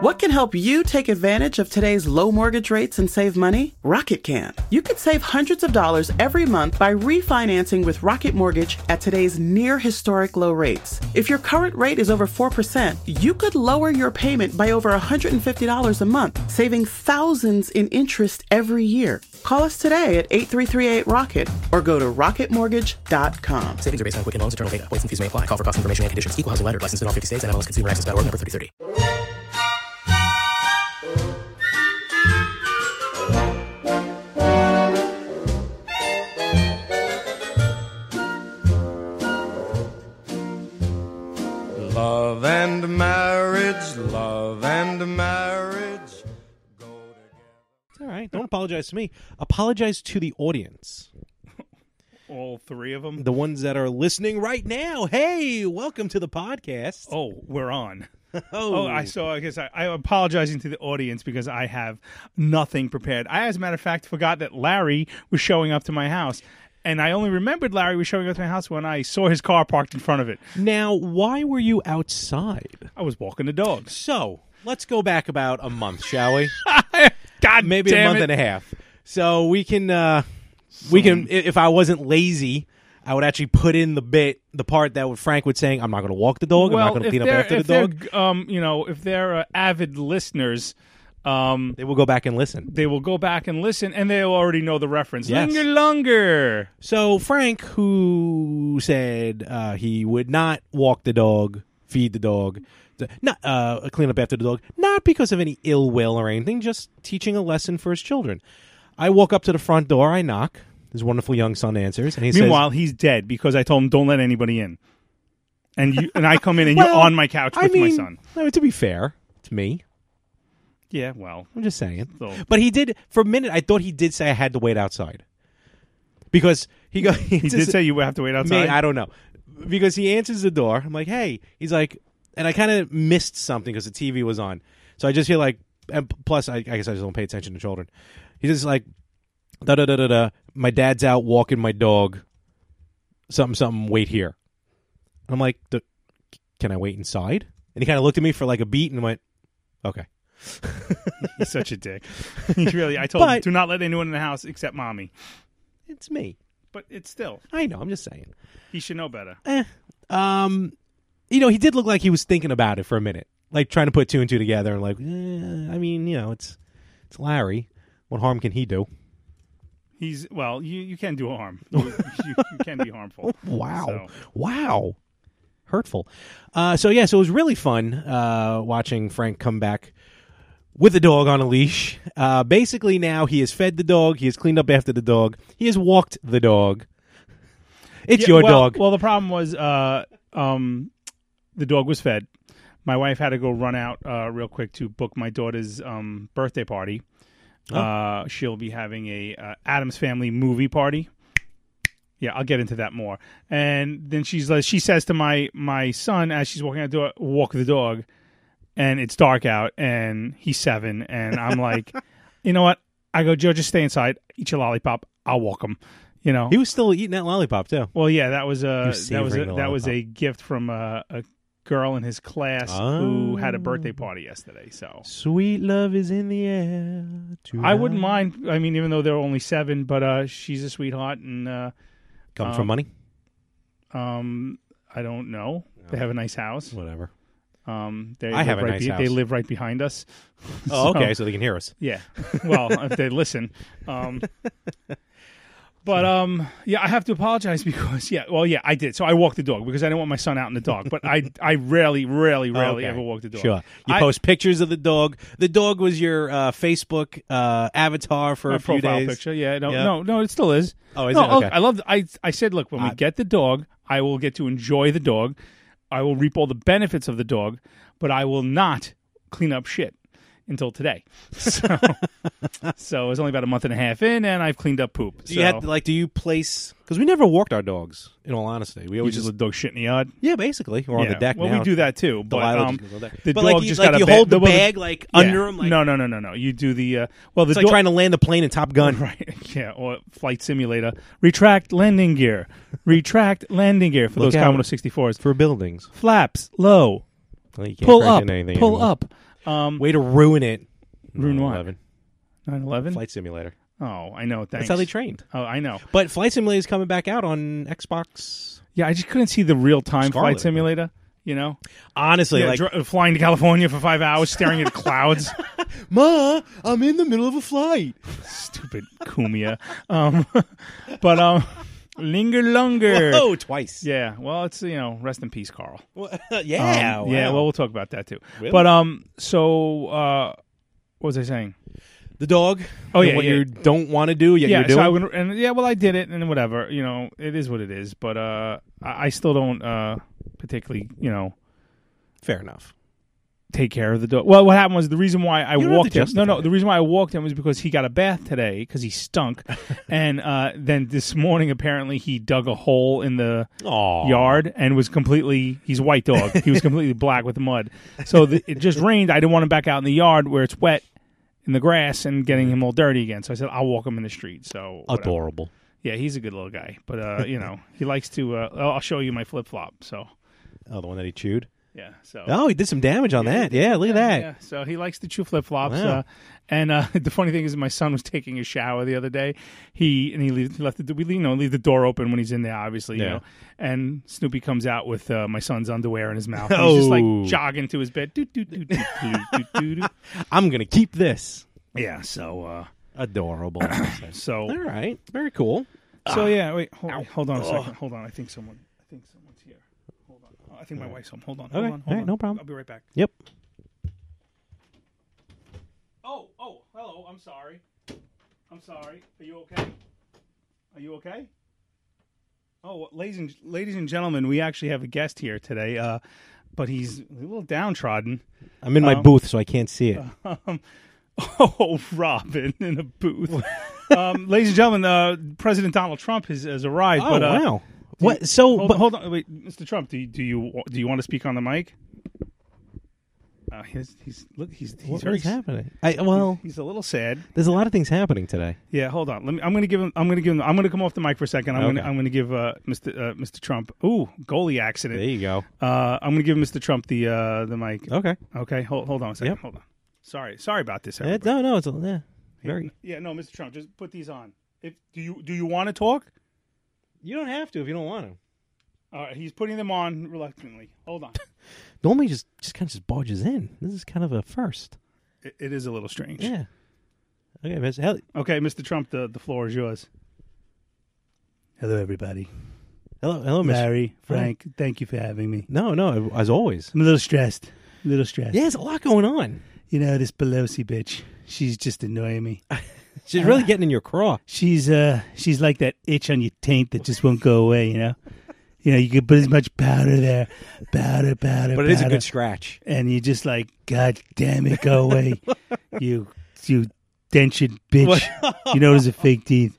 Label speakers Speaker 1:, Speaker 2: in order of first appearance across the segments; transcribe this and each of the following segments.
Speaker 1: What can help you take advantage of today's low mortgage rates and save money? Rocket can. You could save hundreds of dollars every month by refinancing with Rocket Mortgage at today's near historic low rates. If your current rate is over 4%, you could lower your payment by over $150 a month, saving thousands in interest every year. Call us today at 8338 Rocket or go to rocketmortgage.com.
Speaker 2: Savings are based on quick and loans, internal data. Points and fees may apply. Call for cost information and conditions. Equal housing lender. Licensed in all 50 states and MLSconsumerAccess.org number 3030.
Speaker 3: Love and marriage, love and marriage.
Speaker 4: It's all right. Don't apologize to me. Apologize to the audience.
Speaker 5: All three of them.
Speaker 4: The ones that are listening right now. Hey, welcome to the podcast.
Speaker 5: Oh, we're on. Oh, I so I guess I, I'm apologizing to the audience because I have nothing prepared. I, as a matter of fact, forgot that Larry was showing up to my house, and I only remembered Larry was showing up to my house when I saw his car parked in front of it.
Speaker 4: Now, why were you outside?
Speaker 5: I was walking the dogs.
Speaker 4: So, let's go back about a month, shall we?
Speaker 5: God,
Speaker 4: Maybe a
Speaker 5: Ah, damn
Speaker 4: month
Speaker 5: it.
Speaker 4: and a half. So, we can uh we can i- if I wasn't lazy, I would actually put in the bit, the part that Frank was saying, I'm not going to walk the dog, I'm not
Speaker 5: Well,
Speaker 4: going to
Speaker 5: if
Speaker 4: clean up
Speaker 5: they're-
Speaker 4: after
Speaker 5: if
Speaker 4: the
Speaker 5: they're,
Speaker 4: dog.
Speaker 5: um, you know, if they're uh, avid listeners, um,
Speaker 4: They will go back and listen.
Speaker 5: they will go back and listen, and they'll already know the reference.
Speaker 4: Yes.
Speaker 5: Linger, longer.
Speaker 4: So Frank, who said uh, he would not walk the dog, feed the dog, th- not uh, clean up after the dog, not because of any ill will or anything, just teaching a lesson for his children. I walk up to the front door, I knock. His wonderful young son answers, and he
Speaker 5: Meanwhile, he's dead because I told him don't let anybody in. And you and I come in and
Speaker 4: says,
Speaker 5: you're
Speaker 4: "Well,
Speaker 5: on my couch
Speaker 4: I
Speaker 5: with my
Speaker 4: mean,
Speaker 5: son.
Speaker 4: I mean, to be fair to me,
Speaker 5: Yeah, well,
Speaker 4: I'm just saying.
Speaker 5: So-
Speaker 4: But he did for a minute. I thought he did say I had to wait outside because he goes.
Speaker 5: he did say you would have to wait outside.
Speaker 4: Me, I don't know. Because he answers the door. I'm like, hey. He's like, and I kind of missed something because the TV was on. So I just hear like, and p- plus, I, I guess I just don't pay attention to children. He's just like, da da da da da. My dad's out walking my dog. Something, something, wait here. And I'm like, "D- can I wait inside? And he kind of looked at me for like a beat and went, okay.
Speaker 5: He's such a dick. He really, I told him
Speaker 4: But-
Speaker 5: do not let anyone in the house except mommy.
Speaker 4: It's me.
Speaker 5: But it's still,
Speaker 4: I know. I'm just saying.
Speaker 5: he should know better.
Speaker 4: eh. Um, you know, he did look like he was thinking about it for a minute, like trying to put two and two together, and like, eh, I mean, you know, it's it's Larry. What harm can he do?
Speaker 5: He's well, you, you can do harm. You, you, you can be harmful.
Speaker 4: Wow,
Speaker 5: So,
Speaker 4: wow, hurtful. Uh, so yeah, so it was really fun uh, watching Frank come back with a dog on a leash. Uh, basically, now he has fed the dog, he has cleaned up after the dog, he has walked the dog. It's
Speaker 5: yeah,
Speaker 4: your
Speaker 5: well-
Speaker 4: dog.
Speaker 5: Well, the problem was, uh, um, the dog was fed. My wife had to go run out uh, real quick to book my daughter's um, birthday party. Uh, she'll be having a uh, Adams Family movie party. Yeah, I'll get into that more. And then she's like, she says to my my son as she's walking out the door, walk the dog, and it's dark out, and he's seven, and I'm like, you know what? I go, Joe, just stay inside, eat your lollipop. I'll walk him. You know,
Speaker 4: he was still eating that lollipop too.
Speaker 5: well, yeah, that was a
Speaker 4: was
Speaker 5: that was a,
Speaker 4: savoring the
Speaker 5: that was a
Speaker 4: lollipop.
Speaker 5: gift from a, a girl in his class who had a
Speaker 4: Oh.
Speaker 5: birthday party yesterday. So
Speaker 4: Sweet love is in the air.
Speaker 5: I wouldn't mind. I mean, even though they're only seven, but uh, she's a sweetheart, and uh,
Speaker 4: Come from money.
Speaker 5: um, I don't know. They have a nice house.
Speaker 4: Whatever.
Speaker 5: Um, they
Speaker 4: I
Speaker 5: live
Speaker 4: have a
Speaker 5: right
Speaker 4: nice
Speaker 5: be-
Speaker 4: house.
Speaker 5: They live right behind us.
Speaker 4: Oh, okay. So they can hear us.
Speaker 5: Yeah. Well, if they listen. Um, but um, yeah, I have to apologize because yeah, well, yeah, I did. So I walked the dog because I didn't want my son out in the dog. But I, I rarely, rarely,
Speaker 4: Okay.
Speaker 5: rarely ever walk the dog.
Speaker 4: Sure. You
Speaker 5: I-
Speaker 4: post pictures of the dog. The dog was your uh, Facebook uh, avatar for
Speaker 5: my
Speaker 4: a few
Speaker 5: profile
Speaker 4: days.
Speaker 5: picture. Yeah, no,
Speaker 4: Yeah.
Speaker 5: no, no, it still is.
Speaker 4: Oh, is
Speaker 5: No,
Speaker 4: it? Okay.
Speaker 5: I love. I I said, look, when we
Speaker 4: I-
Speaker 5: get the dog, I will get to enjoy the dog. I will reap all the benefits of the dog, but I will not clean up shit until today. So, so it's only about a month and a half in, and I've cleaned up poop.
Speaker 4: Do
Speaker 5: so
Speaker 4: you have like? Do you place? Because we never walked our dogs. In all honesty, we
Speaker 5: you
Speaker 4: always
Speaker 5: just
Speaker 4: just,
Speaker 5: let the dog shit in the yard.
Speaker 4: yeah, basically, we're on the
Speaker 5: Yeah.
Speaker 4: deck
Speaker 5: Well,
Speaker 4: now.
Speaker 5: we do that too,
Speaker 4: The
Speaker 5: but
Speaker 4: Lila
Speaker 5: um,
Speaker 4: just goes on deck.
Speaker 5: the
Speaker 4: but
Speaker 5: dog
Speaker 4: like, you,
Speaker 5: just
Speaker 4: like
Speaker 5: got a
Speaker 4: you
Speaker 5: ba-
Speaker 4: hold the
Speaker 5: well,
Speaker 4: bag like
Speaker 5: yeah.
Speaker 4: under him. Like,
Speaker 5: no, no, no, no, no. You do the uh, well. The
Speaker 4: It's like
Speaker 5: dog
Speaker 4: trying to land the plane in Top Gun.
Speaker 5: Right. Yeah. Or flight simulator. Retract landing gear. Retract landing gear for
Speaker 4: Look
Speaker 5: those
Speaker 4: out.
Speaker 5: Commodore 64s.
Speaker 4: For buildings,
Speaker 5: Flaps low.
Speaker 4: Well, you can't
Speaker 5: Pull
Speaker 4: crash
Speaker 5: up.
Speaker 4: into anything
Speaker 5: Pull
Speaker 4: anymore.
Speaker 5: up. Um,
Speaker 4: Way to ruin it.
Speaker 5: Ruin what?
Speaker 4: 9/11.
Speaker 5: 9/11.
Speaker 4: Flight simulator.
Speaker 5: Oh, I know. Thanks.
Speaker 4: That's how they trained.
Speaker 5: Oh, I know.
Speaker 4: But Flight Simulator is coming back out on Xbox.
Speaker 5: Yeah, I just couldn't see the real time
Speaker 4: Scarlet,
Speaker 5: flight simulator. You know,
Speaker 4: Honestly,
Speaker 5: Yeah,
Speaker 4: like,
Speaker 5: dr- flying to California for five hours, staring at clouds.
Speaker 4: Ma, I'm in the middle of a flight.
Speaker 5: Stupid Kumia. Um, but um, linger longer.
Speaker 4: Oh, twice.
Speaker 5: Yeah. Well, it's you know, rest in peace, Carl. Um,
Speaker 4: yeah.
Speaker 5: yeah.
Speaker 4: wow.
Speaker 5: Well, we'll talk about that too.
Speaker 4: Really?
Speaker 5: But um, so uh, what was I saying?
Speaker 4: the dog.
Speaker 5: Oh,
Speaker 4: the-
Speaker 5: yeah,
Speaker 4: What
Speaker 5: yeah.
Speaker 4: you don't want to do, yet
Speaker 5: yeah,
Speaker 4: you're doing.
Speaker 5: so I would, and yeah, well, I did it, and whatever, you know, it is what it is. But uh, I, I still don't uh, particularly, you know,
Speaker 4: Fair enough.
Speaker 5: take care of the dog. Well, what happened was the reason why I
Speaker 4: don't have
Speaker 5: walked
Speaker 4: to
Speaker 5: him. No, no,
Speaker 4: justify it.
Speaker 5: the reason why I walked him was because he got a bath today because he stunk, and uh, then this morning apparently he dug a hole in the
Speaker 4: Aw.
Speaker 5: yard and was completely. He's a white dog. he was completely black with mud. So the, it just rained. I didn't want him back out in the yard where it's wet. In the grass and getting him all dirty again, so I said I'll walk him in the street. So whatever.
Speaker 4: Adorable.
Speaker 5: Yeah, he's a good little guy, but uh, you know, he likes to. Uh, I'll I'll show you my flip flop. So
Speaker 4: Oh, the one that he chewed.
Speaker 5: yeah, so
Speaker 4: Oh, he did some damage on that. Yeah, look at that.
Speaker 5: yeah, so he likes to chew flip flops.
Speaker 4: Wow.
Speaker 5: Uh, and uh, the funny thing is, my son was taking a shower the other day. He and he, leave, he left the we you know leave the door open when he's in there, obviously. You
Speaker 4: Yeah.
Speaker 5: know, and Snoopy comes out with uh, my son's underwear in his mouth.
Speaker 4: Oh.
Speaker 5: He's just like jogging to his bed. Doot, doot, doot, doot, doot, doot, doot.
Speaker 4: I'm gonna keep this.
Speaker 5: Yeah, so uh,
Speaker 4: Adorable.
Speaker 5: so
Speaker 4: All right. Very cool.
Speaker 5: So yeah, wait, hold, wait, hold on a second. Hold on, I think someone, I think someone's here. Hold on, Oh, I think my wife's home. Hold on, hold
Speaker 4: Okay,
Speaker 5: on,
Speaker 4: all
Speaker 5: hold
Speaker 4: right,
Speaker 5: on.
Speaker 4: no problem.
Speaker 5: I'll be right back.
Speaker 4: Yep.
Speaker 5: Oh, oh, hello. I'm sorry. I'm sorry. Are you okay? Are you okay? Oh, ladies and ladies and gentlemen, we actually have a guest here today, uh, but he's a little downtrodden.
Speaker 4: I'm in my booth, so I can't see it.
Speaker 5: Um, oh, Robin in a booth. um, ladies and gentlemen, uh, President Donald Trump has, has arrived.
Speaker 4: oh
Speaker 5: but, uh,
Speaker 4: wow. What? So,
Speaker 5: Hold,
Speaker 4: but,
Speaker 5: hold on, wait, Mr. Trump. Do you, do you do you want to speak on the mic? Uh, he's, he's look. He's he's
Speaker 4: what
Speaker 5: very
Speaker 4: is happening? I, well,
Speaker 5: He's a little sad.
Speaker 4: there's a lot of things happening today.
Speaker 5: Yeah, hold on. Let me. I'm going to give him. I'm going to give him. I'm going to come off the mic for a second. I'm going to.
Speaker 4: Okay.
Speaker 5: I'm going to give uh, Mr. Uh, Mr. Trump. Ooh, goalie accident.
Speaker 4: There you go.
Speaker 5: Uh, I'm going to give Mr. Trump the uh, the mic.
Speaker 4: Okay.
Speaker 5: Okay. Hold hold on a second.
Speaker 4: Oh. Yep.
Speaker 5: Hold on. Sorry. Sorry about this.
Speaker 4: Eh, no,
Speaker 5: Everybody.
Speaker 4: no, it's a, yeah. Very.
Speaker 5: Yeah. No, Mr. Trump. Just put these on. If do you do you want to talk?
Speaker 4: You don't have to if you don't want to.
Speaker 5: All right. He's putting them on reluctantly. Hold on.
Speaker 4: Normally, just just kind of just barges in. This is kind of a first.
Speaker 5: it, it is a little strange.
Speaker 4: Yeah. Okay, Miss Hel-
Speaker 5: Okay, Mr. Trump, the, the floor is yours. Hello, everybody.
Speaker 4: hello, hello, Miss.
Speaker 5: Larry, Frank, thank you for having me.
Speaker 4: No, no, as always.
Speaker 5: I'm a little stressed. A little stressed.
Speaker 4: Yeah, there's a lot going on.
Speaker 5: You know, this Pelosi bitch, she's just annoying me.
Speaker 4: She's really getting in your craw.
Speaker 5: Uh, She's uh she's like that itch on your taint that just won't go away, you know? You know, you can put as much powder there. Powder, powder,
Speaker 4: But it is a
Speaker 5: powder.
Speaker 4: good scratch.
Speaker 5: and you're just like, God damn it, go away. you you dentured bitch. you know there's a fake teeth.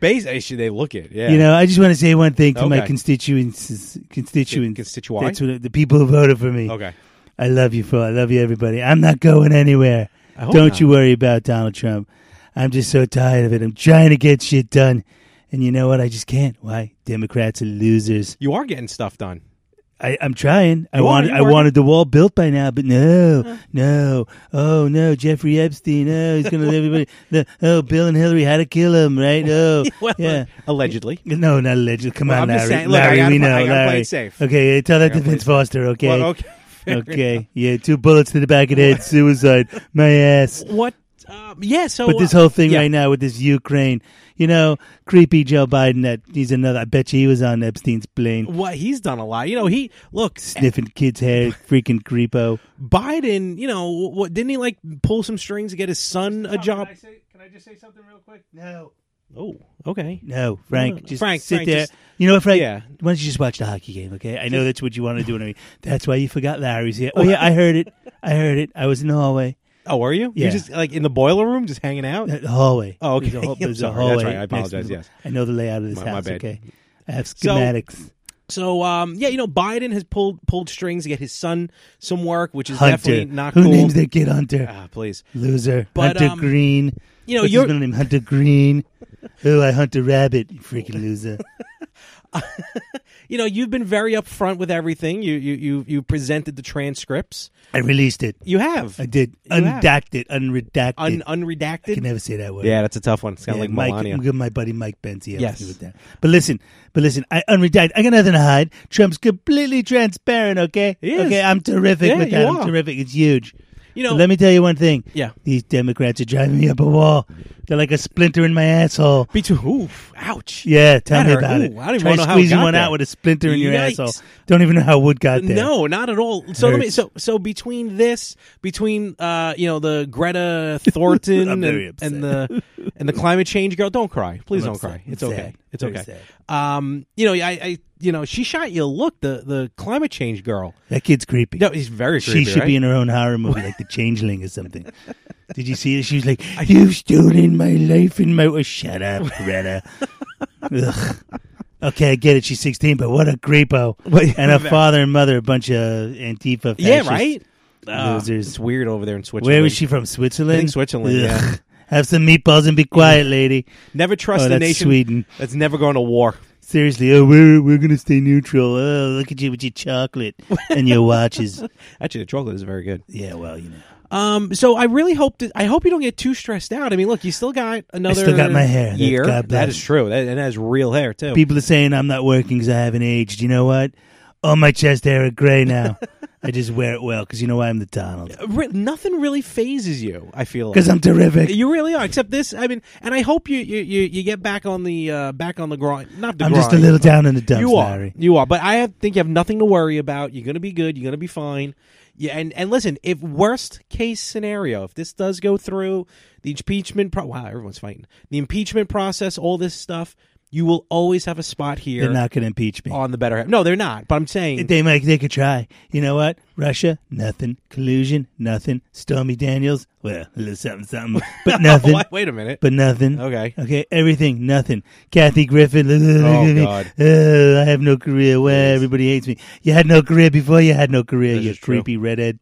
Speaker 4: Base, eh, should they look it? Yeah.
Speaker 5: You know, I just want to say one thing to my
Speaker 4: Okay.
Speaker 5: constituents, constituents,
Speaker 4: Constitui?
Speaker 5: That's what- the people who voted for me.
Speaker 4: Okay.
Speaker 5: I love you, for I love you, everybody. I'm not going anywhere.
Speaker 4: hope
Speaker 5: Don't
Speaker 4: not.
Speaker 5: you worry about Donald Trump. I'm just so tired of it. I'm trying to get shit done, and you know what? I just can't. Why? Democrats are losers.
Speaker 4: You are getting stuff done.
Speaker 5: I, I'm trying. I
Speaker 4: You are,
Speaker 5: wanted,
Speaker 4: you
Speaker 5: I
Speaker 4: are. Uh-huh.
Speaker 5: wanted the wall built by now, but no, no. Oh no, Jeffrey Epstein. Oh, he's gonna let everybody. No, oh, Bill and Hillary, how to kill him, right? Oh,
Speaker 4: Well,
Speaker 5: yeah.
Speaker 4: allegedly.
Speaker 5: No, not allegedly. Come
Speaker 4: Well,
Speaker 5: on,
Speaker 4: I'm
Speaker 5: Larry.
Speaker 4: just saying- look, I
Speaker 5: Larry,
Speaker 4: gotta
Speaker 5: we
Speaker 4: pl- I
Speaker 5: know.
Speaker 4: gotta play
Speaker 5: Larry.
Speaker 4: it safe.
Speaker 5: Okay, uh, tell that to
Speaker 4: play
Speaker 5: Vince
Speaker 4: it-
Speaker 5: Foster. Okay.
Speaker 4: Well, okay. Fair
Speaker 5: Okay. Yeah, two bullets to the back of the head. Suicide. My ass.
Speaker 4: enough. What? Um, yeah. So.
Speaker 5: But this
Speaker 4: uh,
Speaker 5: whole thing
Speaker 4: yeah.
Speaker 5: right now with this Ukraine, you know, creepy Joe Biden. That he's another. I bet you he was on Epstein's plane,
Speaker 4: What he's done a lot. You know, he look s-
Speaker 5: sniffing kids' hair. Freaking creepo.
Speaker 4: Biden. You know, what didn't he like pull some strings to get his son a job?
Speaker 5: can I just say something real quick? No.
Speaker 4: Oh, okay.
Speaker 5: No,
Speaker 4: No,
Speaker 5: Frank,
Speaker 4: no.
Speaker 5: just
Speaker 4: Frank,
Speaker 5: sit
Speaker 4: Frank,
Speaker 5: there.
Speaker 4: just-
Speaker 5: you know what, Frank?
Speaker 4: Yeah.
Speaker 5: Why don't you just watch the hockey game, okay? I know that's what you want to do. Anyway. That's why you forgot Larry's here. Oh, yeah, I heard it. I heard it. I was in the hallway.
Speaker 4: Oh, were you? You're
Speaker 5: Yeah.
Speaker 4: just like in the boiler room, just hanging out.
Speaker 5: Uh, The hallway.
Speaker 4: Oh, okay.
Speaker 5: There's a, hall-
Speaker 4: I'm
Speaker 5: there's a
Speaker 4: sorry. That's
Speaker 5: hallway.
Speaker 4: right. I
Speaker 5: next to
Speaker 4: apologize,
Speaker 5: the-
Speaker 4: yes.
Speaker 5: I know the layout of this
Speaker 4: My- my
Speaker 5: house,
Speaker 4: bad.
Speaker 5: okay? I have
Speaker 4: So-
Speaker 5: schematics.
Speaker 4: So um, yeah, you know, Biden has pulled pulled strings to get his son some work, which is
Speaker 5: Hunter.
Speaker 4: definitely not
Speaker 5: Who
Speaker 4: cool.
Speaker 5: names their kid Hunter?
Speaker 4: Ah, please.
Speaker 5: Loser.
Speaker 4: But,
Speaker 5: Hunter
Speaker 4: um,
Speaker 5: Green.
Speaker 4: you know,
Speaker 5: What's
Speaker 4: you're-
Speaker 5: his middle name? Hunter Green. oh, I hunt a rabbit. You freaking loser.
Speaker 4: you know, you've been very upfront with everything. You you you you presented the transcripts.
Speaker 5: I released it.
Speaker 4: You have
Speaker 5: I did.
Speaker 4: You have.
Speaker 5: Undacted. Unredacted.
Speaker 4: Un-
Speaker 5: I
Speaker 4: unredacted.
Speaker 5: can never say that word.
Speaker 4: yeah, that's a tough one. It's kind
Speaker 5: Yeah,
Speaker 4: of like
Speaker 5: Mike,
Speaker 4: Melania.
Speaker 5: I'm giving my buddy Mike Benzie.
Speaker 4: Yes.
Speaker 5: Yes. With that. But listen, but listen, I unredacted. I got nothing to hide. Trump's completely transparent, okay?
Speaker 4: He is.
Speaker 5: Okay, I'm terrific
Speaker 4: Yeah,
Speaker 5: with
Speaker 4: you
Speaker 5: that. I'm
Speaker 4: are.
Speaker 5: terrific. It's huge.
Speaker 4: You know-
Speaker 5: But let me tell you one thing.
Speaker 4: Yeah.
Speaker 5: These Democrats are driving me up a wall. They're like a splinter in my asshole.
Speaker 4: Be too. Oof, ouch.
Speaker 5: Yeah, tell
Speaker 4: That
Speaker 5: me
Speaker 4: hurt.
Speaker 5: about it.
Speaker 4: Ooh, I don't even
Speaker 5: Try
Speaker 4: know how it
Speaker 5: squeezing
Speaker 4: got
Speaker 5: one
Speaker 4: there.
Speaker 5: out with a splinter in your
Speaker 4: Yikes.
Speaker 5: asshole. Don't even know how wood got there.
Speaker 4: No, not at all. So let me,
Speaker 5: Hurts.
Speaker 4: so so between this, between uh, you know, the Greta Thornton
Speaker 5: I'm
Speaker 4: and,
Speaker 5: very upset.
Speaker 4: and the and the climate change girl, don't cry. Please
Speaker 5: I'm
Speaker 4: don't
Speaker 5: upset.
Speaker 4: cry.
Speaker 5: I'm
Speaker 4: It's
Speaker 5: sad.
Speaker 4: okay. It's
Speaker 5: Very
Speaker 4: okay. Um, you know, I, I you know, she shot you a look, the the climate change girl.
Speaker 5: That kid's creepy.
Speaker 4: No, he's very
Speaker 5: She
Speaker 4: creepy,
Speaker 5: should
Speaker 4: right?
Speaker 5: be in her own horror movie, like The Changeling or something. Did you see it? She was like, "You've stolen my life and my." Oh, shut up, Greta. Ugh. Okay, I get it. She's sixteen, but what a creepo!
Speaker 4: Wait.
Speaker 5: and her father and mother, a bunch of Antifa.
Speaker 4: yeah,
Speaker 5: fascist
Speaker 4: right? Uh,
Speaker 5: Losers.
Speaker 4: it's weird over there in Switzerland.
Speaker 5: Where was she from? Switzerland.
Speaker 4: I think Switzerland, yeah.
Speaker 5: Have some meatballs and be quiet, lady.
Speaker 4: Never trust
Speaker 5: Oh,
Speaker 4: a
Speaker 5: that's
Speaker 4: nation
Speaker 5: Sweden.
Speaker 4: that's never going to war.
Speaker 5: Seriously, oh, we're we're gonna stay neutral. Oh, look at you with your chocolate and your watches.
Speaker 4: Actually, the chocolate is very good.
Speaker 5: Yeah, well, you know,
Speaker 4: Um, so I really hope that I hope you don't get too stressed out. I mean, look, you still got another.
Speaker 5: still got my hair. That-
Speaker 4: Year.
Speaker 5: God bless.
Speaker 4: that is true, that, and that is real hair too.
Speaker 5: people are saying I'm not working because I haven't aged. You know what? All my chest hair are gray now. I just wear it well because you know why I'm the Donald.
Speaker 4: Uh, Re- nothing really phases you. I feel like.
Speaker 5: Because I'm terrific.
Speaker 4: you really are. Except this. I mean, and I hope you you, you, you get back on the uh, back on the grind. Not the
Speaker 5: I'm
Speaker 4: grind.
Speaker 5: just a little down in the dumps,
Speaker 4: You are.
Speaker 5: Larry.
Speaker 4: You are. But I have, think you have nothing to worry about. You're going to be good. You're going to be fine. Yeah. And, and listen, if worst case scenario, if this does go through the impeachment, pro- wow, everyone's fighting the impeachment process, all this stuff, you will always have a spot here
Speaker 5: They're not going to impeach me.
Speaker 4: on the better. half. No, they're not. But I'm saying
Speaker 5: They might. They could try. You know what? Russia, nothing. Collusion, nothing. Stormy Daniels, well, a little something, something, but nothing.
Speaker 4: Oh, Wait, a minute.
Speaker 5: But nothing.
Speaker 4: Okay.
Speaker 5: Okay. Everything. Nothing. Kathy Griffin. Oh
Speaker 4: God.
Speaker 5: I have no career. Well, everybody hates me. You had no career before. You had no career.
Speaker 4: This
Speaker 5: you
Speaker 4: is true.
Speaker 5: creepy redhead.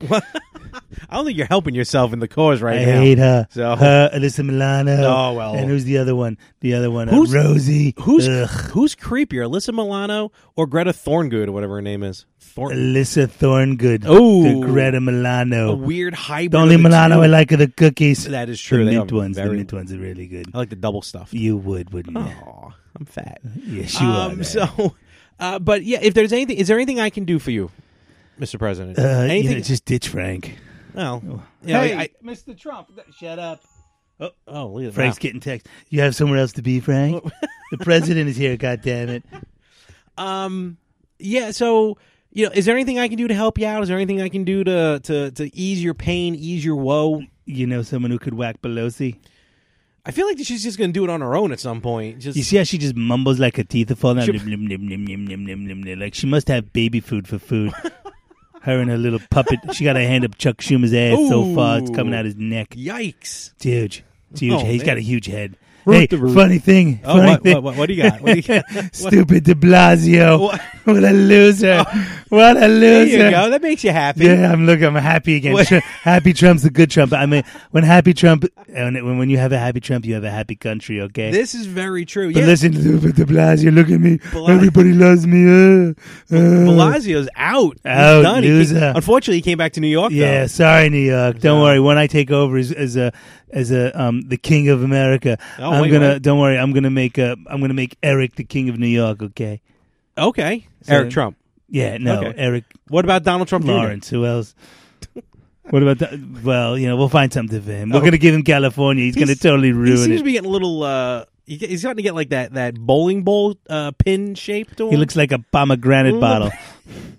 Speaker 4: I don't think you're helping yourself in the cause right
Speaker 5: I
Speaker 4: now.
Speaker 5: hate her.
Speaker 4: So-
Speaker 5: her Alyssa Milano.
Speaker 4: Oh, well.
Speaker 5: And who's the other one? The other one, uh,
Speaker 4: Who's-
Speaker 5: Rosie.
Speaker 4: Who's
Speaker 5: Ugh.
Speaker 4: who's creepier, Alyssa Milano or Greta Thorngood or whatever her name is? Thorn,
Speaker 5: Alyssa Thorngood?
Speaker 4: Oh.
Speaker 5: the Greta
Speaker 4: a
Speaker 5: Milano.
Speaker 4: weird hybrid.
Speaker 5: The
Speaker 4: of
Speaker 5: only
Speaker 4: the
Speaker 5: Milano
Speaker 4: two.
Speaker 5: I like are the cookies.
Speaker 4: Oh, That is true.
Speaker 5: The
Speaker 4: They
Speaker 5: mint
Speaker 4: are
Speaker 5: ones. The
Speaker 4: very- Oh.
Speaker 5: mint ones are really good.
Speaker 4: I like the double stuff.
Speaker 5: You would, wouldn't you?
Speaker 4: Aw, I'm fat.
Speaker 5: Yes, you are.
Speaker 4: Um,
Speaker 5: man.
Speaker 4: so, uh, but yeah, if there's anything, is there anything I can do for you, Mr. President?
Speaker 5: uh, you
Speaker 4: anything?
Speaker 5: know, just Oh. ditch Frank.
Speaker 4: well, you know, I-
Speaker 5: Mr. Trump, shut up.
Speaker 4: oh, look at
Speaker 5: Frank's
Speaker 4: that.
Speaker 5: getting text. You have somewhere else to be, Frank. the president is here. God damn it!
Speaker 4: Um, yeah. So, you know, is there anything I can do to help you out? Is there anything I can do to to to ease your pain, ease your woe?
Speaker 5: You know someone who could whack Pelosi.
Speaker 4: I feel like she's just going to do it on her own at some point. Just
Speaker 5: You see how she just mumbles like her teeth are falling out?
Speaker 4: She-
Speaker 5: Nim, nim, nim, nim, nim, nim, nim, nim, nim. Like she must have baby food for food. her and her little puppet. She got her hand up Chuck Schumer's ass so far it's coming
Speaker 4: Ooh.
Speaker 5: out his neck.
Speaker 4: yikes.
Speaker 5: It's huge. It's huge.
Speaker 4: Oh,
Speaker 5: He's
Speaker 4: man.
Speaker 5: got a huge head.
Speaker 4: Root
Speaker 5: Hey,
Speaker 4: the root.
Speaker 5: funny thing.
Speaker 4: Oh,
Speaker 5: funny
Speaker 4: what,
Speaker 5: thing.
Speaker 4: what, what, what do you got? What do you got? What-
Speaker 5: Stupid De Blasio.
Speaker 4: What? Oh.
Speaker 5: What, a loser. What a
Speaker 4: there
Speaker 5: loser.
Speaker 4: you go. That makes you happy.
Speaker 5: Yeah, I'm looking. I'm happy again.
Speaker 4: What?
Speaker 5: Tru- happy Trump's a good Trump. I mean, when happy Trump, and when when you have a happy Trump, you have a happy country. Okay.
Speaker 4: This is very true.
Speaker 5: But
Speaker 4: yeah.
Speaker 5: listen, Lupe de Blasio, look at me.
Speaker 4: Bla-
Speaker 5: Everybody loves me. Uh, uh.
Speaker 4: Blasio's out. He's
Speaker 5: Out, uh,
Speaker 4: done. He came-
Speaker 5: loser.
Speaker 4: unfortunately, he came back to New York.
Speaker 5: yeah,
Speaker 4: though.
Speaker 5: sorry, New York. Don't worry. When I take over as, as a as a um the king of America,
Speaker 4: Oh,
Speaker 5: I'm
Speaker 4: wait,
Speaker 5: gonna.
Speaker 4: what?
Speaker 5: Don't worry. I'm gonna make uh, I'm gonna make Eric the king of New York. Okay.
Speaker 4: Okay. Eric Trump.
Speaker 5: Yeah. No.
Speaker 4: Okay.
Speaker 5: Eric
Speaker 4: What about Donald Trump? Jr.?
Speaker 5: Lawrence. Who else? What about that? Well, you know, we'll find something for him. We're going to give him California. He's, going
Speaker 4: Oh. He's-
Speaker 5: to totally ruin
Speaker 4: He seems
Speaker 5: it.
Speaker 4: to be getting a little. uh he get- He's starting to get like that that bowling ball uh, pin shape to him.
Speaker 5: he looks like a pomegranate
Speaker 4: Mm.
Speaker 5: bottle.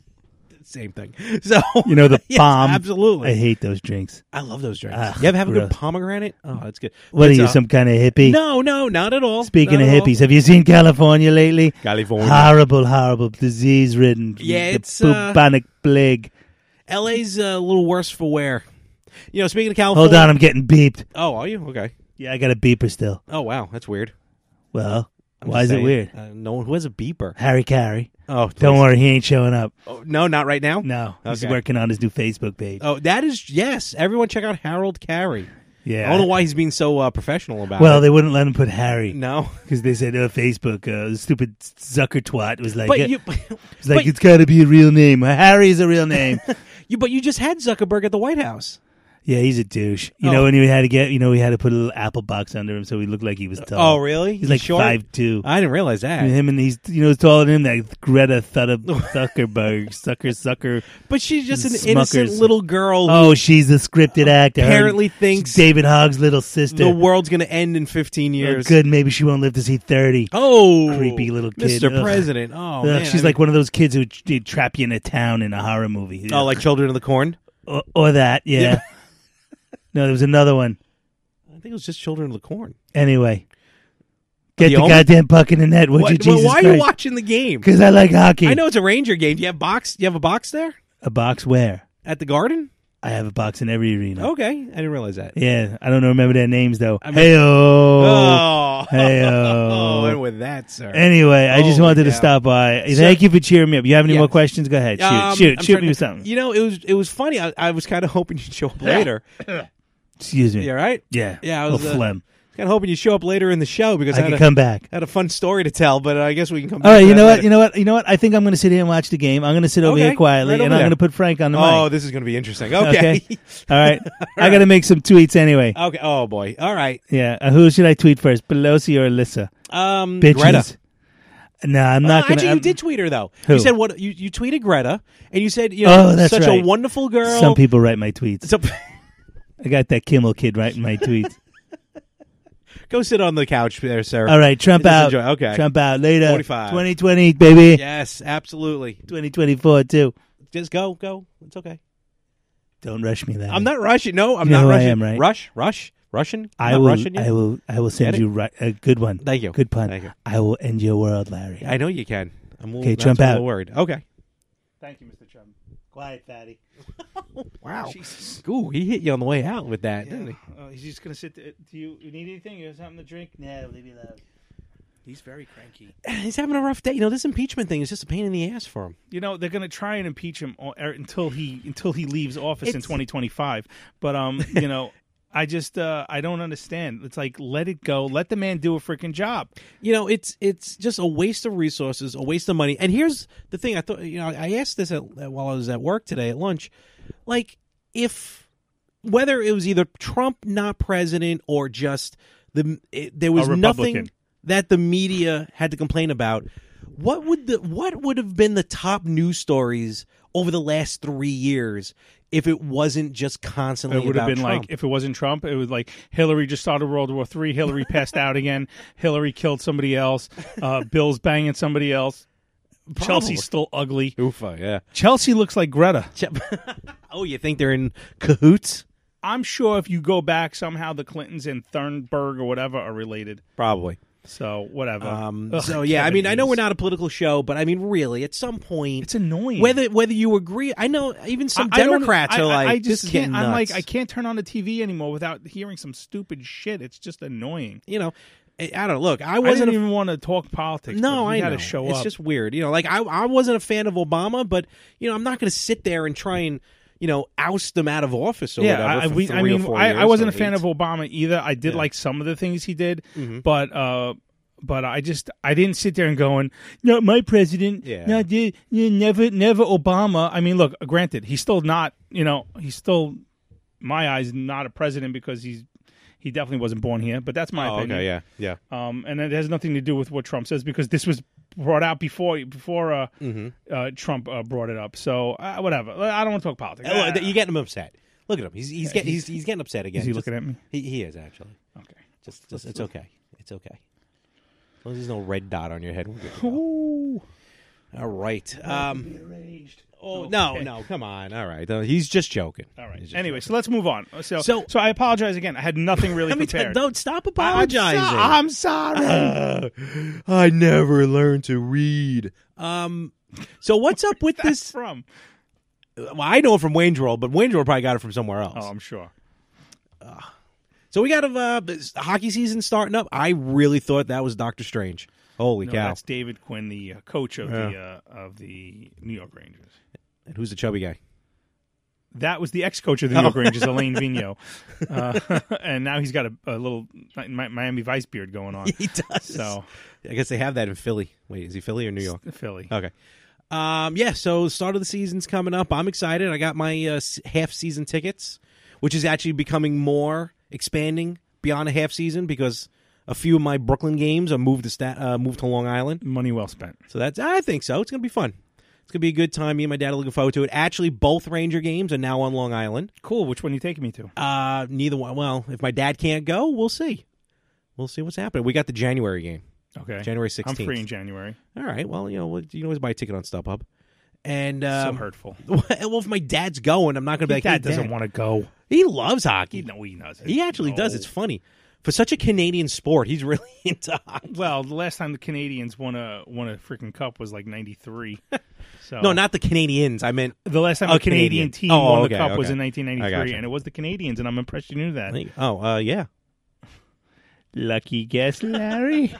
Speaker 4: same thing. So
Speaker 5: You know, the
Speaker 4: yes,
Speaker 5: bomb.
Speaker 4: Absolutely,
Speaker 5: I hate those drinks.
Speaker 4: I love those drinks.
Speaker 5: Ugh,
Speaker 4: you ever have a good
Speaker 5: gross.
Speaker 4: pomegranate? Oh, that's good.
Speaker 5: What
Speaker 4: It's,
Speaker 5: are you,
Speaker 4: uh,
Speaker 5: some kind of hippie?
Speaker 4: No, no, not at all.
Speaker 5: Speaking
Speaker 4: Not
Speaker 5: of
Speaker 4: at all.
Speaker 5: hippies, have you seen California lately?
Speaker 4: California.
Speaker 5: Horrible, horrible, disease ridden.
Speaker 4: Yeah,
Speaker 5: the
Speaker 4: it's, uh,
Speaker 5: bubonic plague.
Speaker 4: LA's uh, a little worse for wear. You know, speaking of California.
Speaker 5: Hold on, I'm getting beeped.
Speaker 4: Oh, are you okay?
Speaker 5: Yeah, I got a beeper still.
Speaker 4: Oh, wow, that's weird.
Speaker 5: Well,
Speaker 4: I'm just
Speaker 5: why is
Speaker 4: saying,
Speaker 5: it weird?
Speaker 4: Uh, no one who has a beeper.
Speaker 5: Harry Carey.
Speaker 4: Oh,
Speaker 5: Don't
Speaker 4: please.
Speaker 5: worry, he ain't showing up.
Speaker 4: Oh, no, not right now.
Speaker 5: No, he's
Speaker 4: Okay.
Speaker 5: working on his new Facebook page.
Speaker 4: Oh, that is yes. Everyone, check out Harold Carey.
Speaker 6: Yeah.
Speaker 4: I don't know why he's being so uh, professional about
Speaker 6: Well,
Speaker 4: it.
Speaker 6: they wouldn't let him put Harry
Speaker 4: no.
Speaker 6: because they said, "Oh, Facebook, uh, the stupid Zucker twat was like,
Speaker 4: But
Speaker 6: uh,
Speaker 4: you,
Speaker 6: it's like
Speaker 4: but-
Speaker 6: it's got to be a real name. Harry's a real name.
Speaker 4: you, but you just had Zuckerberg at the White House.
Speaker 6: yeah, he's a douche. You
Speaker 4: Oh.
Speaker 6: know, and he had to get, you know, he had to put a little apple box under him so he looked like he was tall.
Speaker 4: Oh, really?
Speaker 6: He's like
Speaker 4: short?
Speaker 6: five two.
Speaker 4: I didn't realize that.
Speaker 6: him and he's you know he's taller than him. That Greta Thud- Zuckerberg, sucker, sucker.
Speaker 4: But she's just an
Speaker 6: Smuckers.
Speaker 4: innocent little girl who
Speaker 6: Oh, she's a scripted actor. Her-
Speaker 4: apparently thinks
Speaker 6: David Hogg's little sister.
Speaker 4: the world's going to end in 15
Speaker 6: Oh,
Speaker 4: years.
Speaker 6: Good, maybe she won't live to see thirty.
Speaker 4: Oh,
Speaker 6: Creepy little kid.
Speaker 4: Mr.
Speaker 6: Ugh.
Speaker 4: President. Oh,
Speaker 6: Ugh,
Speaker 4: man,
Speaker 6: she's
Speaker 4: I
Speaker 6: like one of those kids who t- trap you in a town in a horror movie.
Speaker 4: mean- oh, like Children of the Corn.
Speaker 6: or, or that, yeah.
Speaker 4: Yeah.
Speaker 6: no, there was another one.
Speaker 4: I think it was just Children of the Corn.
Speaker 6: Anyway, get
Speaker 4: The
Speaker 6: the,
Speaker 4: Omen?
Speaker 6: goddamn puck in the net, would you,
Speaker 4: What-
Speaker 6: Jesus
Speaker 4: why are you
Speaker 6: Christ?
Speaker 4: watching the game?
Speaker 6: Because I like hockey.
Speaker 4: I know it's a Ranger game. Do you have box? Do you have a box there
Speaker 6: a box where
Speaker 4: at the Garden?
Speaker 6: I have a box in every arena.
Speaker 4: Okay, I didn't realize that.
Speaker 6: Yeah, I don't remember their names though.
Speaker 4: Oh. I mean-
Speaker 6: Heyo.
Speaker 4: Oh,
Speaker 6: Heyo.
Speaker 4: and with that, sir.
Speaker 6: Anyway, I just
Speaker 4: Oh, Holy
Speaker 6: wanted to
Speaker 4: cow.
Speaker 6: stop by. Thank you for cheering me up. You have any
Speaker 4: Yeah.
Speaker 6: more questions? Go ahead. Shoot,
Speaker 4: Um,
Speaker 6: shoot,
Speaker 4: I'm
Speaker 6: shoot
Speaker 4: trying
Speaker 6: me
Speaker 4: to-
Speaker 6: with something.
Speaker 4: You know, it was it was funny. I, I was kind of hoping you'd show up later.
Speaker 6: Excuse me.
Speaker 4: yeah, right.
Speaker 6: Yeah.
Speaker 4: Yeah, I
Speaker 6: Little
Speaker 4: was, uh,
Speaker 6: phlegm.
Speaker 4: Kind of hoping you'd show up later in the show because I,
Speaker 6: I
Speaker 4: had,
Speaker 6: can
Speaker 4: a,
Speaker 6: come back.
Speaker 4: had a fun story to tell. But I guess we can come.
Speaker 6: All
Speaker 4: back
Speaker 6: right,
Speaker 4: to
Speaker 6: you
Speaker 4: that
Speaker 6: know
Speaker 4: later.
Speaker 6: what? You know what? You know what? I think I'm going to sit here and watch the game. I'm going to sit over
Speaker 4: Okay,
Speaker 6: here quietly,
Speaker 4: right
Speaker 6: and
Speaker 4: over
Speaker 6: I'm
Speaker 4: there.
Speaker 6: going to put Frank on the
Speaker 4: Oh,
Speaker 6: mic.
Speaker 4: this is going to be interesting. Okay.
Speaker 6: Okay. All right, I got to make some tweets anyway.
Speaker 4: Okay. Oh boy. All right.
Speaker 6: Yeah, uh, who should I tweet first, Pelosi or Alyssa?
Speaker 4: Um,
Speaker 6: Bitches.
Speaker 4: Greta.
Speaker 6: No, I'm
Speaker 4: Uh,
Speaker 6: not going
Speaker 4: actually,
Speaker 6: to.
Speaker 4: you did tweet her though.
Speaker 6: Who?
Speaker 4: You said what? You, you tweeted Greta, and you said, you know,
Speaker 6: Oh, that's
Speaker 4: such
Speaker 6: right.
Speaker 4: a wonderful girl.
Speaker 6: Some people write my tweets.
Speaker 4: So,
Speaker 6: I got that Kimmel kid writing my tweets.
Speaker 4: go sit on the couch there, sir.
Speaker 6: All right, Trump
Speaker 4: Just
Speaker 6: out.
Speaker 4: enjoy. Okay.
Speaker 6: Trump out later.
Speaker 4: 45.
Speaker 6: 2020, baby.
Speaker 4: Yes, absolutely.
Speaker 6: 2024 too.
Speaker 4: Just go, go. It's okay.
Speaker 6: Don't rush me. That
Speaker 4: I'm not Russian. No, I'm
Speaker 6: You know
Speaker 4: not
Speaker 6: who I
Speaker 4: Russian.
Speaker 6: am, right?
Speaker 4: Rush, rush, Russian.
Speaker 6: I
Speaker 4: Not
Speaker 6: will.
Speaker 4: Russian yet?
Speaker 6: I will. I will send
Speaker 4: Get it?
Speaker 6: you ri- a good one.
Speaker 4: Thank you.
Speaker 6: Good pun.
Speaker 4: Thank you.
Speaker 6: I will end your world, Larry.
Speaker 4: I know you can. I'm a little,
Speaker 6: Okay,
Speaker 4: that's
Speaker 6: Trump
Speaker 4: a little
Speaker 6: out.
Speaker 4: worried. Okay.
Speaker 5: Thank you, Mr. Chum.
Speaker 6: Quiet, fatty.
Speaker 4: Wow. Ooh, he hit you on the way out with that, didn't he?
Speaker 5: Oh, he's just gonna sit. There. Do you, you need anything? You have something to drink?
Speaker 6: No, leave me alone.
Speaker 5: He's very cranky.
Speaker 4: He's having a rough day. You know, this impeachment thing is just a pain in the ass for him.
Speaker 5: You know they're gonna try and impeach him all, er, until he until he leaves office in
Speaker 4: It's-
Speaker 5: 2025. But um, you know, I just uh, I don't understand. It's like let it go. Let the man do a freaking job.
Speaker 4: you know it's it's just a waste of resources a waste of money and here's the thing i thought you know i asked this at, while i was at work today at lunch like if whether it was either trump not president or just the it, there was
Speaker 5: A Republican.
Speaker 4: nothing that the media had to complain about what would the what would have been the top news stories over the last three years if it wasn't just constantly
Speaker 5: It would have
Speaker 4: about
Speaker 5: been
Speaker 4: Trump?
Speaker 5: like if it wasn't Trump, it was like Hillary just started World War Three. Hillary passed out again. Hillary killed somebody else. Uh, Bill's banging somebody else. Chelsea's still ugly.
Speaker 4: Ufa, yeah.
Speaker 5: Chelsea looks like Greta.
Speaker 4: oh, you think they're in cahoots?
Speaker 5: I'm sure if you go back somehow, the Clintons and Thurnberg or whatever are related.
Speaker 4: Probably.
Speaker 5: So whatever.
Speaker 4: Um,
Speaker 5: Ugh,
Speaker 4: so yeah, I
Speaker 5: Kevin
Speaker 4: mean, I know
Speaker 5: Hughes.
Speaker 4: we're not a political show, but I mean, really, at some point,
Speaker 5: It's annoying.
Speaker 4: Whether whether you agree, I know even some
Speaker 5: I- I don't-
Speaker 4: Democrats
Speaker 5: I-
Speaker 4: are
Speaker 5: I-
Speaker 4: like,
Speaker 5: I just
Speaker 4: this is
Speaker 5: can't.
Speaker 4: getting
Speaker 5: I'm like,
Speaker 4: nuts.
Speaker 5: I can't turn on the TV anymore without hearing some stupid shit. It's just annoying.
Speaker 4: you know, I, I don't look. I
Speaker 5: I
Speaker 4: wasn't.
Speaker 5: didn't
Speaker 4: a,
Speaker 5: even want to talk politics.
Speaker 4: no,
Speaker 5: but you
Speaker 4: I
Speaker 5: gotta
Speaker 4: know.
Speaker 5: show
Speaker 4: it's
Speaker 5: up.
Speaker 4: just weird, you know. Like I, I wasn't a fan of Obama, but you know, I'm not going to sit there and try and you know oust them out of office or
Speaker 5: yeah,
Speaker 4: whatever.
Speaker 5: I,
Speaker 4: for
Speaker 5: we,
Speaker 4: three
Speaker 5: I
Speaker 4: or
Speaker 5: mean,
Speaker 4: four
Speaker 5: I, I
Speaker 4: years
Speaker 5: wasn't
Speaker 4: or
Speaker 5: a fan
Speaker 4: eight. Mm-hmm.
Speaker 5: of Obama either. I did like some of the things he did, but uh, but I just I didn't sit there and going, not my president,
Speaker 4: Yeah.
Speaker 5: not the, yeah, never never Obama. I mean, look, granted, he's still not, you know, he's still in my eyes not a president because he's he definitely wasn't born here, but that's my
Speaker 4: Oh,
Speaker 5: opinion.
Speaker 4: okay, yeah, yeah.
Speaker 5: Um, and it has nothing to do with what Trump says because this was brought out before before uh,
Speaker 4: Mm-hmm.
Speaker 5: uh, Trump uh, brought it up. So uh, whatever. I don't want to talk politics. Ah,
Speaker 4: Oh, look, you're getting him upset. Look at him. He's he's getting he's, he's getting upset again.
Speaker 5: uh, Is he
Speaker 4: Just-
Speaker 5: looking at me?
Speaker 4: He, he is actually.
Speaker 5: Okay.
Speaker 4: Just, just it's okay. It's okay. As long as there's no red dot on your head. we're good to go.
Speaker 5: Ooh.
Speaker 4: All right. Um, oh no, no, come on. All right, Uh, he's just joking.
Speaker 5: All
Speaker 4: He's
Speaker 5: right.
Speaker 4: just
Speaker 5: Anyway, so let's move on. So, so,
Speaker 4: So-
Speaker 5: I apologize again. I had nothing really
Speaker 4: joking. Let me tell-
Speaker 5: prepared.
Speaker 4: don't stop
Speaker 5: I- I'm so-
Speaker 4: apologizing.
Speaker 5: I'm sorry.
Speaker 4: uh, I never learned to read. Um, so what's up with
Speaker 5: That's
Speaker 4: this?
Speaker 5: from.
Speaker 4: Well, I know it from Wayne Droll, but Wayne Droll probably got it from somewhere else.
Speaker 5: Oh, I'm sure.
Speaker 4: so we got a uh, this hockey season starting up. I really thought that was Doctor Strange. Holy
Speaker 5: No,
Speaker 4: cow!
Speaker 5: that's David Quinn, the uh, coach of the uh, of the New York Rangers.
Speaker 4: And who's the chubby guy?
Speaker 5: that was the ex-coach of the New
Speaker 4: Oh.
Speaker 5: York Rangers, Elaine Vigneault, uh, and now he's got a, a little Mi- Miami Vice beard going on.
Speaker 4: He does.
Speaker 5: So
Speaker 4: I guess they have that in Philly. Wait, is he Philly or New York?
Speaker 5: Philly,
Speaker 4: Okay. Um, yeah, so start of the season's coming up. I'm excited. I got my uh, s- half season tickets, which is actually becoming more expanding beyond a half season because a few of my Brooklyn games are moved to stat, uh, moved to Long Island.
Speaker 5: money well spent.
Speaker 4: So that's I think so. It's gonna be fun. It's gonna be a good time. Me and my dad are looking forward to it. Actually, both Ranger games are now on Long Island.
Speaker 5: Cool. Which one are you taking me to?
Speaker 4: Uh, neither one. Well, if my dad can't go, we'll see. We'll see what's happening. We got the January game.
Speaker 5: Okay,
Speaker 4: January
Speaker 5: I'm
Speaker 4: 16th.
Speaker 5: free in January.
Speaker 4: All right. Well, you know, what- you can always buy a ticket on StubHub. And
Speaker 5: So
Speaker 4: um,
Speaker 5: hurtful.
Speaker 4: well, if my dad's going, I'm not going to be like,
Speaker 5: Dad
Speaker 4: hey,
Speaker 5: doesn't
Speaker 4: Dad.
Speaker 5: want to go.
Speaker 4: He loves hockey.
Speaker 5: No, he doesn't.
Speaker 4: He actually does.
Speaker 5: No.
Speaker 4: It's funny. For such a Canadian sport, he's really into hockey.
Speaker 5: Well, the last time the Canadians won a won a freaking cup was like '93. So
Speaker 4: No, not the Canadians. I meant
Speaker 5: the last time
Speaker 4: Oh,
Speaker 5: a Canadian,
Speaker 4: Canadian.
Speaker 5: team
Speaker 4: Oh,
Speaker 5: won
Speaker 4: okay,
Speaker 5: the cup was
Speaker 4: okay.
Speaker 5: in
Speaker 4: I
Speaker 5: 1993,
Speaker 4: gotcha.
Speaker 5: and it was the Canadians. And I'm impressed you knew that.
Speaker 4: Oh, uh, yeah.
Speaker 5: Lucky guess, Larry.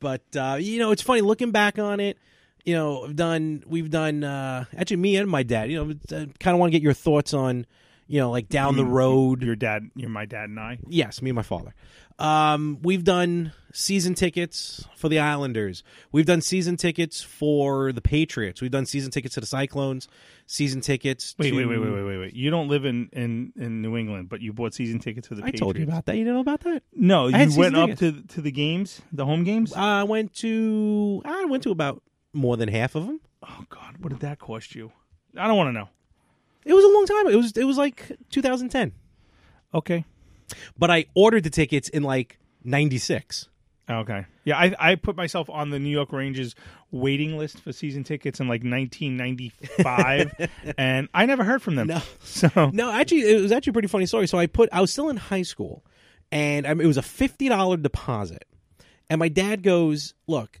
Speaker 4: But uh, you know, it's funny looking back on it. You know, I've done we've done uh, actually me and my dad. You know, kind of want to get your thoughts on you know like down the
Speaker 5: Mm-hmm.
Speaker 4: road.
Speaker 5: your dad, you're my dad, and I.
Speaker 4: Yes, me and my father. Um, we've done season tickets for the Islanders. We've done season tickets for the Patriots. We've done season tickets to the Cyclones. Season tickets.
Speaker 5: Wait,
Speaker 4: to...
Speaker 5: wait, wait, wait, wait, wait, wait. You don't live in, in, in New England, but you bought season tickets for the
Speaker 4: I
Speaker 5: Patriots.
Speaker 4: told you about that. You didn't know about that.
Speaker 5: No,
Speaker 4: I had
Speaker 5: you
Speaker 4: season
Speaker 5: went up to to the games, the home games.
Speaker 4: Uh, I went to. I went to about more than half of them.
Speaker 5: Oh God, what did that cost you? I don't want to know.
Speaker 4: It was a long time. It was. It was like 2010.
Speaker 5: Okay,
Speaker 4: But I ordered the tickets in like '96.
Speaker 5: okay, yeah. I I put myself on the New York Rangers waiting list for season tickets in like 1995, and I never heard from them.
Speaker 4: No.
Speaker 5: So
Speaker 4: No, actually, it was actually a pretty funny story. So I put, I was still in high school, and I mean, it was a fifty dollar deposit. And my dad goes, "Look,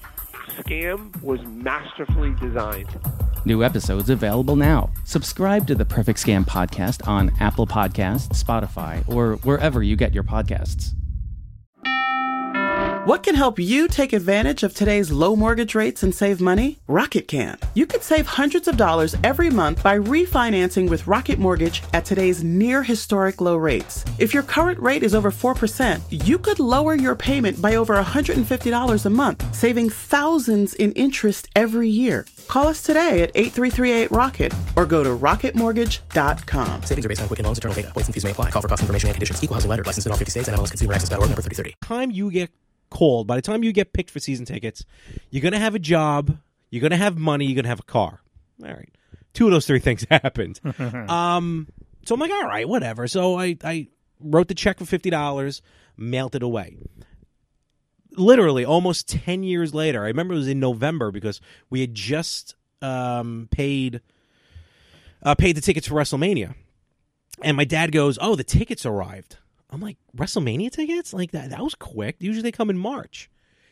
Speaker 7: scam was masterfully designed.
Speaker 8: New episodes available now. Subscribe to The Perfect Scam podcast on Apple Podcasts, Spotify, or wherever you get your podcasts.
Speaker 1: What can help you take advantage of today's low mortgage rates and save money? Rocket can. You could save hundreds of dollars every month by refinancing with Rocket Mortgage at today's near historic low rates. If your current rate is over 4%, you could lower your payment by over $150 a month, saving thousands in interest every year. Call us today at 8338 Rocket or go to rocketmortgage.com.
Speaker 2: Savings are based on quick and loans, eternal data. Points and fees may apply. Call for cost information and conditions. Equal housing letter. Licensed in all 50 states and MLSconsumerAccess.org number 3030.
Speaker 4: time you get called, by the time you get picked for season tickets, you're gonna have a job, you're gonna have money, you're gonna have a car. All right, two of those three things happened. um, so I'm like, all right, whatever. So I I wrote the check for fifty dollars, mailed it away. literally almost 10 years later i remember it was in november because we had just um, paid uh, paid the tickets for wrestlemania and my dad goes oh the tickets arrived i'm like wrestlemania tickets like that, that was quick usually they come in march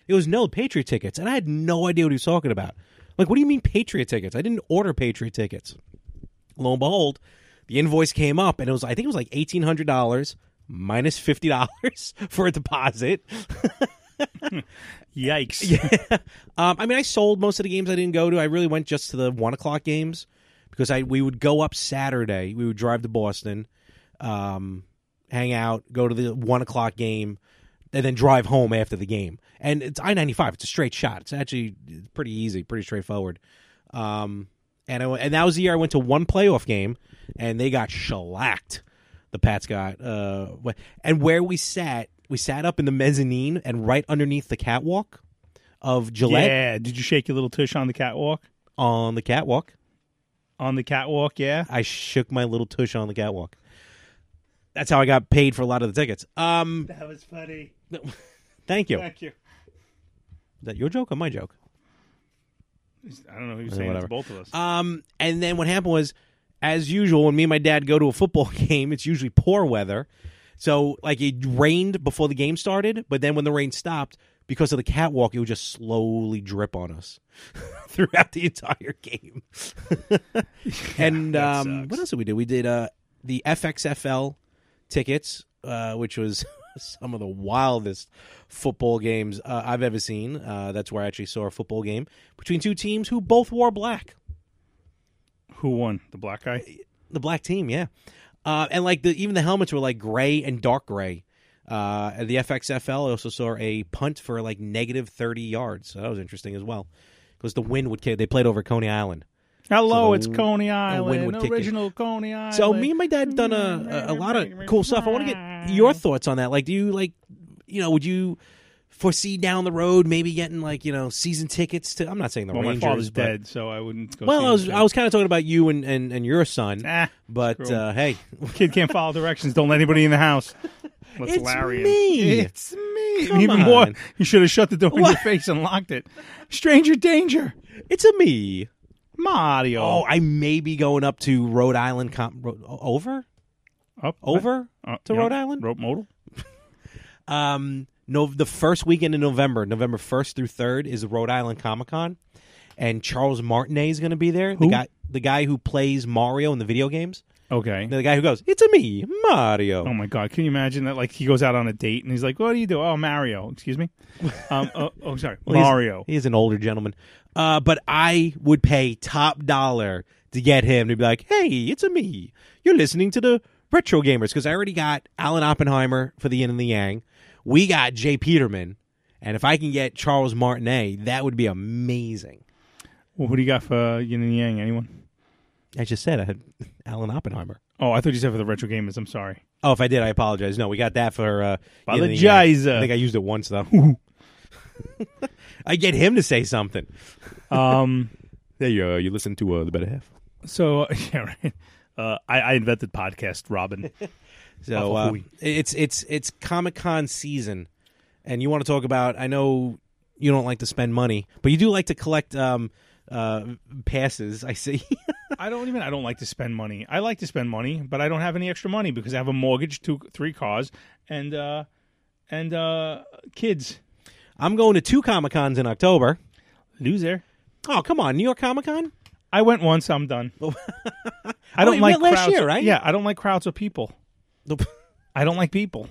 Speaker 4: it was no patriot tickets and i had no idea what he was talking about like what do you mean patriot tickets i didn't order patriot tickets lo and behold, the invoice came up and it was I think it was like eighteen hundred dollars minus fifty dollars for a deposit.
Speaker 5: yikes.
Speaker 4: Um, I mean, I sold most of the games I didn't go to. I really went just to the one o'clock games because I we would go up Saturday. We would drive to Boston, um, hang out, go to the one o'clock game, and then drive home after the game. And it's I ninety five. It's a straight shot. It's actually pretty easy, pretty straightforward. Um, and I, went- and that was the year I went to one playoff game, and they got shellacked. The Pats got uh, wh- and where we sat, we sat up in the mezzanine and right underneath the catwalk of Gillette
Speaker 5: Yeah. Did you shake your little tush on the catwalk?
Speaker 4: on the catwalk.
Speaker 5: On the catwalk, yeah.
Speaker 4: I shook my little tush on the catwalk. That's how I got paid for a lot of the tickets. Um,
Speaker 5: That was funny.
Speaker 4: thank you. Is
Speaker 5: Thank you.
Speaker 4: that your joke or my joke?
Speaker 5: I don't know who's saying
Speaker 4: whatever.
Speaker 5: it's both of us.
Speaker 4: Um, and then what happened was, as usual, when me and my dad go to a football game, it's usually poor weather. So like it rained before the game started, but then when the rain stopped, because of the catwalk, it would just slowly drip on us throughout the entire game. and um, what else did we do? We did uh, the FXFL tickets, uh, which was some of the wildest football games uh, I've ever seen. Uh, that's where I actually saw a football game between two teams who both wore black.
Speaker 5: Who won? The black guy?
Speaker 4: The black team, yeah. Uh, and like the even the helmets were like gray and dark gray. Uh, at the FXFL I also saw a punt for like negative thirty yards. So that was interesting as well because the wind would kick. They played over Coney Island.
Speaker 5: Hello,
Speaker 4: the
Speaker 5: it's
Speaker 4: w-
Speaker 5: Coney
Speaker 4: wind
Speaker 5: Island,
Speaker 4: would kick it.
Speaker 5: original Coney Island.
Speaker 4: So me and my dad done a, a, a lot of cool stuff. I want to get your thoughts on that. Like, do you like, you know, would you foresee down the road maybe getting like you know season tickets to? I'm not saying the
Speaker 5: well,
Speaker 4: Rangers.
Speaker 5: my father's
Speaker 4: but-
Speaker 5: dead, so I wouldn't go.
Speaker 4: Well,
Speaker 5: see
Speaker 4: I was
Speaker 5: him.
Speaker 4: I was kind of talking about you and and, and your son,
Speaker 5: Nah,
Speaker 4: but
Speaker 5: screw
Speaker 4: uh, hey,
Speaker 5: kid can't follow directions. Don't let anybody in the house. Let's
Speaker 4: it's
Speaker 5: Larry.
Speaker 4: me.
Speaker 5: It's me.
Speaker 4: Come
Speaker 5: Even more,
Speaker 4: on.
Speaker 5: you should have shut the door in
Speaker 4: What?
Speaker 5: your face and locked it. Stranger danger,
Speaker 4: It's a me.
Speaker 5: Mario.
Speaker 4: Oh, I may be going up to Rhode Island. Com- Ro- over
Speaker 5: Up,
Speaker 4: over
Speaker 5: uh,
Speaker 4: to
Speaker 5: yeah,
Speaker 4: Rhode Island.
Speaker 5: Rope modal.
Speaker 4: um no the first weekend in November, November first through third is Rhode Island Comic Con, and Charles Martinet is going to be there. The guy, the guy who plays Mario in the video games,
Speaker 5: Okay.
Speaker 4: the guy who goes, "It's a me, Mario."
Speaker 5: Oh my God! Can you imagine that? Like he goes out on a date and he's like, "What do you do?" Oh, Mario. Excuse me. Um. oh, oh, sorry.
Speaker 4: Well, he's-
Speaker 5: Mario.
Speaker 4: he's an older gentleman, uh, but I would pay top dollar to get him to be like, "Hey, it's a me. You're listening to the Retro Gamers," because I already got Alan Oppenheimer for the Yin and the Yang. We got Jay Peterman, and if I can get Charles Martinet, that would be amazing.
Speaker 5: Well, what do you got for uh, Yin and Yang? Anyone?
Speaker 4: I just said I had Alan Oppenheimer.
Speaker 5: Oh, I thought you said for the retro gamers. I'm sorry.
Speaker 4: Oh, if I did, I apologize. No, we got that for. Uh, Yin and the Yang.
Speaker 5: Apologize.
Speaker 4: I think I used it once though. I get him to say something.
Speaker 5: Um.
Speaker 4: There you uh, you listen to uh, the better half.
Speaker 5: so yeah, right. Uh, I, I invented podcast, Robin.
Speaker 4: So uh, it's it's it's Comic Con season, and you want to talk about? I know you don't like to spend money, but you do like to collect um, uh, passes. I see.
Speaker 5: I don't even. I don't like to spend money. I like to spend money, but I don't have any extra money because I have a mortgage, two, three cars, and uh, and uh, kids.
Speaker 4: I'm going to two Comic Cons in October.
Speaker 5: Loser.
Speaker 4: Oh come on, New York Comic Con.
Speaker 5: I went once. I'm done. I don't
Speaker 4: you
Speaker 5: like
Speaker 4: went last
Speaker 5: crowds.
Speaker 4: year, right?
Speaker 5: Yeah, I don't like crowds of people. I don't like people.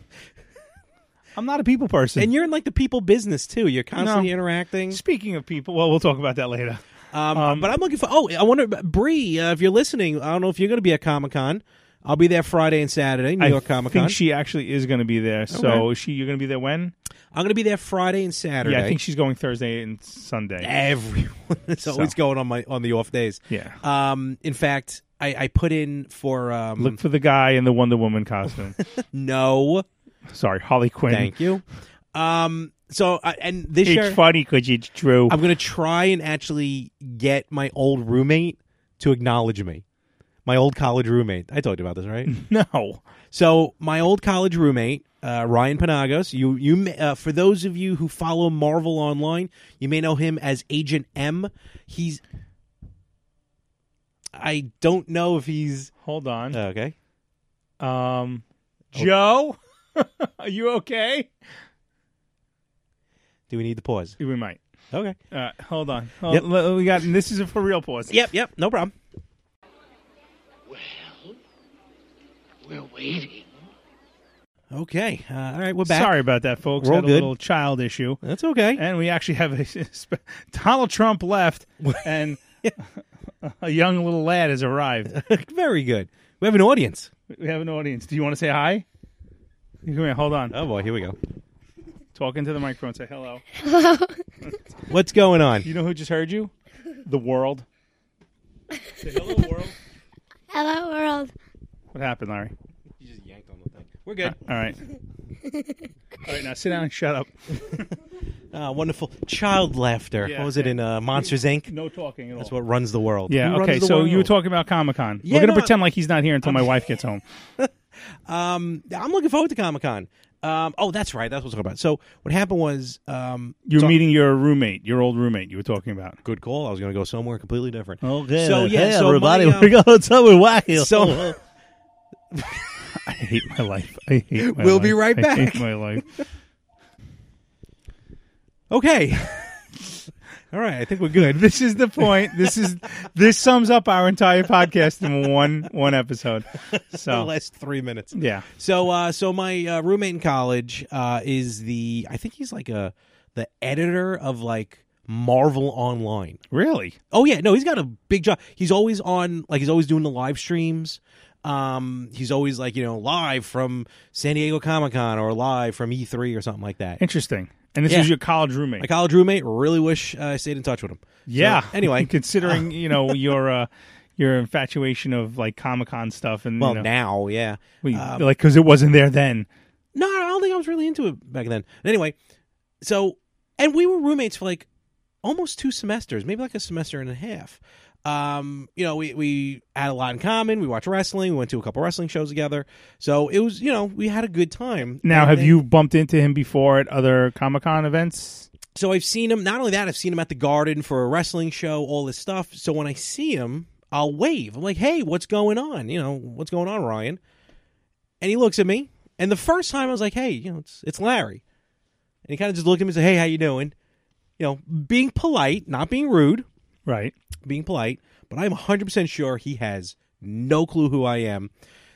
Speaker 5: I'm not a people person.
Speaker 4: And you're in like the people business too. You're constantly
Speaker 5: No.
Speaker 4: interacting.
Speaker 5: speaking of people, well, we'll talk about that later.
Speaker 4: Um, but I'm looking for. Oh, I wonder, Bree, uh, if you're listening, I don't know if you're going to be at Comic Con. I'll be there Friday and Saturday, New
Speaker 5: I
Speaker 4: York Comic Con.
Speaker 5: think she actually is going to be there. So she, you're going to be there when?
Speaker 4: I'm going to be there Friday and Saturday.
Speaker 5: Yeah, I think she's going Thursday and Sunday.
Speaker 4: everyone is always going on my on the off days.
Speaker 5: Yeah.
Speaker 4: Um. In fact, I, I put in for um.
Speaker 5: Look for the guy in the Wonder Woman costume.
Speaker 4: no,
Speaker 5: Sorry, Holly Quinn.
Speaker 4: thank you. Um. So I, and this
Speaker 5: It's
Speaker 4: year
Speaker 5: funny because it's true.
Speaker 4: I'm going to try and actually get my old roommate to acknowledge me. My old college roommate. I talked about this, right?
Speaker 5: no.
Speaker 4: So my old college roommate, uh, Ryan Panagos, you you may- uh, for those of you who follow Marvel online, you may know him as Agent M. He's I don't know if he's
Speaker 5: Hold on.
Speaker 4: okay. oh.
Speaker 5: Um, Joe, are you okay?
Speaker 4: Do we need the pause?
Speaker 5: We might.
Speaker 4: Okay.
Speaker 5: Uh, hold on. Hold,
Speaker 4: Yep.
Speaker 5: l- We got this is a for real pause.
Speaker 4: Yep. Yep. No problem.
Speaker 7: We're waiting.
Speaker 4: Okay. Uh, all right. We're back.
Speaker 5: Sorry about that, folks.
Speaker 4: We're all
Speaker 5: Had a
Speaker 4: good.
Speaker 5: little child issue,
Speaker 4: That's okay.
Speaker 5: and we actually have a sp- Donald Trump left, and a young little lad has arrived.
Speaker 4: Very good. We have an audience.
Speaker 5: We have an audience. Do you want to say hi? Come here. Hold on.
Speaker 4: Oh boy. Here we go.
Speaker 5: Talk into the microphone. Say hello.
Speaker 4: What's going on?
Speaker 5: You know who just heard you? The world. Say hello, world.
Speaker 9: Hello, world.
Speaker 5: What happened, Larry?
Speaker 4: We're good.
Speaker 5: All right. All right. Now sit down and shut up.
Speaker 4: Uh, wonderful child laughter.
Speaker 5: Yeah,
Speaker 4: what was it
Speaker 5: yeah.
Speaker 4: in uh, Monsters Inc?
Speaker 5: No talking at all.
Speaker 4: That's what runs the world. Who
Speaker 5: Yeah.
Speaker 4: runs
Speaker 5: Okay.
Speaker 4: the
Speaker 5: So you were
Speaker 4: world?
Speaker 5: talking about Comic Con.
Speaker 4: Yeah,
Speaker 5: we're gonna
Speaker 4: no,
Speaker 5: pretend like he's not here until my wife gets home.
Speaker 4: Um, I'm looking forward to Comic Con. Um, oh, that's right. That's what we're talking about. So what happened was, um,
Speaker 5: You're
Speaker 4: so-
Speaker 5: meeting your roommate, your old roommate. You were talking about.
Speaker 4: Good call. I was going to go somewhere completely different.
Speaker 6: Okay.
Speaker 4: So
Speaker 6: okay,
Speaker 4: yeah. so
Speaker 6: everybody,
Speaker 4: my, um,
Speaker 6: we're going somewhere wild.
Speaker 4: so
Speaker 5: I hate my life. I hate. My
Speaker 4: We'll
Speaker 5: life.
Speaker 4: be right
Speaker 5: I hate
Speaker 4: back.
Speaker 5: my life.
Speaker 4: Okay. All right, I think we're good.
Speaker 5: This is the point. This is this sums up our entire podcast in one one episode.
Speaker 4: the
Speaker 5: So
Speaker 4: last three minutes.
Speaker 5: yeah,
Speaker 4: So, uh, so my uh, roommate in college uh, is the I think he's like a the editor of like Marvel Online.
Speaker 5: really,
Speaker 4: Oh yeah, no, he's got a big job. He's always on like he's always doing the live streams. Um, he's always like you know live from San Diego Comic Con or live from E3 or something like that.
Speaker 5: interesting. And this
Speaker 4: Yeah.
Speaker 5: was your college roommate.
Speaker 4: My college roommate really wish uh, I stayed in touch with him.
Speaker 5: yeah.
Speaker 4: So, anyway,
Speaker 5: considering you know your uh, your infatuation of like Comic Con stuff and
Speaker 4: well
Speaker 5: you know,
Speaker 4: now, yeah.
Speaker 5: we-
Speaker 4: um,
Speaker 5: like because it wasn't there then.
Speaker 4: No, I don't think I was really into it back then. Anyway, so and we were roommates for like almost two semesters, maybe like a semester and a half. Um, you know, we we had a lot in common. We watched wrestling. We went to a couple wrestling shows together. So it was, you know, we had a good time.
Speaker 5: Now,
Speaker 4: And
Speaker 5: have
Speaker 4: then-
Speaker 5: you bumped into him before at other Comic Con events?
Speaker 4: So I've seen him. Not only that, I've seen him at the Garden for a wrestling show, all this stuff. So when I see him, I'll wave. I'm like, "Hey, what's going on? You know, what's going on, Ryan?" And he looks at me. And the first time, I was like, "Hey, you know, it's it's Larry." And he kind of just looked at me and said, "Hey, how you doing?" You know, being polite, not being rude,
Speaker 5: Right.
Speaker 4: being polite. But I'm 100 percent sure he has no clue who I am.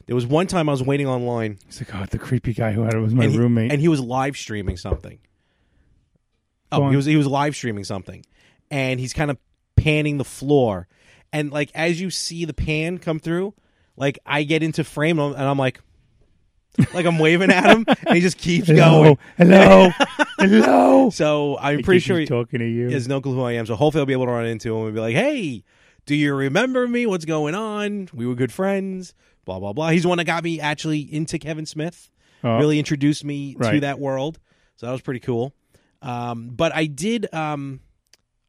Speaker 4: There was one time I was waiting online
Speaker 5: He's like, oh, the creepy guy who had it was my
Speaker 4: and he-
Speaker 5: roommate.
Speaker 4: and he was live streaming something.
Speaker 5: Go
Speaker 4: Oh,
Speaker 5: on.
Speaker 4: he was he was live streaming something, and he's kind of panning the floor, and like as you see the pan come through, like I get into frame and I'm, and I'm like, like I'm waving at him, and he just keeps
Speaker 5: hello,
Speaker 4: going.
Speaker 5: hello, hello.
Speaker 4: So I'm
Speaker 5: I
Speaker 4: pretty
Speaker 5: think
Speaker 4: sure
Speaker 5: he's
Speaker 4: he,
Speaker 5: talking to you.
Speaker 4: he has no clue who I am. So hopefully I'll be able to run into him and be like, hey, do you remember me? What's going on? We were good friends. Blah blah blah. He's the one that got me actually into Kevin Smith
Speaker 5: Oh.
Speaker 4: really introduced me to
Speaker 5: Right.
Speaker 4: that world. So that was pretty cool. Um, but I did. Um,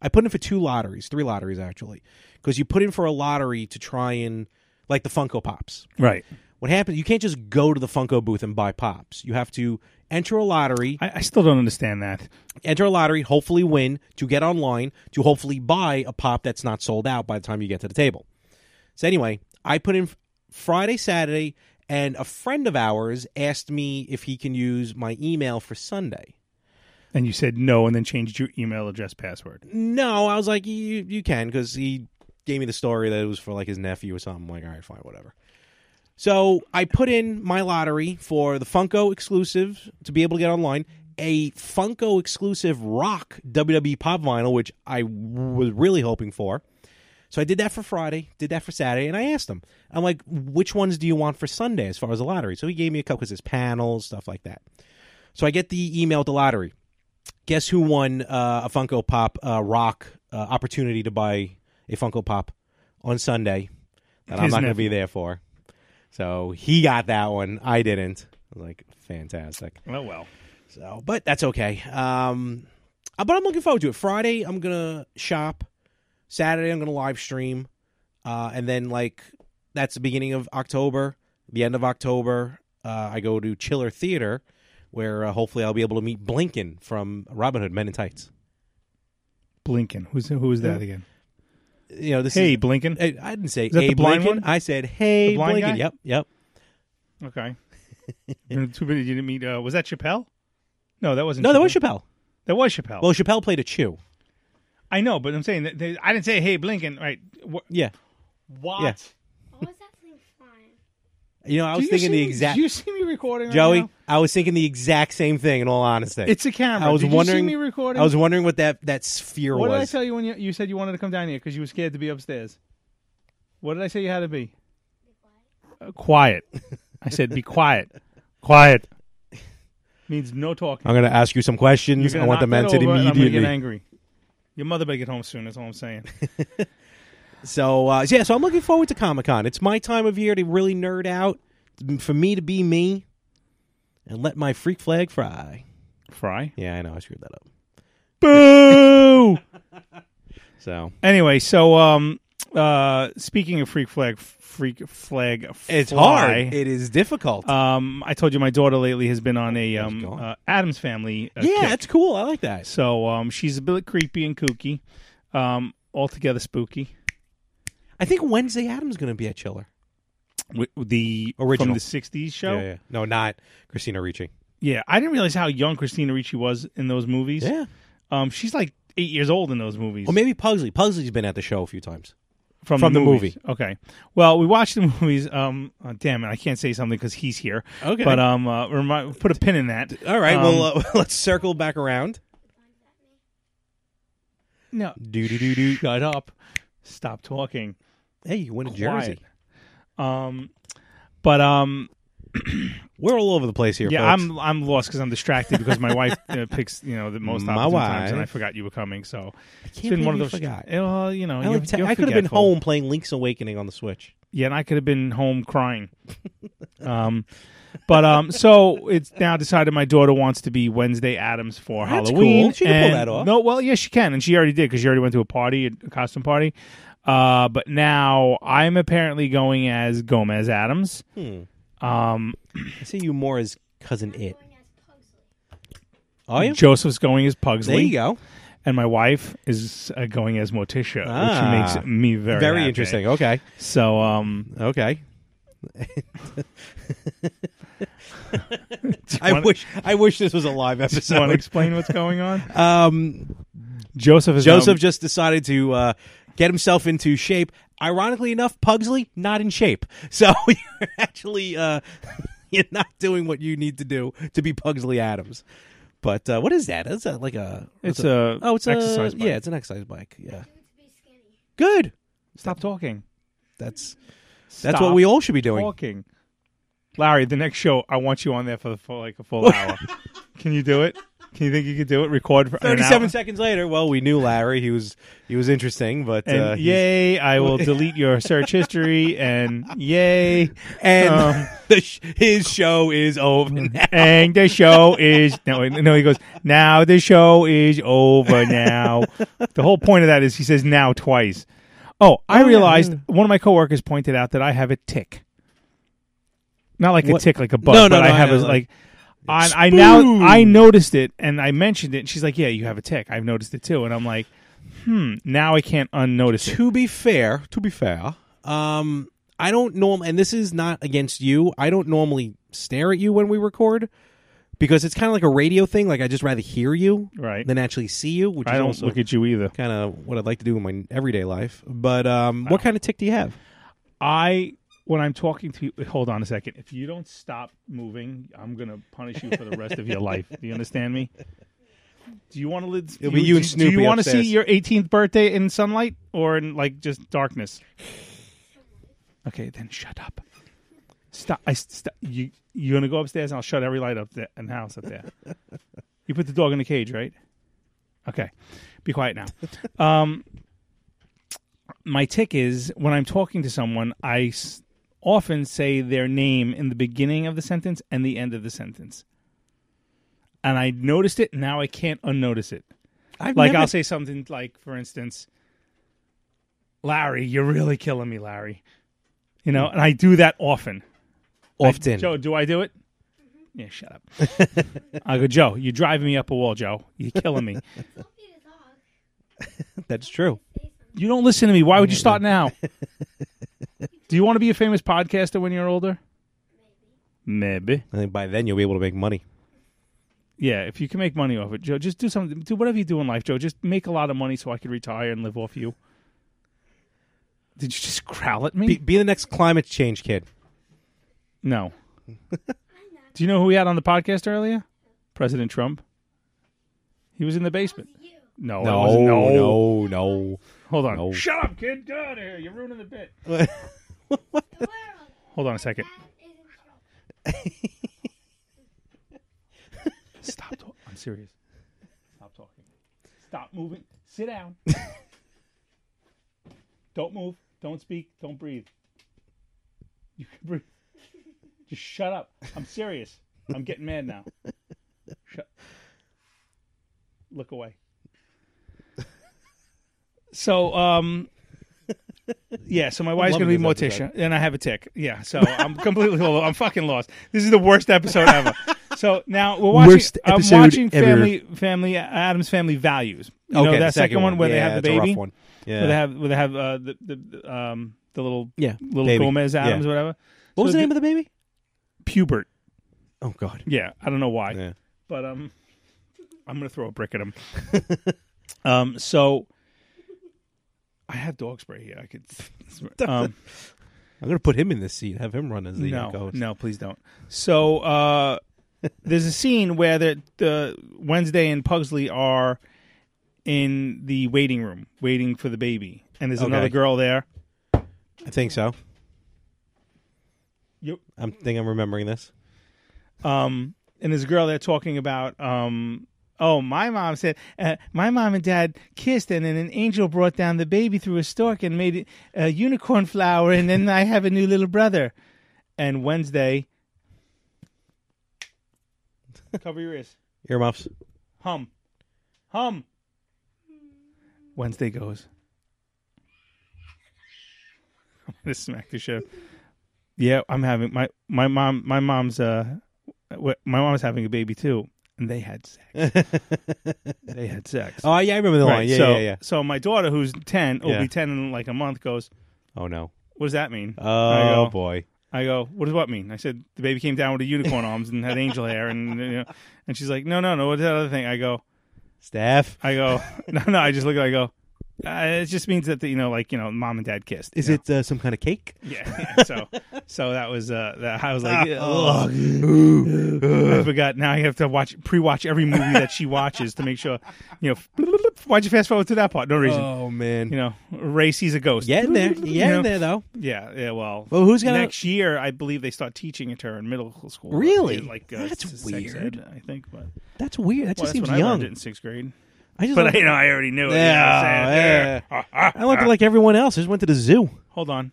Speaker 4: I put in for two lotteries, three lotteries actually, because you put in for a lottery to try and like the Funko Pops.
Speaker 5: Right.
Speaker 4: What happens? You can't just go to the Funko booth and buy pops. You have to enter a lottery,
Speaker 5: I, I still don't understand that.
Speaker 4: enter a lottery, hopefully win to get online to hopefully buy a pop that's not sold out by the time you get to the table. So anyway, I put in Friday, Saturday, and a friend of ours asked me if he can use my email for Sunday.
Speaker 5: And you said no, and then changed your email address password.
Speaker 4: No, I was like, you you can because he gave me the story that it was for like his nephew or something. I'm like, all right, fine, whatever. So I put in my lottery for the Funko exclusive to be able to get online a Funko exclusive rock WWE pop vinyl, which I was really hoping for. So I did that for Friday, did that for Saturday, and I asked him, I'm like, which ones do you want for Sunday as far as the lottery? So he gave me a couple because his panels, stuff like that. So I get the email with the lottery guess who won uh, a Funko Pop uh, rock uh, opportunity to buy a Funko Pop on Sunday that I'm
Speaker 5: His
Speaker 4: not going to
Speaker 5: nephew.
Speaker 4: be there for. So he got that one. I didn't. I was like, fantastic.
Speaker 5: Oh well.
Speaker 4: So, but that's okay. Um, uh, but I'm looking forward to it. Friday, I'm gonna shop. Saturday, I'm gonna live stream, uh, and then like that's the beginning of October. The end of October, uh, I go to Chiller Theater, where uh, hopefully I'll be able to meet Blinken from Robin Hood Men in Tights.
Speaker 5: Blinken. Who's who was that again?
Speaker 4: You know, this
Speaker 5: Hey,
Speaker 4: is,
Speaker 5: Blinken.
Speaker 4: I, I didn't say
Speaker 5: Is that
Speaker 4: hey
Speaker 5: the blind
Speaker 4: Blinken.
Speaker 5: one?
Speaker 4: I said hey
Speaker 5: The blind
Speaker 4: Blinken.
Speaker 5: guy?
Speaker 4: Yep, yep.
Speaker 5: Okay. Been Too many. You didn't meet. Uh, was that Chappelle? No, that wasn't.
Speaker 4: No, that was
Speaker 5: Chappelle.
Speaker 4: Chappelle.
Speaker 5: That was Chappelle.
Speaker 4: Well, Chappelle played a Chew.
Speaker 5: I know, but I'm saying that they, I didn't say, "Hey, Blinken." Right? What?
Speaker 4: Yeah.
Speaker 5: what?
Speaker 4: Yeah.
Speaker 9: What was that thing flying?
Speaker 4: You know, I was
Speaker 5: Do you
Speaker 4: thinking
Speaker 5: see
Speaker 4: the
Speaker 5: me-
Speaker 4: exact
Speaker 5: Do you see me recording, right
Speaker 4: Joey.
Speaker 5: now?
Speaker 4: I was thinking the exact same thing. In all honesty,
Speaker 5: It's a camera.
Speaker 4: I was
Speaker 5: Did
Speaker 4: wondering.
Speaker 5: You see me recording.
Speaker 4: I was wondering what that that sphere
Speaker 5: What did I
Speaker 4: was.
Speaker 5: tell you when you, you said you wanted to come down here because you were scared to be upstairs? What did I say you had to be? Uh, quiet. I said be quiet. Quiet means no talking.
Speaker 4: I'm going to ask you some
Speaker 5: You're
Speaker 4: questions.
Speaker 5: gonna
Speaker 4: I want
Speaker 5: knock
Speaker 4: them
Speaker 5: that
Speaker 4: answered
Speaker 5: over, and I'm gonna get
Speaker 4: immediately.
Speaker 5: angry. Your mother better get home soon. That's all I'm saying.
Speaker 4: So uh, yeah, so I'm looking forward to Comic Con. It's my time of year to really nerd out, for me to be me, and let my freak flag fry.
Speaker 5: Fry.
Speaker 4: Yeah, I know I screwed that up.
Speaker 5: Boo.
Speaker 4: So
Speaker 5: anyway, so um, uh, speaking of freak flag, freak flag.
Speaker 4: it's
Speaker 5: fly,
Speaker 4: hard. It Oh, is difficult.
Speaker 5: Um, I told you my daughter lately has been on a um,
Speaker 4: gone.
Speaker 5: uh, Adams Family. Uh,
Speaker 4: yeah,
Speaker 5: kick.
Speaker 4: it's cool. I like that.
Speaker 5: So um, she's a bit creepy and kooky, um, altogether spooky.
Speaker 4: I think Wednesday Adams going to be at Chiller.
Speaker 5: With the
Speaker 4: Original.
Speaker 5: from the '60s show.
Speaker 4: Yeah, yeah. No, not Christina Ricci.
Speaker 5: Yeah, I didn't realize how young Christina Ricci was in those movies.
Speaker 4: Yeah,
Speaker 5: Um, she's like eight years old in those movies.
Speaker 4: Or maybe Pugsley. Pugsley's been at the show a few times.
Speaker 5: from,
Speaker 4: from
Speaker 5: the,
Speaker 4: the
Speaker 5: movies. Okay. Well, we watched the movies. Um, oh, damn it, I can't say something because he's here.
Speaker 4: Okay.
Speaker 5: But um, uh, remi- put a pin in that.
Speaker 4: All right,
Speaker 5: Um,
Speaker 4: well, uh, let's circle back around.
Speaker 5: no.
Speaker 4: Do do do do.
Speaker 5: Shut up. Stop talking.
Speaker 4: Hey, you win a
Speaker 5: Quiet.
Speaker 4: jersey.
Speaker 5: Um, but um,
Speaker 4: We're all over the place here.
Speaker 5: yeah,
Speaker 4: folks.
Speaker 5: I'm I'm lost because I'm distracted because my wife uh, picks you know the most
Speaker 4: My
Speaker 5: opportune times, and I
Speaker 4: wife.
Speaker 5: forgot you were coming. So it's
Speaker 4: can't believe you forgot.
Speaker 5: Eh, Well, you know,
Speaker 4: I,
Speaker 5: you're-
Speaker 4: like te-
Speaker 5: you're
Speaker 4: I could have been
Speaker 5: forgetful.
Speaker 4: home playing Link's Awakening on the Switch.
Speaker 5: Yeah, and I could have been home crying. um, but um, so it's now decided my daughter wants to be Wednesday Adams for
Speaker 4: That's
Speaker 5: Halloween.
Speaker 4: cool. She can pull
Speaker 5: and-
Speaker 4: that off.
Speaker 5: No, well, yeah, she can, and she already did because she already went to a party, a costume party. Uh, but now I'm apparently going as Gomez Adams.
Speaker 4: Hmm.
Speaker 5: Um,
Speaker 4: I see you more as cousin it.
Speaker 9: Going as Pugsley.
Speaker 4: Are you?
Speaker 5: Joseph's going as Pugsley.
Speaker 4: There you go.
Speaker 5: And my wife is uh, going as Morticia,
Speaker 4: Ah.
Speaker 5: which makes me very
Speaker 4: Very
Speaker 5: happy.
Speaker 4: interesting. Okay.
Speaker 5: So um,
Speaker 4: Okay. I
Speaker 5: wanna-
Speaker 4: wish I wish this was a live
Speaker 5: do you want to
Speaker 4: episode.
Speaker 5: explain what's going on?
Speaker 4: Um,
Speaker 5: Joseph is
Speaker 4: Joseph
Speaker 5: now-
Speaker 4: just decided to uh, get himself into shape. Ironically enough, Pugsley not in shape. So you're actually uh, you're not doing what you need to do to be Pugsley Adams. But uh, what is that? Is that like a?
Speaker 5: It's
Speaker 4: what's
Speaker 5: a
Speaker 4: oh, it's
Speaker 5: exercise
Speaker 4: a
Speaker 5: bike.
Speaker 4: yeah, it's an exercise bike. Yeah,
Speaker 9: It to be skinny.
Speaker 4: good.
Speaker 5: Stop talking.
Speaker 4: That's that's
Speaker 5: Stop
Speaker 4: what we all should be doing.
Speaker 5: Talking. Larry, the next show, I want you on there for, the full like a full hour. Can you do it? Can you think you could do it? Record for an hour?
Speaker 4: Thirty-seven seconds later. Well, we knew Larry. He was he was interesting, but
Speaker 5: And
Speaker 4: uh, he's-
Speaker 5: yay, I will delete your search history. And yay,
Speaker 4: and
Speaker 5: Um,
Speaker 4: the sh- his show is over. now.
Speaker 5: and the show is no, no. He goes now. The show is over now. the whole point of that is he says now twice. Oh, I realized one of my coworkers pointed out that I have a tick. Not like
Speaker 4: What?
Speaker 5: a tick, like a bug,
Speaker 4: No, no,
Speaker 5: but
Speaker 4: no,
Speaker 5: I
Speaker 4: I
Speaker 5: have a
Speaker 4: know,
Speaker 5: like.
Speaker 4: like-
Speaker 5: I, I now I noticed it and I mentioned it. And she's like, "Yeah, you have a tick. I've noticed it too." And I'm like, "Hmm." Now I can't unnotice it.
Speaker 4: to be fair, to be fair, um, I don't norm, and this is not against you. I don't normally stare at you when we record because it's kind of like a radio thing. Like I just rather hear you
Speaker 5: Right.
Speaker 4: than actually see you, which
Speaker 5: I
Speaker 4: is
Speaker 5: don't
Speaker 4: also
Speaker 5: look at you either.
Speaker 4: kind of what I'd like to do in my everyday life. But um, what kind of tick do you have?
Speaker 5: I when I'm talking to you, hold on a second. If you don't stop moving, I'm gonna punish you for the rest of your life. Do you understand me? Do you want to live?
Speaker 4: It'll be you and
Speaker 5: do- Do
Speaker 4: Snoopy
Speaker 5: you want to see
Speaker 4: upstairs.
Speaker 5: your 18th birthday in sunlight or in like just darkness? Okay, then shut up. Stop. I st- you. You're gonna go upstairs, and I'll shut every light up there in the house up there. you put the dog in the cage, right? Okay, be quiet now. Um, my tick is when I'm talking to someone, I s- often say their name in the beginning of the sentence and the end of the sentence. And I noticed it. Now I can't unnotice it.
Speaker 4: I've
Speaker 5: Like
Speaker 4: never-
Speaker 5: I'll say something like, for instance, Larry, you're really killing me, Larry. You know, and I do that often.
Speaker 4: Hmm. often. Mm-hmm.
Speaker 5: Joe, do I do it? Yeah, shut up. I go, Joe, you're driving me up a wall, Joe. You're killing me.
Speaker 9: Fluffy the dog.
Speaker 4: That's true.
Speaker 9: Say something.
Speaker 5: You don't listen to me. Why would you start now? Do you want to be a famous podcaster when you're older? Maybe.
Speaker 4: I think by then you'll be able to make money.
Speaker 5: Yeah, if you can make money off it, Joe, just do something. Do whatever you do in life, Joe. Just make a lot of money so I could retire and live off you. Did you just growl at me?
Speaker 4: Be, be the next climate change kid.
Speaker 5: no. do you know who we had on the podcast earlier? President Trump. He was in the basement.
Speaker 9: You.
Speaker 5: No, Oh, it wasn't.
Speaker 4: no, no.
Speaker 5: Hold on.
Speaker 4: No.
Speaker 5: Shut up, kid. Get out of here. You're ruining the bit.
Speaker 9: The world.
Speaker 5: Hold on a second.
Speaker 9: That is in trouble.
Speaker 5: Stop talking. I'm serious. Stop talking. Stop moving. Sit down. don't move. Don't speak. Don't breathe. You can breathe. Just shut up. I'm serious. I'm getting mad now. Shut. Look away. So, um, yeah. So my wife's gonna be
Speaker 4: loving this
Speaker 5: Morticia, and I have a tick. Yeah. So I'm completely. I'm fucking lost. This is the worst episode ever. So now we're watching.
Speaker 4: Worst
Speaker 5: I'm
Speaker 4: episode
Speaker 5: watching
Speaker 4: ever.
Speaker 5: Family Family Adam's Family Values. You know,
Speaker 4: okay,
Speaker 5: that second, one where they
Speaker 4: Yeah,
Speaker 5: have the
Speaker 4: it's a rough
Speaker 5: baby.
Speaker 4: one.
Speaker 5: Where they
Speaker 4: Yeah.
Speaker 5: have where they have uh, the, the the, um the little
Speaker 4: Yeah,
Speaker 5: little
Speaker 4: baby.
Speaker 5: Gomez
Speaker 4: Yeah.
Speaker 5: Adams whatever.
Speaker 4: What was the name of the baby?
Speaker 5: Pubert?
Speaker 4: Oh God.
Speaker 5: Yeah, I don't know why,
Speaker 4: Yeah.
Speaker 5: but um, I'm gonna throw a brick at him. um, so I have dog spray here. I could. Um,
Speaker 4: I'm going to put him in this seat. Have him run as the uh,
Speaker 5: no,
Speaker 4: ghost.
Speaker 5: no, please don't. So uh, there's a scene where the, the Wednesday and Pugsley are in the waiting room waiting for the baby, and there's another
Speaker 4: Okay.
Speaker 5: girl there.
Speaker 4: I think so.
Speaker 5: Yep.
Speaker 4: I think I'm remembering this.
Speaker 5: um, and there's a girl there talking about, um, oh, my mom said uh, my mom and dad kissed, and then an angel brought down the baby through a stork and made it a unicorn flower, and then I have a new little brother. And Wednesday, cover your ears,
Speaker 4: Earmuffs.
Speaker 5: hum, hum. Wednesday goes. I'm gonna smack the shit. Yeah, I'm having my my mom my mom's uh wh- my mom's having a baby too, and they had sex. they had sex.
Speaker 4: Oh, yeah, I remember the line. Yeah,
Speaker 5: so,
Speaker 4: yeah, yeah.
Speaker 5: So my daughter, who's ten, will
Speaker 4: Yeah.
Speaker 5: be ten in like a month, goes,
Speaker 4: Oh, no.
Speaker 5: "What does that mean?" I
Speaker 4: Oh,
Speaker 5: go,
Speaker 4: boy.
Speaker 5: I go, "What does what mean?" I said, "The baby came down with the unicorn arms and had angel hair," and you know, and she's like, "No, no, no. What's that other thing?" I go,
Speaker 4: Staff.
Speaker 5: I go, "No, no." I just look. at her, I go. Uh, it just means that the, you know, like you know, mom and dad kissed.
Speaker 4: Is
Speaker 5: you know?
Speaker 4: it uh, some kind of cake?
Speaker 5: Yeah. So, so that was uh, that I was like,
Speaker 4: Oh.
Speaker 5: "Ugh." I forgot. Now I have to watch pre-watch every movie that she watches to make sure. You know, why'd you fast forward to that part? No reason.
Speaker 4: Oh, man.
Speaker 5: you know, Ray sees a ghost.
Speaker 4: yeah, in there.
Speaker 5: You
Speaker 4: Yeah,
Speaker 5: know?
Speaker 4: in there, though.
Speaker 5: Yeah, yeah. Well,
Speaker 4: Well, who's gonna-
Speaker 5: next year? I believe they start teaching it to her in middle school.
Speaker 4: Really?
Speaker 5: Like uh,
Speaker 4: That's
Speaker 5: s- sex
Speaker 4: weird.
Speaker 5: ed, I think, but
Speaker 4: That's weird. That
Speaker 5: well,
Speaker 4: just
Speaker 5: that's
Speaker 4: seems
Speaker 5: when I learned
Speaker 4: young.
Speaker 5: it in sixth grade.
Speaker 4: I just
Speaker 5: But
Speaker 4: like-
Speaker 5: you know, I already knew. It,
Speaker 4: Yeah,
Speaker 5: yeah.
Speaker 4: I looked like everyone else. I just went to the zoo.
Speaker 5: Hold on.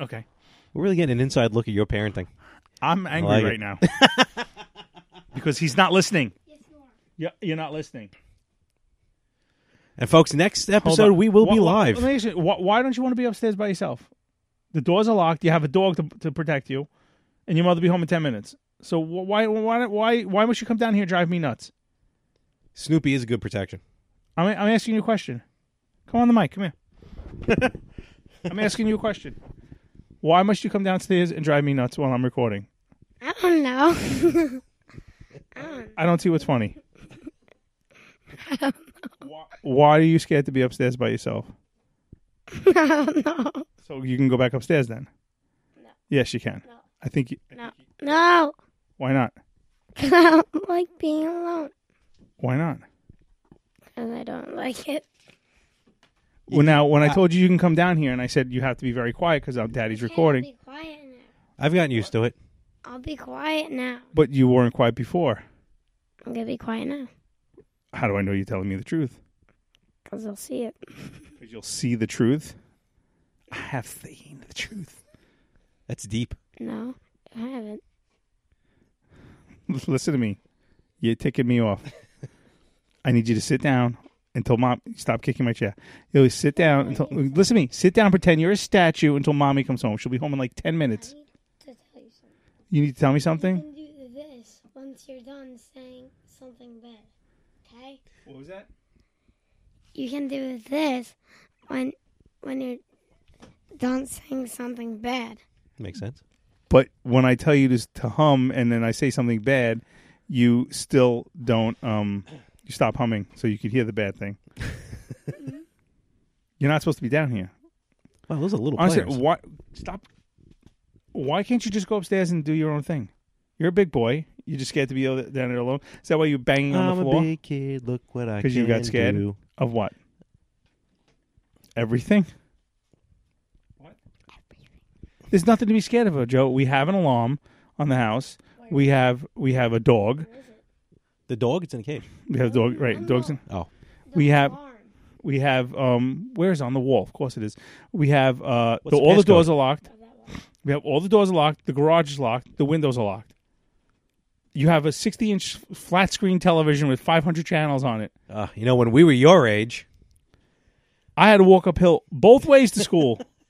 Speaker 5: Okay,
Speaker 4: We're really getting an inside look at your parenting.
Speaker 5: I'm angry
Speaker 4: like it.
Speaker 5: right now because he's not listening.
Speaker 9: Yes, you are.
Speaker 5: Yeah, you're not listening.
Speaker 4: And folks, next
Speaker 5: Hold
Speaker 4: episode
Speaker 5: on.
Speaker 4: we will
Speaker 5: Wha-
Speaker 4: be
Speaker 5: wha-
Speaker 4: live.
Speaker 5: let me ask you, wh- why don't you want to be upstairs by yourself? The doors are locked. You have a dog to, to protect you, and your mother be home in ten minutes. So wh- why why why why must you come down here and drive me nuts?
Speaker 4: Snoopy is a good protection.
Speaker 5: I'm I'm asking you a question. Come on the mic. Come here. I'm asking you a question. Why must you come downstairs and drive me nuts while I'm recording?
Speaker 9: I don't know.
Speaker 5: I don't see what's funny. Why, why are you scared to be upstairs by yourself?
Speaker 9: I don't know.
Speaker 5: So you can go back upstairs then.
Speaker 9: No.
Speaker 5: Yes, you can.
Speaker 9: No.
Speaker 5: I think. You,
Speaker 9: No. No.
Speaker 5: why not?
Speaker 9: 'Cause I don't like being alone.
Speaker 5: Why not?
Speaker 9: Because I don't like it.
Speaker 5: Well, now when I told you you can come down here, and I said you have to be very quiet because Daddy's recording,
Speaker 9: I'll be quiet now.
Speaker 4: I've gotten used to it.
Speaker 9: I'll be quiet now.
Speaker 5: but you weren't quiet before.
Speaker 9: I'm going to be quiet now.
Speaker 5: How do I know you're telling me the truth?
Speaker 9: Because I'll see it.
Speaker 5: Because you'll see the truth. I have seen the truth.
Speaker 4: That's deep.
Speaker 9: No, I haven't.
Speaker 5: Listen to me. You're ticking me off. I need you to sit down until mom stop kicking my chair. You sit down until listen to me. Sit down. Pretend you're a statue until mommy comes home. She'll be home in like ten minutes.
Speaker 9: To tell you something.
Speaker 5: You need to tell me something.
Speaker 9: You can do this once you're done saying something bad. Okay?
Speaker 5: What was that?
Speaker 9: You can do this when when you're done saying something bad.
Speaker 4: Makes sense.
Speaker 5: But when I tell you to, to hum and then I say something bad, you still don't. Um, you stop humming so you could hear the bad thing. You're not supposed to be down here.
Speaker 4: Wow, those are little
Speaker 5: Honestly,
Speaker 4: players.
Speaker 5: why stop? Why can't you just go upstairs and do your own thing? You're a big boy. You're just scared to be o- down there alone. Is that why you're banging on
Speaker 4: I'm
Speaker 5: the
Speaker 4: a
Speaker 5: floor?
Speaker 4: big kid. Look what I can
Speaker 5: Because you got scared
Speaker 4: do.
Speaker 5: of what? Everything. What? There's nothing to be scared of, Joe. We have an alarm on the house. We have we have a dog.
Speaker 4: The dog. It's in a cage.
Speaker 5: We have dog right dogs. In,
Speaker 4: Oh,
Speaker 5: we have
Speaker 9: Alarm.
Speaker 5: we have um where's on the wall? Of course it is. We have uh
Speaker 4: What's the
Speaker 5: the, all the
Speaker 4: passcode?
Speaker 5: doors are locked. We have all the doors are locked. The garage is locked. The windows are locked. You have a 60 inch flat screen television with 500 channels on it.
Speaker 4: uh, you know when we were your age,
Speaker 5: I had to walk uphill both ways to school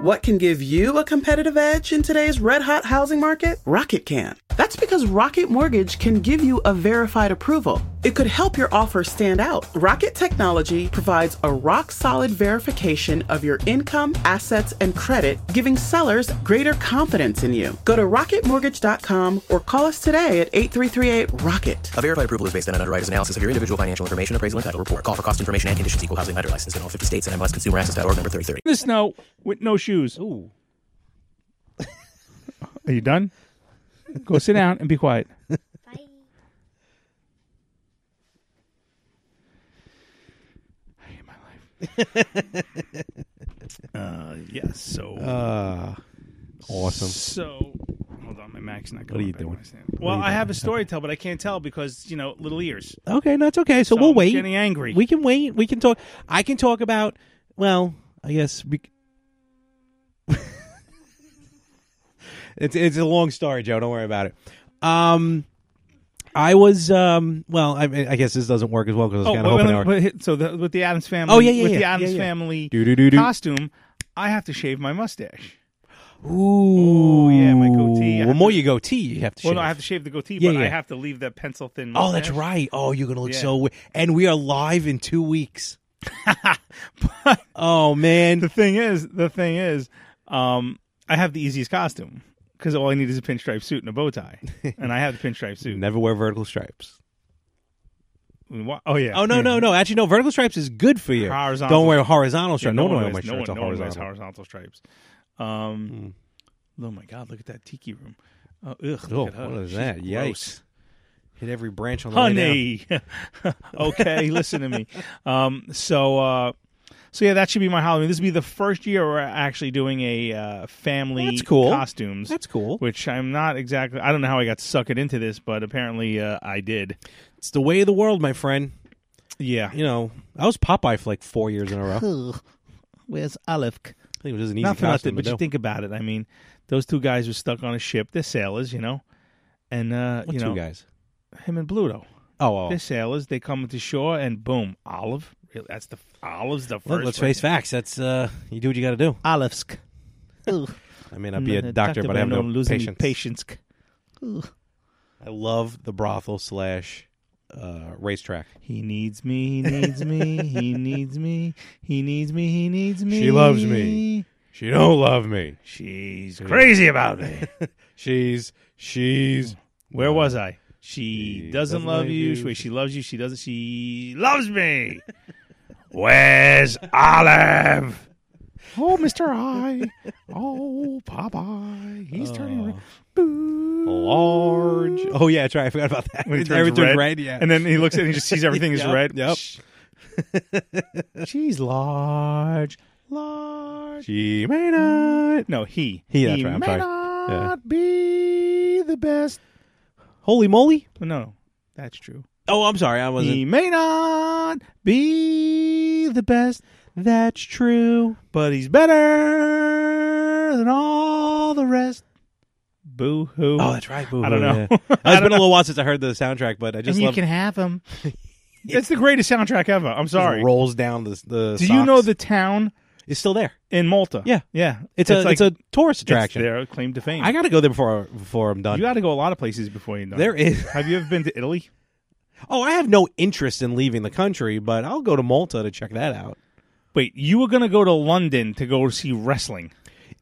Speaker 1: What can give you a competitive edge in today's red hot housing market? Rocket can. That's because Rocket Mortgage can give you a verified approval. It could help your offer stand out. Rocket Technology provides a rock solid verification of your income, assets, and credit, giving sellers greater confidence in you. Go to rocketmortgage.com or call us today at 8338 Rocket.
Speaker 2: A verified approval is based on an underwriter's analysis of your individual financial information, appraisal, and title report. Call for cost information and conditions equal housing lender license in all 50 states and MLSconsumerAccess.org number 3030.
Speaker 5: In the snow with no shoes. Ooh. Are you done? Go sit down and be quiet. Uh, yes. So.
Speaker 4: Uh, awesome.
Speaker 5: So, hold on, my Mac's not
Speaker 4: What are
Speaker 5: going.
Speaker 4: you
Speaker 5: back
Speaker 4: doing?
Speaker 5: on stand. Well, I have a story to tell, but I can't tell because you know little ears.
Speaker 4: Okay, that's okay. So,
Speaker 5: So
Speaker 4: we'll
Speaker 5: I'm
Speaker 4: wait.
Speaker 5: getting angry.
Speaker 4: We can wait. We can talk. I can talk about. Well, I guess we. c- it's it's a long story, Joe. Don't worry about it. Um, I was um. Well, I, I guess this doesn't work as well because I
Speaker 5: Oh,
Speaker 4: was
Speaker 5: wait,
Speaker 4: kind of hoping.
Speaker 5: wait,
Speaker 4: our-
Speaker 5: wait, wait, so the, with the Adams family.
Speaker 4: Oh, yeah, yeah,
Speaker 5: with
Speaker 4: yeah,
Speaker 5: the
Speaker 4: yeah,
Speaker 5: Adams
Speaker 4: yeah.
Speaker 5: family
Speaker 4: Do-do-do-do.
Speaker 5: costume, I have to shave my mustache.
Speaker 4: Ooh,
Speaker 5: yeah, my goatee. I
Speaker 4: Well,
Speaker 5: have
Speaker 4: more
Speaker 5: to-
Speaker 4: you goatee, you have to.
Speaker 5: Well,
Speaker 4: shave.
Speaker 5: no, I have to shave the goatee,
Speaker 4: Yeah,
Speaker 5: but I
Speaker 4: yeah.
Speaker 5: have to leave that pencil thin.
Speaker 4: Oh, that's
Speaker 5: mustache.
Speaker 4: right. Oh, you're gonna look
Speaker 5: Yeah.
Speaker 4: so. We- and we are live in two weeks. oh man,
Speaker 5: The thing is, the thing is, um, I have the easiest costume because all I need is a pinstripe suit and a bow tie, and I have the pinstripe suit.
Speaker 4: never wear vertical stripes.
Speaker 5: Wha- Oh yeah.
Speaker 4: Oh no, no, no. Actually, no. Vertical stripes is good for you.
Speaker 5: Horizontal.
Speaker 4: Don't wear horizontal
Speaker 5: Yeah,
Speaker 4: stripes. no, one
Speaker 5: wears-
Speaker 4: wears
Speaker 5: no
Speaker 4: shirts
Speaker 5: one-
Speaker 4: are
Speaker 5: no one wears
Speaker 4: horizontal. Hmm.
Speaker 5: horizontal stripes. Um, Oh my God! Look at that tiki room. Oh, ugh, look
Speaker 4: Oh,
Speaker 5: at her.
Speaker 4: what is
Speaker 5: She's
Speaker 4: that?
Speaker 5: gross.
Speaker 4: Yikes! Hit every branch on the way down.
Speaker 5: honey. okay, listen to me. Um, so, uh, so yeah, that should be my Halloween. This will be the first year we're actually doing a uh, family
Speaker 4: That's cool.
Speaker 5: costumes.
Speaker 4: That's cool.
Speaker 5: Which I'm not exactly. I don't know how I got suckered into this, but apparently uh, I did.
Speaker 4: It's the way of the world, my friend.
Speaker 5: Yeah.
Speaker 4: You know, I was Popeye for like four years in a row. I
Speaker 5: Where's Olive?
Speaker 4: think it was just an easy
Speaker 5: Not for
Speaker 4: costume
Speaker 5: nothing, but
Speaker 4: to
Speaker 5: you
Speaker 4: do.
Speaker 5: think about it. I mean, those two guys were stuck on a ship. They're sailors, you know, and uh,
Speaker 4: What
Speaker 5: you
Speaker 4: two
Speaker 5: know,
Speaker 4: guys?
Speaker 5: him and Bluto.
Speaker 4: Oh, oh.
Speaker 5: They're sailors. They come to shore, and boom, Olive. Really, That's the Olive's the first.
Speaker 4: Look, let's
Speaker 5: one.
Speaker 4: face facts. That's uh, you do what you got to do.
Speaker 5: Olivsk.
Speaker 4: I may not be a doctor, but I have no patience. I love the brothel slash uh, racetrack.
Speaker 5: He needs me. He needs me. He needs me. He needs me. He needs me.
Speaker 4: She loves me. She don't love me.
Speaker 5: She's crazy about me.
Speaker 4: She's she's
Speaker 5: Where was I? She doesn't,
Speaker 4: doesn't
Speaker 5: love
Speaker 4: love
Speaker 5: you.
Speaker 4: you.
Speaker 5: Wait, she loves you. She doesn't. She loves me. Where's Olive? Oh, Mister I. Oh, Popeye. He's turning red. Boo.
Speaker 4: large. Oh yeah, that's right. I forgot about that.
Speaker 5: When he turns
Speaker 4: Everything's
Speaker 5: red,
Speaker 4: Yeah,
Speaker 5: And then he looks at it and he just sees everything is
Speaker 4: Yep,
Speaker 5: red.
Speaker 4: Yep.
Speaker 5: She's large, large.
Speaker 4: She may not.
Speaker 5: No, he.
Speaker 4: He, that's right, I'm
Speaker 5: may
Speaker 4: sorry.
Speaker 5: not
Speaker 4: Yeah.
Speaker 5: be the best.
Speaker 4: Holy moly!
Speaker 5: No, that's true.
Speaker 4: Oh, I'm sorry. I wasn't.
Speaker 5: He may not be the best,
Speaker 4: That's true.
Speaker 5: but he's better than all the rest. Boo hoo.
Speaker 4: Oh, that's right. Boo,
Speaker 5: I don't know.
Speaker 4: Yeah.
Speaker 5: I
Speaker 4: It's been
Speaker 5: don't
Speaker 4: a
Speaker 5: know.
Speaker 4: little while since I heard the soundtrack, but I just
Speaker 5: and you
Speaker 4: love
Speaker 5: can have him. It's the greatest soundtrack ever. I'm
Speaker 4: just
Speaker 5: sorry.
Speaker 4: rolls down the the.
Speaker 5: Do you know
Speaker 4: socks.
Speaker 5: the town
Speaker 4: It's still there.
Speaker 5: in Malta?
Speaker 4: Yeah.
Speaker 5: yeah.
Speaker 4: It's, a
Speaker 5: like-
Speaker 4: it's a tourist attraction.
Speaker 5: It's their claim to fame.
Speaker 4: I got to go there before before I'm done.
Speaker 5: you got to go a lot of places before you know.
Speaker 4: There is-
Speaker 5: Have you ever been to Italy?
Speaker 4: oh, I have no interest in leaving the country, but I'll go to Malta to check that out.
Speaker 5: Wait, you were gonna go to London to go see wrestling.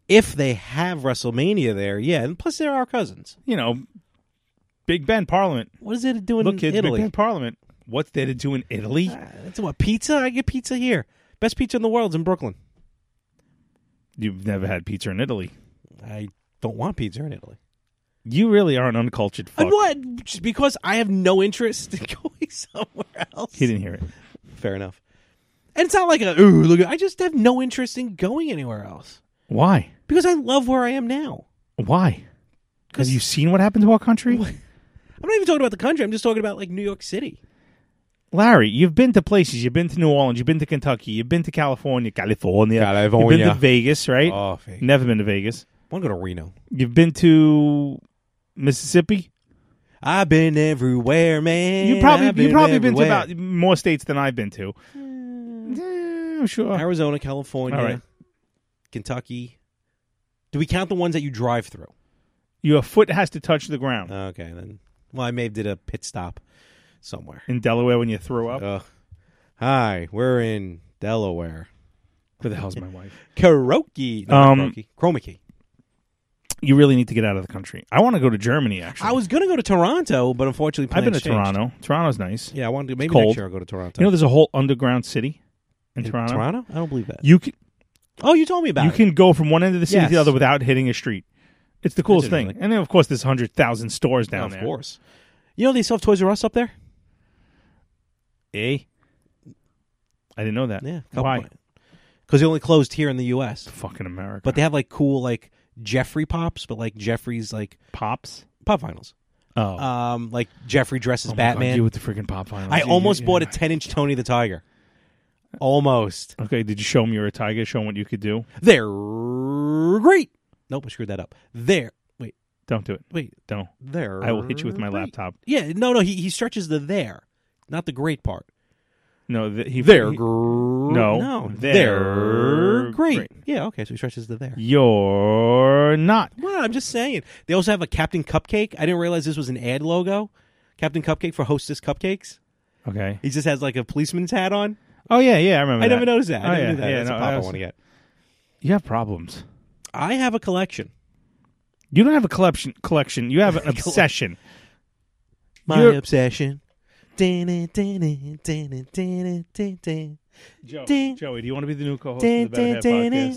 Speaker 4: If they have WrestleMania there, yeah. And plus, they're our cousins.
Speaker 5: You know, Big Ben Parliament.
Speaker 4: What is it doing
Speaker 5: Look,
Speaker 4: in
Speaker 5: kids, Big Ben
Speaker 4: Italy? Ah.
Speaker 5: Parliament. What's there to do in Italy?
Speaker 4: It's what pizza? I get pizza here. Best pizza in the world's in Brooklyn.
Speaker 5: You've never had pizza in Italy.
Speaker 4: I don't want pizza in Italy.
Speaker 5: You really are an uncultured fuck.
Speaker 4: And what? Just because I have no interest in going somewhere else.
Speaker 5: He didn't hear it.
Speaker 4: Fair enough. And it's not like a ooh, look. at-" I just have no interest in going anywhere else
Speaker 5: Why?
Speaker 4: because I love where I am now.
Speaker 5: Why? Have you seen what happened to our country?
Speaker 4: I'm not even talking about the country. I'm just talking about like New York City.
Speaker 5: Larry, you've been to places. You've been to New Orleans. You've been to Kentucky. You've been to California. California. You've been
Speaker 4: California.
Speaker 5: to Vegas, right?
Speaker 4: Oh, Vegas.
Speaker 5: Never been to Vegas.
Speaker 4: I want to go to Reno.
Speaker 5: You've been to Mississippi.
Speaker 4: I've been everywhere, man.
Speaker 5: You probably
Speaker 4: I've
Speaker 5: you probably been to
Speaker 4: everywhere. Hmm.
Speaker 5: about more states than I've been to. Eh, I'm sure.
Speaker 4: Arizona, California,
Speaker 5: All right.
Speaker 4: Kentucky. Do we count the ones that you drive through?
Speaker 5: Your foot has to touch the ground
Speaker 4: Okay, then. Well, I may have did a pit stop somewhere.
Speaker 5: in Delaware when you threw up.
Speaker 4: Ugh. Hi, we're in Delaware.
Speaker 10: Where the hell's my wife?
Speaker 4: Karaoke. No,
Speaker 5: Um,
Speaker 4: um, Chroma key.
Speaker 5: You really need to get out of the country. I want to go to Germany. Actually,
Speaker 4: I was going to go to Toronto, but unfortunately,
Speaker 5: I've been to
Speaker 4: plans changed.
Speaker 5: Toronto. Toronto's nice.
Speaker 4: Yeah, I wanted to. Maybe
Speaker 5: cold.
Speaker 4: next year I'll go to Toronto.
Speaker 5: You know, there's a whole underground city in, Toronto.
Speaker 4: Toronto? I don't believe that.
Speaker 5: You can
Speaker 4: oh, you told me about
Speaker 5: you
Speaker 4: it.
Speaker 5: can go from one end of the city to the
Speaker 4: Yes.
Speaker 5: other without hitting a street. It's the coolest thing.
Speaker 4: really.
Speaker 5: And then of course there's hundred thousand stores
Speaker 4: Yeah,
Speaker 5: down
Speaker 4: of
Speaker 5: there.
Speaker 4: course. You know they still have Toys R Us up there.
Speaker 5: Eh? I didn't know that.
Speaker 4: Yeah,
Speaker 5: Why?
Speaker 4: Because they only closed here in the U.S.
Speaker 5: Fucking America.
Speaker 4: But they have like cool like Jeffrey pops, but like Jeffrey's like
Speaker 5: pops.
Speaker 4: pop vinyls.
Speaker 5: Oh,
Speaker 4: Um, like Jeffrey dresses
Speaker 5: Oh my God,
Speaker 4: Batman.
Speaker 5: you with the freaking pop vinyls.
Speaker 4: I
Speaker 5: You-
Speaker 4: almost
Speaker 5: you-
Speaker 4: bought a
Speaker 5: yeah.
Speaker 4: ten inch Tony the Tiger. Almost.
Speaker 5: Okay, did you show him you were a tiger? Show him what you could do.
Speaker 4: They're great. Nope, I screwed that up. There. Wait,
Speaker 5: Don't do it.
Speaker 4: wait.
Speaker 5: Don't.
Speaker 4: There.
Speaker 5: I will hit you with my laptop.
Speaker 4: Yeah, no, no. He he stretches the there, not the great part.
Speaker 5: No, th- he
Speaker 4: They're
Speaker 5: he-
Speaker 4: great. No, no.
Speaker 5: they're
Speaker 4: great.
Speaker 5: great.
Speaker 4: Yeah. Okay. So he stretches the there.
Speaker 5: You're not.
Speaker 4: Well, I'm just saying. They also have a Captain Cupcake. I didn't realize this was an ad logo. Captain Cupcake for Hostess Cupcakes.
Speaker 5: Okay.
Speaker 4: He just has like a policeman's hat on.
Speaker 5: Oh yeah, yeah. I remember.
Speaker 4: I
Speaker 5: that.
Speaker 4: never noticed that.
Speaker 5: Oh,
Speaker 4: I
Speaker 5: yeah,
Speaker 4: never knew that.
Speaker 5: Yeah,
Speaker 4: That's
Speaker 5: no,
Speaker 4: a
Speaker 5: that
Speaker 4: pop I
Speaker 5: was-
Speaker 4: want to get.
Speaker 5: You have problems.
Speaker 4: I have a collection.
Speaker 5: You don't have a collection. Collection. You have an obsession.
Speaker 4: My
Speaker 5: You're-
Speaker 4: obsession. Dun-dun, dun-dun, dun-dun, dun-dun, dun-dun,
Speaker 5: Joe,
Speaker 4: Ding.
Speaker 5: Joey, do you want to be the new co-host
Speaker 4: Ding,
Speaker 5: of the Better Half
Speaker 4: ding, ding,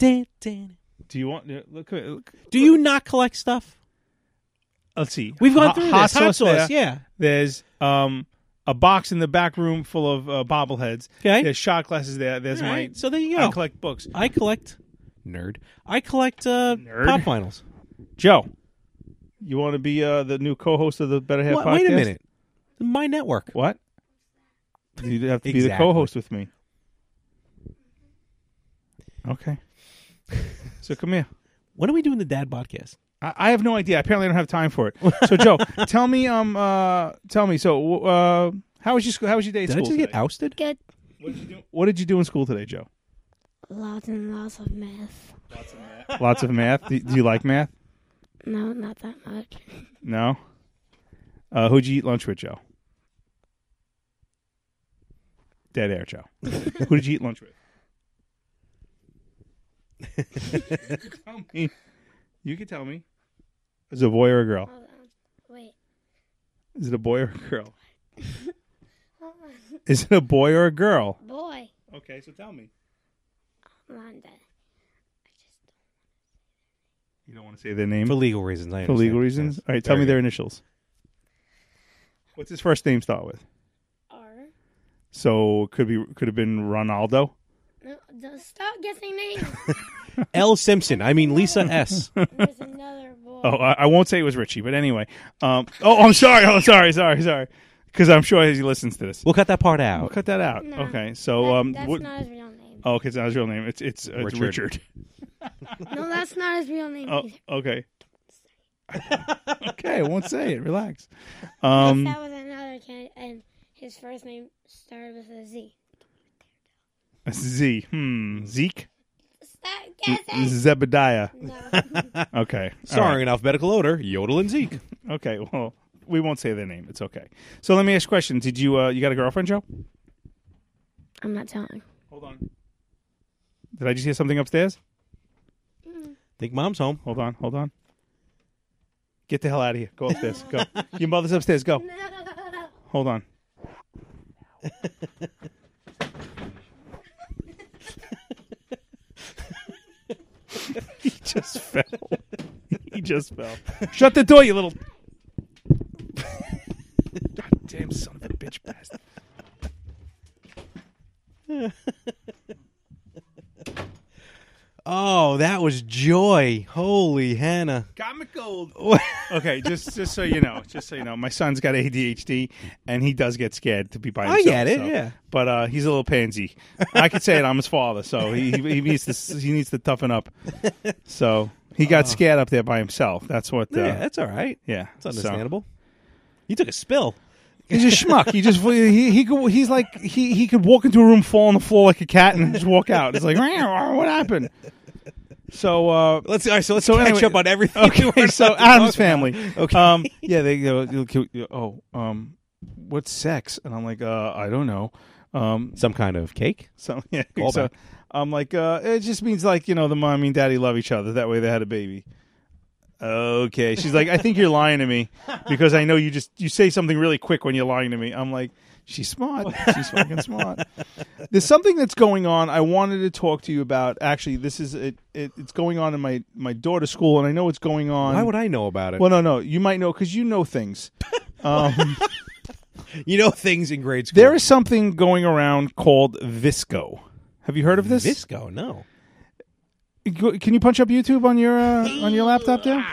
Speaker 5: podcast?
Speaker 4: dun, dun.
Speaker 5: Do you want? Look, look,
Speaker 4: Do you not collect stuff?
Speaker 5: let's see.
Speaker 4: We've gone
Speaker 5: Hot-
Speaker 4: through
Speaker 5: hot
Speaker 4: this. Hot sauce,
Speaker 5: there.
Speaker 4: yeah.
Speaker 5: There's um a box in the back room full of uh, bobbleheads.
Speaker 4: Okay.
Speaker 5: There's shot glasses there. There's
Speaker 4: All
Speaker 5: my.
Speaker 4: right, so there you
Speaker 5: I
Speaker 4: go.
Speaker 5: collect books.
Speaker 4: I collect nerd. I collect uh,
Speaker 5: Nerd.
Speaker 4: pop finals.
Speaker 5: Joe, you want to be uh, the new co-host of the Better Half
Speaker 4: Wait,
Speaker 5: podcast?
Speaker 4: wait a minute. My network.
Speaker 5: What? You have to be the
Speaker 4: Exactly.
Speaker 5: co-host with me. Okay. so come here.
Speaker 4: When are we doing the dad podcast?
Speaker 5: I I have no idea. Apparently, I don't have time for it. So, Joe, tell me, um, uh, tell me. So, uh, how was your school? How was your day at
Speaker 4: Did I
Speaker 5: school
Speaker 4: just
Speaker 5: today?
Speaker 4: get ousted?
Speaker 9: Good.
Speaker 5: What did you do? What did you do in school today, Joe?
Speaker 9: Lots and lots of math.
Speaker 5: Lots of math. Do, do you like math?
Speaker 9: No, not that much.
Speaker 5: No. Uh, who'd you eat lunch with, Joe? Dead air, Joe. Who did you eat lunch with? tell me. You can tell me. Is it a boy or a girl?
Speaker 9: Hold on. Wait.
Speaker 5: Is it a boy or a girl?
Speaker 9: Hold on.
Speaker 5: Is it a boy or a girl?
Speaker 9: Boy.
Speaker 5: Okay, so tell me.
Speaker 9: Hold on, Dad. I just
Speaker 5: You don't want to say their name
Speaker 4: For legal reasons. I
Speaker 5: Mm. for legal
Speaker 4: understand.
Speaker 5: reasons.
Speaker 4: Yes.
Speaker 5: All right, tell me
Speaker 4: Very
Speaker 5: their
Speaker 4: good.
Speaker 5: initials. What's his first name start with?
Speaker 9: R.
Speaker 5: So could be could have been Ronaldo.
Speaker 9: No, don't stop guessing names.
Speaker 4: L. Simpson. I mean, Lisa S.
Speaker 9: There's another boy.
Speaker 5: Oh, I, I won't say it was Richie, but anyway. Um, oh, I'm sorry. Oh, sorry, sorry, sorry. Because I'm sure he listens to this.
Speaker 4: We'll cut that part
Speaker 5: We'll
Speaker 4: out.
Speaker 5: cut that out.
Speaker 9: No.
Speaker 5: okay, so
Speaker 9: That-
Speaker 5: um,
Speaker 9: that's
Speaker 5: what,
Speaker 9: not his real name.
Speaker 5: oh, okay, it's not his real name. It's it's, uh, it's Richard.
Speaker 4: Richard.
Speaker 9: No, that's not his real name.
Speaker 5: Oh,
Speaker 9: either.
Speaker 5: okay. okay, I won't say it. Relax.
Speaker 9: If
Speaker 5: Um,
Speaker 9: that was another kid, and his first name started with a Z.
Speaker 5: Z. Hmm. Zeke.
Speaker 9: Stop guessing.
Speaker 5: Zebediah.
Speaker 9: No.
Speaker 5: Okay. all right.
Speaker 4: Starring in alphabetical order, Yodel and Zeke.
Speaker 5: Okay, well, we won't say their name. It's okay. So let me ask a question. Did you uh, you got a girlfriend, Joe?
Speaker 9: I'm not telling.
Speaker 5: Hold on. Did I just hear something upstairs?
Speaker 4: Think mom's home.
Speaker 5: Hold on, hold on. Get the hell out of here. Go upstairs. Go. Your mother's upstairs. Go. Hold on. he just fell. He just fell. Shut the door, you little. Goddamn son of a bitch bastard.
Speaker 4: Oh, that was joy. Holy Hannah.
Speaker 5: Comic gold. okay, just just so you know, just so you know, my son's got ADHD and he does get scared to be by
Speaker 4: I
Speaker 5: himself.
Speaker 4: get it,
Speaker 5: so-
Speaker 4: yeah.
Speaker 5: But uh, he's a little pansy. I could say it. I'm his father, so he he, he needs to he needs to toughen up. So he got scared up there by himself. That's what. Uh,
Speaker 4: Oh. Yeah, that's all right.
Speaker 5: Yeah,
Speaker 4: It's
Speaker 5: so-
Speaker 4: understandable. You took a spill.
Speaker 5: He's a schmuck. He just he he could, he's like he he could walk into a room, fall on the floor like a cat, and just walk out. It's like "Meow, what happened. So uh,
Speaker 4: let's all right. So let's
Speaker 5: so
Speaker 4: catch
Speaker 5: anyway-
Speaker 4: up on everything. we
Speaker 5: Okay,
Speaker 4: weren't
Speaker 5: so
Speaker 4: allowed to talk about.
Speaker 5: Adam's family.
Speaker 4: Okay.
Speaker 5: Um, yeah, they go. Oh, um, what's sex? And I'm like, uh, I don't know. Um,
Speaker 4: Some kind of cake.
Speaker 5: so yeah,
Speaker 4: Callback.
Speaker 5: so I'm like, uh, it just means like you know the mommy and daddy love each other. That way they had a baby. Okay, she's like, I think you're lying to me because I know you just you say something really quick when you're lying to me. I'm like, she's smart. She's fucking smart. There's something that's going on. I wanted to talk to you about. Actually, this is it. it it's going on in my my daughter's school, and I know it's going on.
Speaker 4: Why would I know about it?
Speaker 5: Well, no, no. You might know because you know things. Um,
Speaker 4: you know things in grade school.
Speaker 5: there is something going around called Visco. Have you heard of this?
Speaker 4: Visco. No.
Speaker 5: Go- Can you punch up YouTube on your uh, on your laptop there?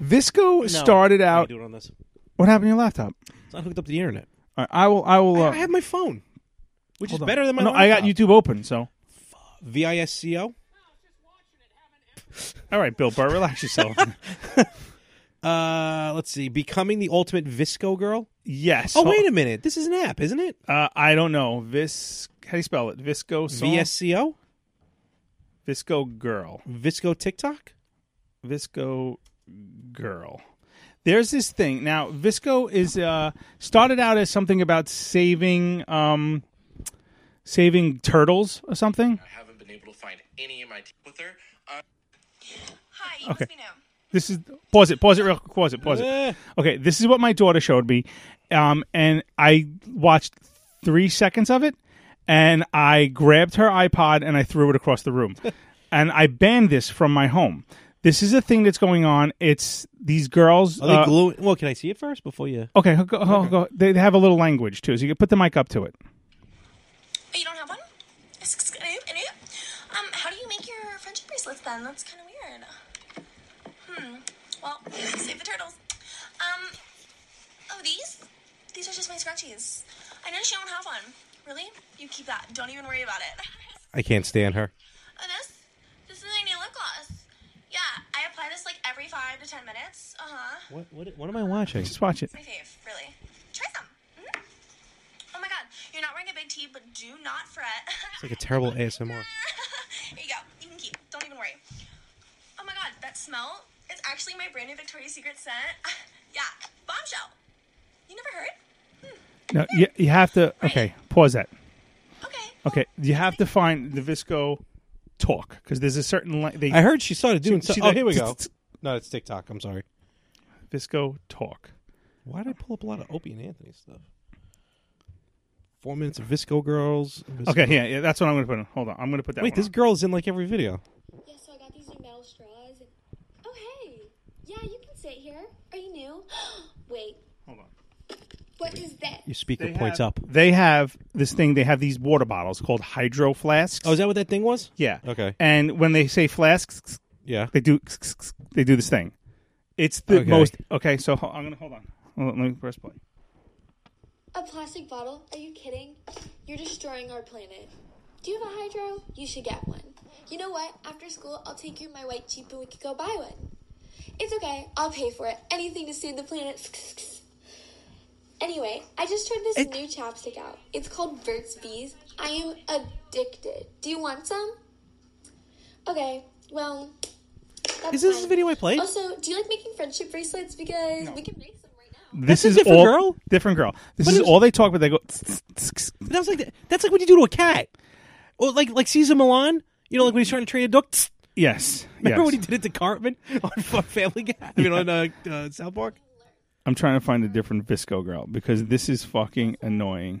Speaker 5: Visco started out.
Speaker 4: Do it on this.
Speaker 5: What happened to your laptop?
Speaker 4: It's not hooked up to the internet.
Speaker 5: All right, I will. I will. Uh,
Speaker 4: I have my phone, which is
Speaker 5: hold on.
Speaker 4: better than my.
Speaker 5: No, I got
Speaker 4: laptop.
Speaker 5: YouTube open. So
Speaker 4: Visco.
Speaker 5: all right, Bill Burr, relax yourself.
Speaker 4: Uh, let's see. Becoming the ultimate Visco girl.
Speaker 5: yes.
Speaker 4: Oh, wait a minute. This is an app, isn't it?
Speaker 5: Uh, I don't know. Vis. How do you spell it? Visco. Song?
Speaker 4: VSCO.
Speaker 5: Visco girl.
Speaker 4: Visco TikTok.
Speaker 5: Visco girl. There's this thing now. Visco is uh, started out as something about saving um, saving turtles or something.
Speaker 2: haven't been able to find any of my teeth with her. uh,
Speaker 5: Okay. This is pause it, pause it, real quick, pause it, pause
Speaker 4: Eh.
Speaker 5: it. Okay, this is what my daughter showed me, um, and I watched three seconds of it, and I grabbed her iPod and I threw it across the room, and I banned this from my home. This is a thing that's going on. It's these girls.
Speaker 4: Are they
Speaker 5: uh,
Speaker 4: gluing? Well, can I see it first before you?
Speaker 5: okay, go, go, go. they they have a little language too, so you can put the mic up to it.
Speaker 11: Oh, you don't have one? Um, how do you make your friendship bracelets then? That's kind of weird. Hmm. Well, save the turtles. Um, oh, these? These are just my scrunchies. I noticed you don't have one. Really? You keep that. Don't even worry about it.
Speaker 4: I can't stand her.
Speaker 11: Oh, this? This is my new lip gloss. Yeah, I apply this like every five to ten minutes. Uh huh.
Speaker 4: What? What, what am I watching?
Speaker 5: Just watch it.
Speaker 11: It's my fave, really. Try some. Mhm. Oh my god, you're not wearing a big tee, but do not fret.
Speaker 4: It's like a terrible ASMR.
Speaker 11: Here you go. You can keep. Don't even worry. Oh my god, that smell is actually my brand new Victoria's Secret scent. yeah, bombshell. You never heard?
Speaker 5: No, you, you have to. Okay, pause that.
Speaker 11: Okay.
Speaker 5: Okay, you have to find the Visco talk because there's a certain la- they
Speaker 4: I heard she started doing.
Speaker 5: She- she
Speaker 4: so- oh,
Speaker 5: did-
Speaker 4: here we go. No, it's TikTok. I'm sorry.
Speaker 5: Visco talk.
Speaker 4: Why did I pull up a lot of Opie and Anthony stuff? Four minutes of Visco girls. Visco-
Speaker 5: Okay, yeah, yeah, that's what I'm going to put in. Hold on, I'm going to put that.
Speaker 4: Wait,
Speaker 5: one
Speaker 4: this
Speaker 5: on.
Speaker 4: girl's in like every video.
Speaker 12: Yeah, so I got these new metal straws. And... Oh, hey. Yeah, you can sit here. Are you new? Wait,
Speaker 5: Hold on.
Speaker 12: what is that?
Speaker 4: Your speaker
Speaker 5: They
Speaker 4: points up.
Speaker 5: They have this thing. They have these water bottles called hydro flasks.
Speaker 4: Oh, is that what that thing was?
Speaker 5: yeah.
Speaker 4: Okay.
Speaker 5: And when they say flasks,
Speaker 4: Yeah.
Speaker 5: they do they do this thing. It's the
Speaker 4: Okay.
Speaker 5: most okay. So ho- I'm going to hold on. Hold on. Let me press play.
Speaker 12: A plastic bottle? Are you kidding? You're destroying our planet. Do you have a hydro? You should get one. You know what? After school, I'll take you to my white Jeep and we could go buy one. It's okay. I'll pay for it. Anything to save the planet. Anyway, I just tried this new chapstick out. It's called Burt's Bees. I am addicted. Do you want some? Okay, well, that's
Speaker 4: Is this
Speaker 12: fine.
Speaker 4: the video I played?
Speaker 12: Also, do you like making friendship bracelets? Because we can make some right now.
Speaker 5: This
Speaker 4: a
Speaker 5: is
Speaker 4: different
Speaker 5: all
Speaker 4: girl?
Speaker 5: different girl. This
Speaker 4: But
Speaker 5: is
Speaker 4: it was-
Speaker 5: all they talk about. They go.
Speaker 4: That was like the, that's like what you do to a cat. Well, like like Caesar Milan. You know, like when he's trying to train a duck. Tss.
Speaker 5: Yes.
Speaker 4: Remember
Speaker 5: yes.
Speaker 4: when he did it to Cartman on Fu- Family Guy? I mean, on uh, uh, South Park.
Speaker 5: I'm trying to find a different Visco girl because this is fucking annoying.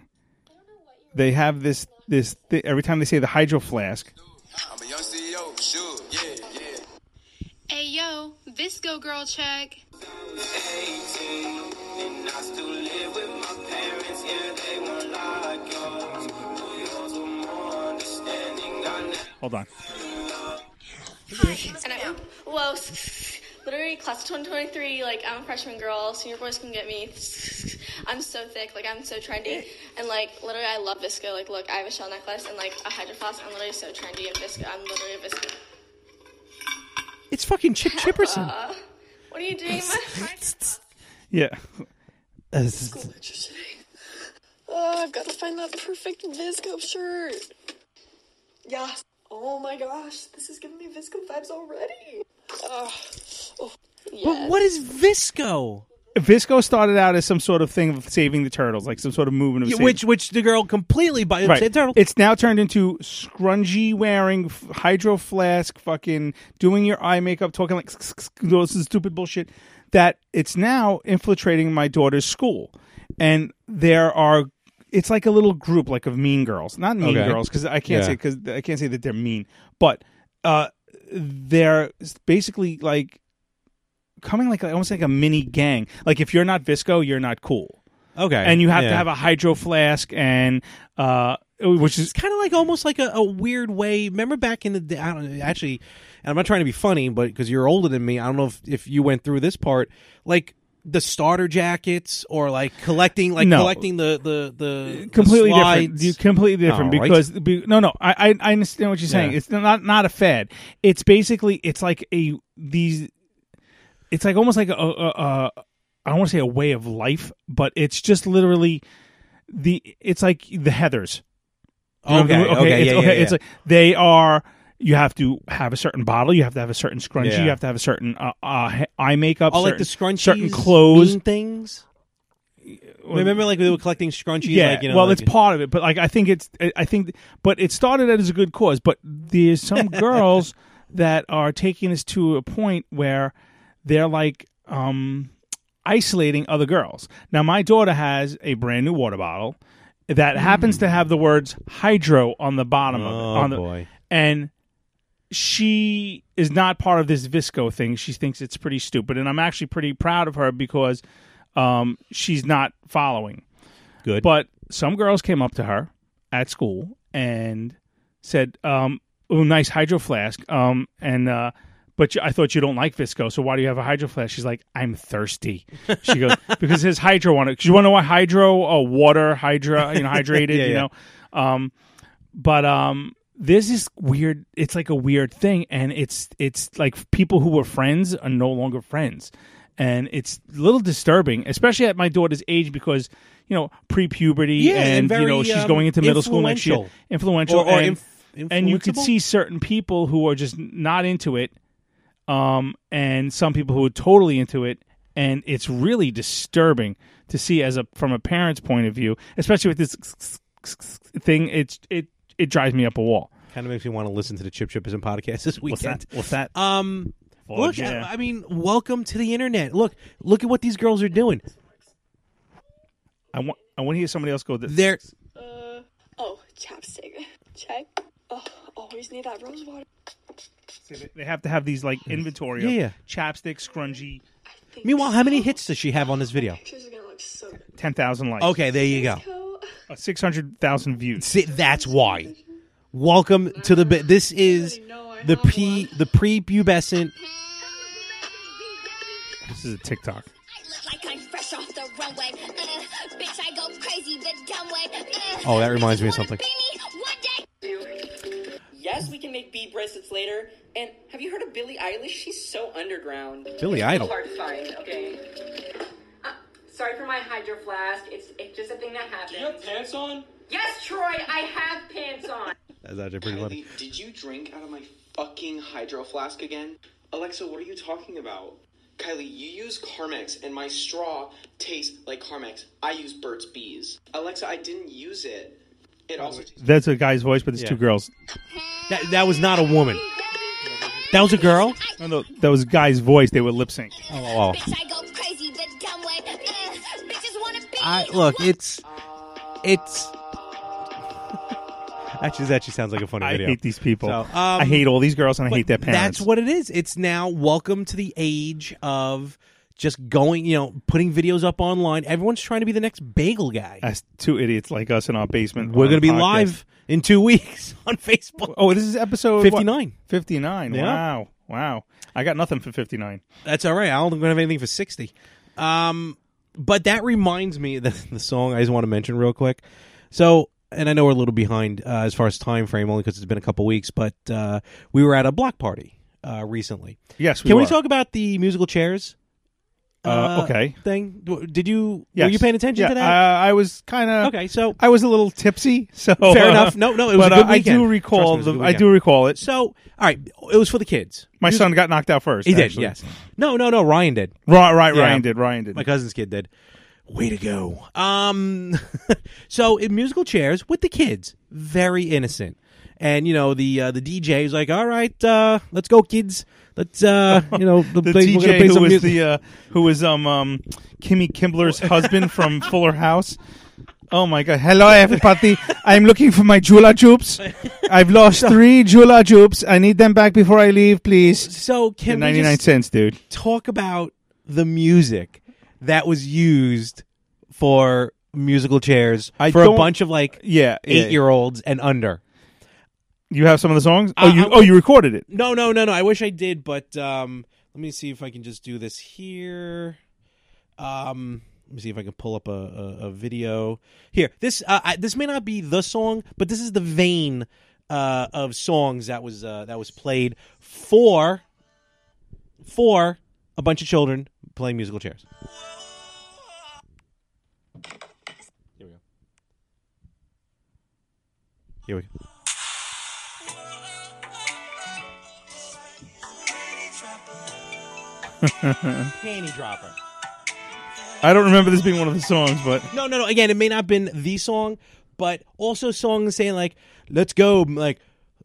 Speaker 5: They have this this thi- every time they say the hydro flask.
Speaker 13: I'm a young CEO, sure, yeah, yeah.
Speaker 12: Hey yo, Visco girl check.
Speaker 5: Hold on.
Speaker 12: Hi, and I, whoa, literally class of 2023, like I'm a freshman girl, senior boys can get me. I'm so thick, like I'm so trendy, and like literally I love visco. Like look, I have a shell necklace and like a hydro flask. I'm literally so trendy and visco. I'm literally a visco.
Speaker 4: It's fucking Chip Chipperson.
Speaker 12: Uh, what are you doing? in My
Speaker 5: Yeah.
Speaker 12: school lecture today. Oh, I've got to find that perfect visco shirt. Yeah. Oh my gosh, this is giving me visco vibes already. Oh, oh,
Speaker 4: But what is Visco?
Speaker 5: Visco started out as some sort of thing of saving the turtles, like some sort of movement of
Speaker 4: Yeah,
Speaker 5: saving-
Speaker 4: which which the girl completely by
Speaker 5: Right.
Speaker 4: said turtle.
Speaker 5: It's now turned into scrungy wearing, f- hydro flask, fucking doing your eye makeup, talking like those stupid bullshit. That it's now infiltrating my daughter's school, and there are. It's like a little group, like of mean girls, not mean
Speaker 4: Okay.
Speaker 5: girls, because I can't
Speaker 4: Yeah.
Speaker 5: say because I can't say that they're mean, but uh, they're basically like coming like almost like a mini gang. Like if you're not Visco, you're not cool.
Speaker 4: Okay,
Speaker 5: and you have to
Speaker 4: yeah.
Speaker 5: have a hydro flask and uh, which is
Speaker 4: kind of like almost like a, a weird way. Remember back in the day, I don't know, actually, and I'm not trying to be funny, but because you're older than me, I don't know if, if you went through this part, like the starter jackets or like collecting, like
Speaker 5: No. Uh,
Speaker 4: collecting the the the
Speaker 5: completely
Speaker 4: the
Speaker 5: different.
Speaker 4: slides.
Speaker 5: You completely different
Speaker 4: All right.
Speaker 5: because be, no, no. I, I I understand what you're saying.
Speaker 4: Yeah.
Speaker 5: It's not not a fad. It's basically it's like a these. It's like almost like a, a, a I don't want to say a way of life, but it's just literally the. It's like the Heathers. You know what I'm
Speaker 4: Okay,
Speaker 5: doing?
Speaker 4: okay,
Speaker 5: it's,
Speaker 4: yeah, yeah,
Speaker 5: It's
Speaker 4: yeah.
Speaker 5: like they are. You have to have a certain bottle. You have to have a certain scrunchie.
Speaker 4: Yeah.
Speaker 5: You have to have a certain uh, uh, he- eye makeup.
Speaker 4: Oh, like the
Speaker 5: certain-
Speaker 4: scrunchies,
Speaker 5: certain clothes.
Speaker 4: mean things. Remember, like they were collecting scrunchies.
Speaker 5: Yeah,
Speaker 4: like, you know,
Speaker 5: well,
Speaker 4: like-
Speaker 5: it's part of it, but like I think it's I I think, but it started out as a good cause. But there's some girls that are taking this to a point where they're like um isolating other girls. Now, my daughter has a brand new water bottle that happens to have the words hydro on the bottom of
Speaker 4: Hmm. Oh,
Speaker 5: it. On the,
Speaker 4: boy.
Speaker 5: and she is not part of this visco thing she thinks it's pretty stupid and i'm actually pretty proud of her because um, she's not following
Speaker 4: good
Speaker 5: but some girls came up to her at school and said um, oh nice hydro flask um, and uh, but you- i thought you don't like visco so why do you have a hydro flask she's like i'm thirsty she goes because his hydro on it 'Cause you want to know why hydro uh, water hydra you know hydrated
Speaker 4: Yeah,
Speaker 5: you
Speaker 4: yeah.
Speaker 5: know um, but um, there's this weird. It's like a weird thing, and it's it's like people who were friends are no longer friends, and it's a little disturbing, especially at my daughter's age because you know pre-puberty
Speaker 4: Yeah,
Speaker 5: and,
Speaker 4: and
Speaker 5: you know
Speaker 4: very,
Speaker 5: she's
Speaker 4: um,
Speaker 5: going into middle school next year.
Speaker 4: influential.
Speaker 5: Influential,
Speaker 4: Or- or
Speaker 5: and,
Speaker 4: inf-
Speaker 5: and you could
Speaker 4: influenceable?
Speaker 5: see certain people who are just not into it, um, and some people who are totally into it, and it's really disturbing to see as a from a parent's point of view, especially with this thing. It's it it drives me up a wall.
Speaker 4: Kind of makes me want to listen to the Chip Chippers and podcast this
Speaker 5: What's
Speaker 4: weekend.
Speaker 5: that? What's that?
Speaker 4: Um,
Speaker 5: Fudge,
Speaker 4: look, I-
Speaker 5: yeah.
Speaker 4: I, mean, welcome to the internet. Look, look at what these girls are doing.
Speaker 5: I want I want to hear somebody else go. This.
Speaker 4: They're
Speaker 12: Uh, oh, chapstick. Check. Oh, always need that rose water.
Speaker 5: They have to have these like inventory.
Speaker 4: Yeah,
Speaker 5: of
Speaker 4: yeah.
Speaker 5: Chapstick, scrungy,
Speaker 4: meanwhile, how many hits does she have on this video?
Speaker 12: Pictures are gonna look so good.
Speaker 5: ten thousand likes. Uh,
Speaker 4: Okay, there you go.
Speaker 5: six hundred thousand views.
Speaker 4: See, that's why. Welcome to the. bi- This is the pre the prepubescent.
Speaker 5: This is a TikTok.
Speaker 14: Like I'm fresh off the runway. Uh, bitch, I go crazy the dumb way. Uh,
Speaker 4: Oh, that reminds me of something.
Speaker 15: Yes, we can make bead bracelets later. And have you heard of Billie Eilish? She's so underground.
Speaker 4: Billie
Speaker 15: It's so
Speaker 4: Idol.
Speaker 15: Hard to find. Okay. Uh, sorry for my hydro flask. It's it's just a thing that happens. Do you have pants on? Yes, Troy, I have pants on.
Speaker 4: That's actually pretty funny.
Speaker 16: Did you drink out of my fucking hydro flask again? Alexa, what are you talking about? Kylie, you use Carmex, and my straw tastes like Carmex. I use Burt's Bees. Alexa, I didn't use it. It also tastes.
Speaker 5: That's a guy's voice, but it's two girls.
Speaker 4: That that was not a woman. That was a girl.
Speaker 5: No, no, that was guy's voice. They were lip sync.
Speaker 4: Oh,
Speaker 14: Bitch, I go crazy the dumb way. Uh, bitches wanna be.
Speaker 4: I look. It's it's. Actually, that actually sounds like a funny
Speaker 5: I
Speaker 4: video.
Speaker 5: hate these people.
Speaker 4: So, um,
Speaker 5: I hate all these girls and I
Speaker 4: but
Speaker 5: hate their parents.
Speaker 4: That's what it is. It's now welcome to the age of just going, you know, putting videos up online. Everyone's trying to be the next bagel guy.
Speaker 5: As two idiots like us in our basement.
Speaker 4: We're
Speaker 5: on
Speaker 4: going to be
Speaker 5: podcast.
Speaker 4: live in two weeks on Facebook.
Speaker 5: Oh, this is episode
Speaker 4: 59.
Speaker 5: Fifty nine.
Speaker 4: Yeah.
Speaker 5: Wow. Wow. I got nothing for fifty nine.
Speaker 4: That's all right. I don't think we're going to have anything for 60. Um, but that reminds me that the song I just want to mention real quick. So, and I know we're a little behind uh, as far as time frame, only because it's been a couple weeks, but uh, we were at a block party uh, recently.
Speaker 5: Yes, we
Speaker 4: Can we
Speaker 5: were.
Speaker 4: talk about the musical chairs?
Speaker 5: Uh, okay.
Speaker 4: Thing? W- Did you,
Speaker 5: Yes.
Speaker 4: were you paying attention
Speaker 5: Yeah,
Speaker 4: to that?
Speaker 5: Uh, I was kind of
Speaker 4: okay. So
Speaker 5: I was a little tipsy. So
Speaker 4: Fair
Speaker 5: uh,
Speaker 4: enough. No, no, it was
Speaker 5: but,
Speaker 4: a good
Speaker 5: uh, I
Speaker 4: weekend.
Speaker 5: do recall
Speaker 4: Trust me, it was a
Speaker 5: the.
Speaker 4: good
Speaker 5: I
Speaker 4: weekend.
Speaker 5: do recall it.
Speaker 4: So, all right, it was for the kids.
Speaker 5: My
Speaker 4: It was-
Speaker 5: son got knocked out first.
Speaker 4: He did,
Speaker 5: actually.
Speaker 4: yes. No, no, no. Ryan did.
Speaker 5: Right, right.
Speaker 4: Yeah.
Speaker 5: Ryan did. Ryan did.
Speaker 4: My cousin's kid did. Way to go. Um, so in musical chairs with the kids, very innocent, and you know the uh, the DJ is like, all right, uh, let's go, kids. Let's uh, you know the,
Speaker 5: the
Speaker 4: play, we're gonna
Speaker 5: DJ
Speaker 4: play
Speaker 5: who
Speaker 4: some
Speaker 5: was
Speaker 4: music.
Speaker 5: the uh, who was um, um Kimmy Kimbler's husband from Fuller House. Oh my God! Hello, everybody. I'm looking for my Jula Jupes. I've lost three Jula Jupes. I need them back before I leave, please.
Speaker 4: So can we
Speaker 5: ninety nine
Speaker 4: just-
Speaker 5: cents, dude?
Speaker 4: talk about the music that was used for musical chairs
Speaker 5: I
Speaker 4: for a
Speaker 5: don't-
Speaker 4: bunch of like
Speaker 5: Yeah, yeah.
Speaker 4: eight year olds and under.
Speaker 5: You have some of the songs?
Speaker 4: Uh,
Speaker 5: oh, you
Speaker 4: I-
Speaker 5: oh you recorded it.
Speaker 4: No, no, no, no. I wish I did, but um, let me see if I can just do this here. Um, let me see if I can pull up a, a, a video here. This uh, I, this may not be the song, but this is the vein uh, of songs that was uh, that was played for for a bunch of children playing musical chairs. Here we go. Here we go.
Speaker 5: I
Speaker 4: Panty dropper.
Speaker 5: don't remember this being one of the songs, but
Speaker 4: No, no, no. Again, it may not have been the song, but also songs saying like, "Let's go," like,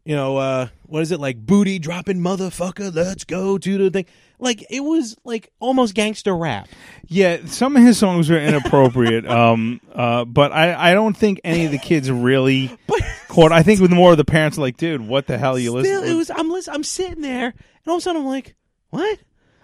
Speaker 4: you know, uh, what is it like, booty dropping motherfucker? Let's go to the thing. Like it was like almost gangster rap.
Speaker 5: yeah, some of his songs were inappropriate. um, uh, but I, I don't think any of the kids really caught. I think with more of the parents, like, dude, what the hell are you
Speaker 4: Still,
Speaker 5: listening?
Speaker 4: it was. I'm listening. I'm sitting there, and all of a sudden, I'm like, "What?"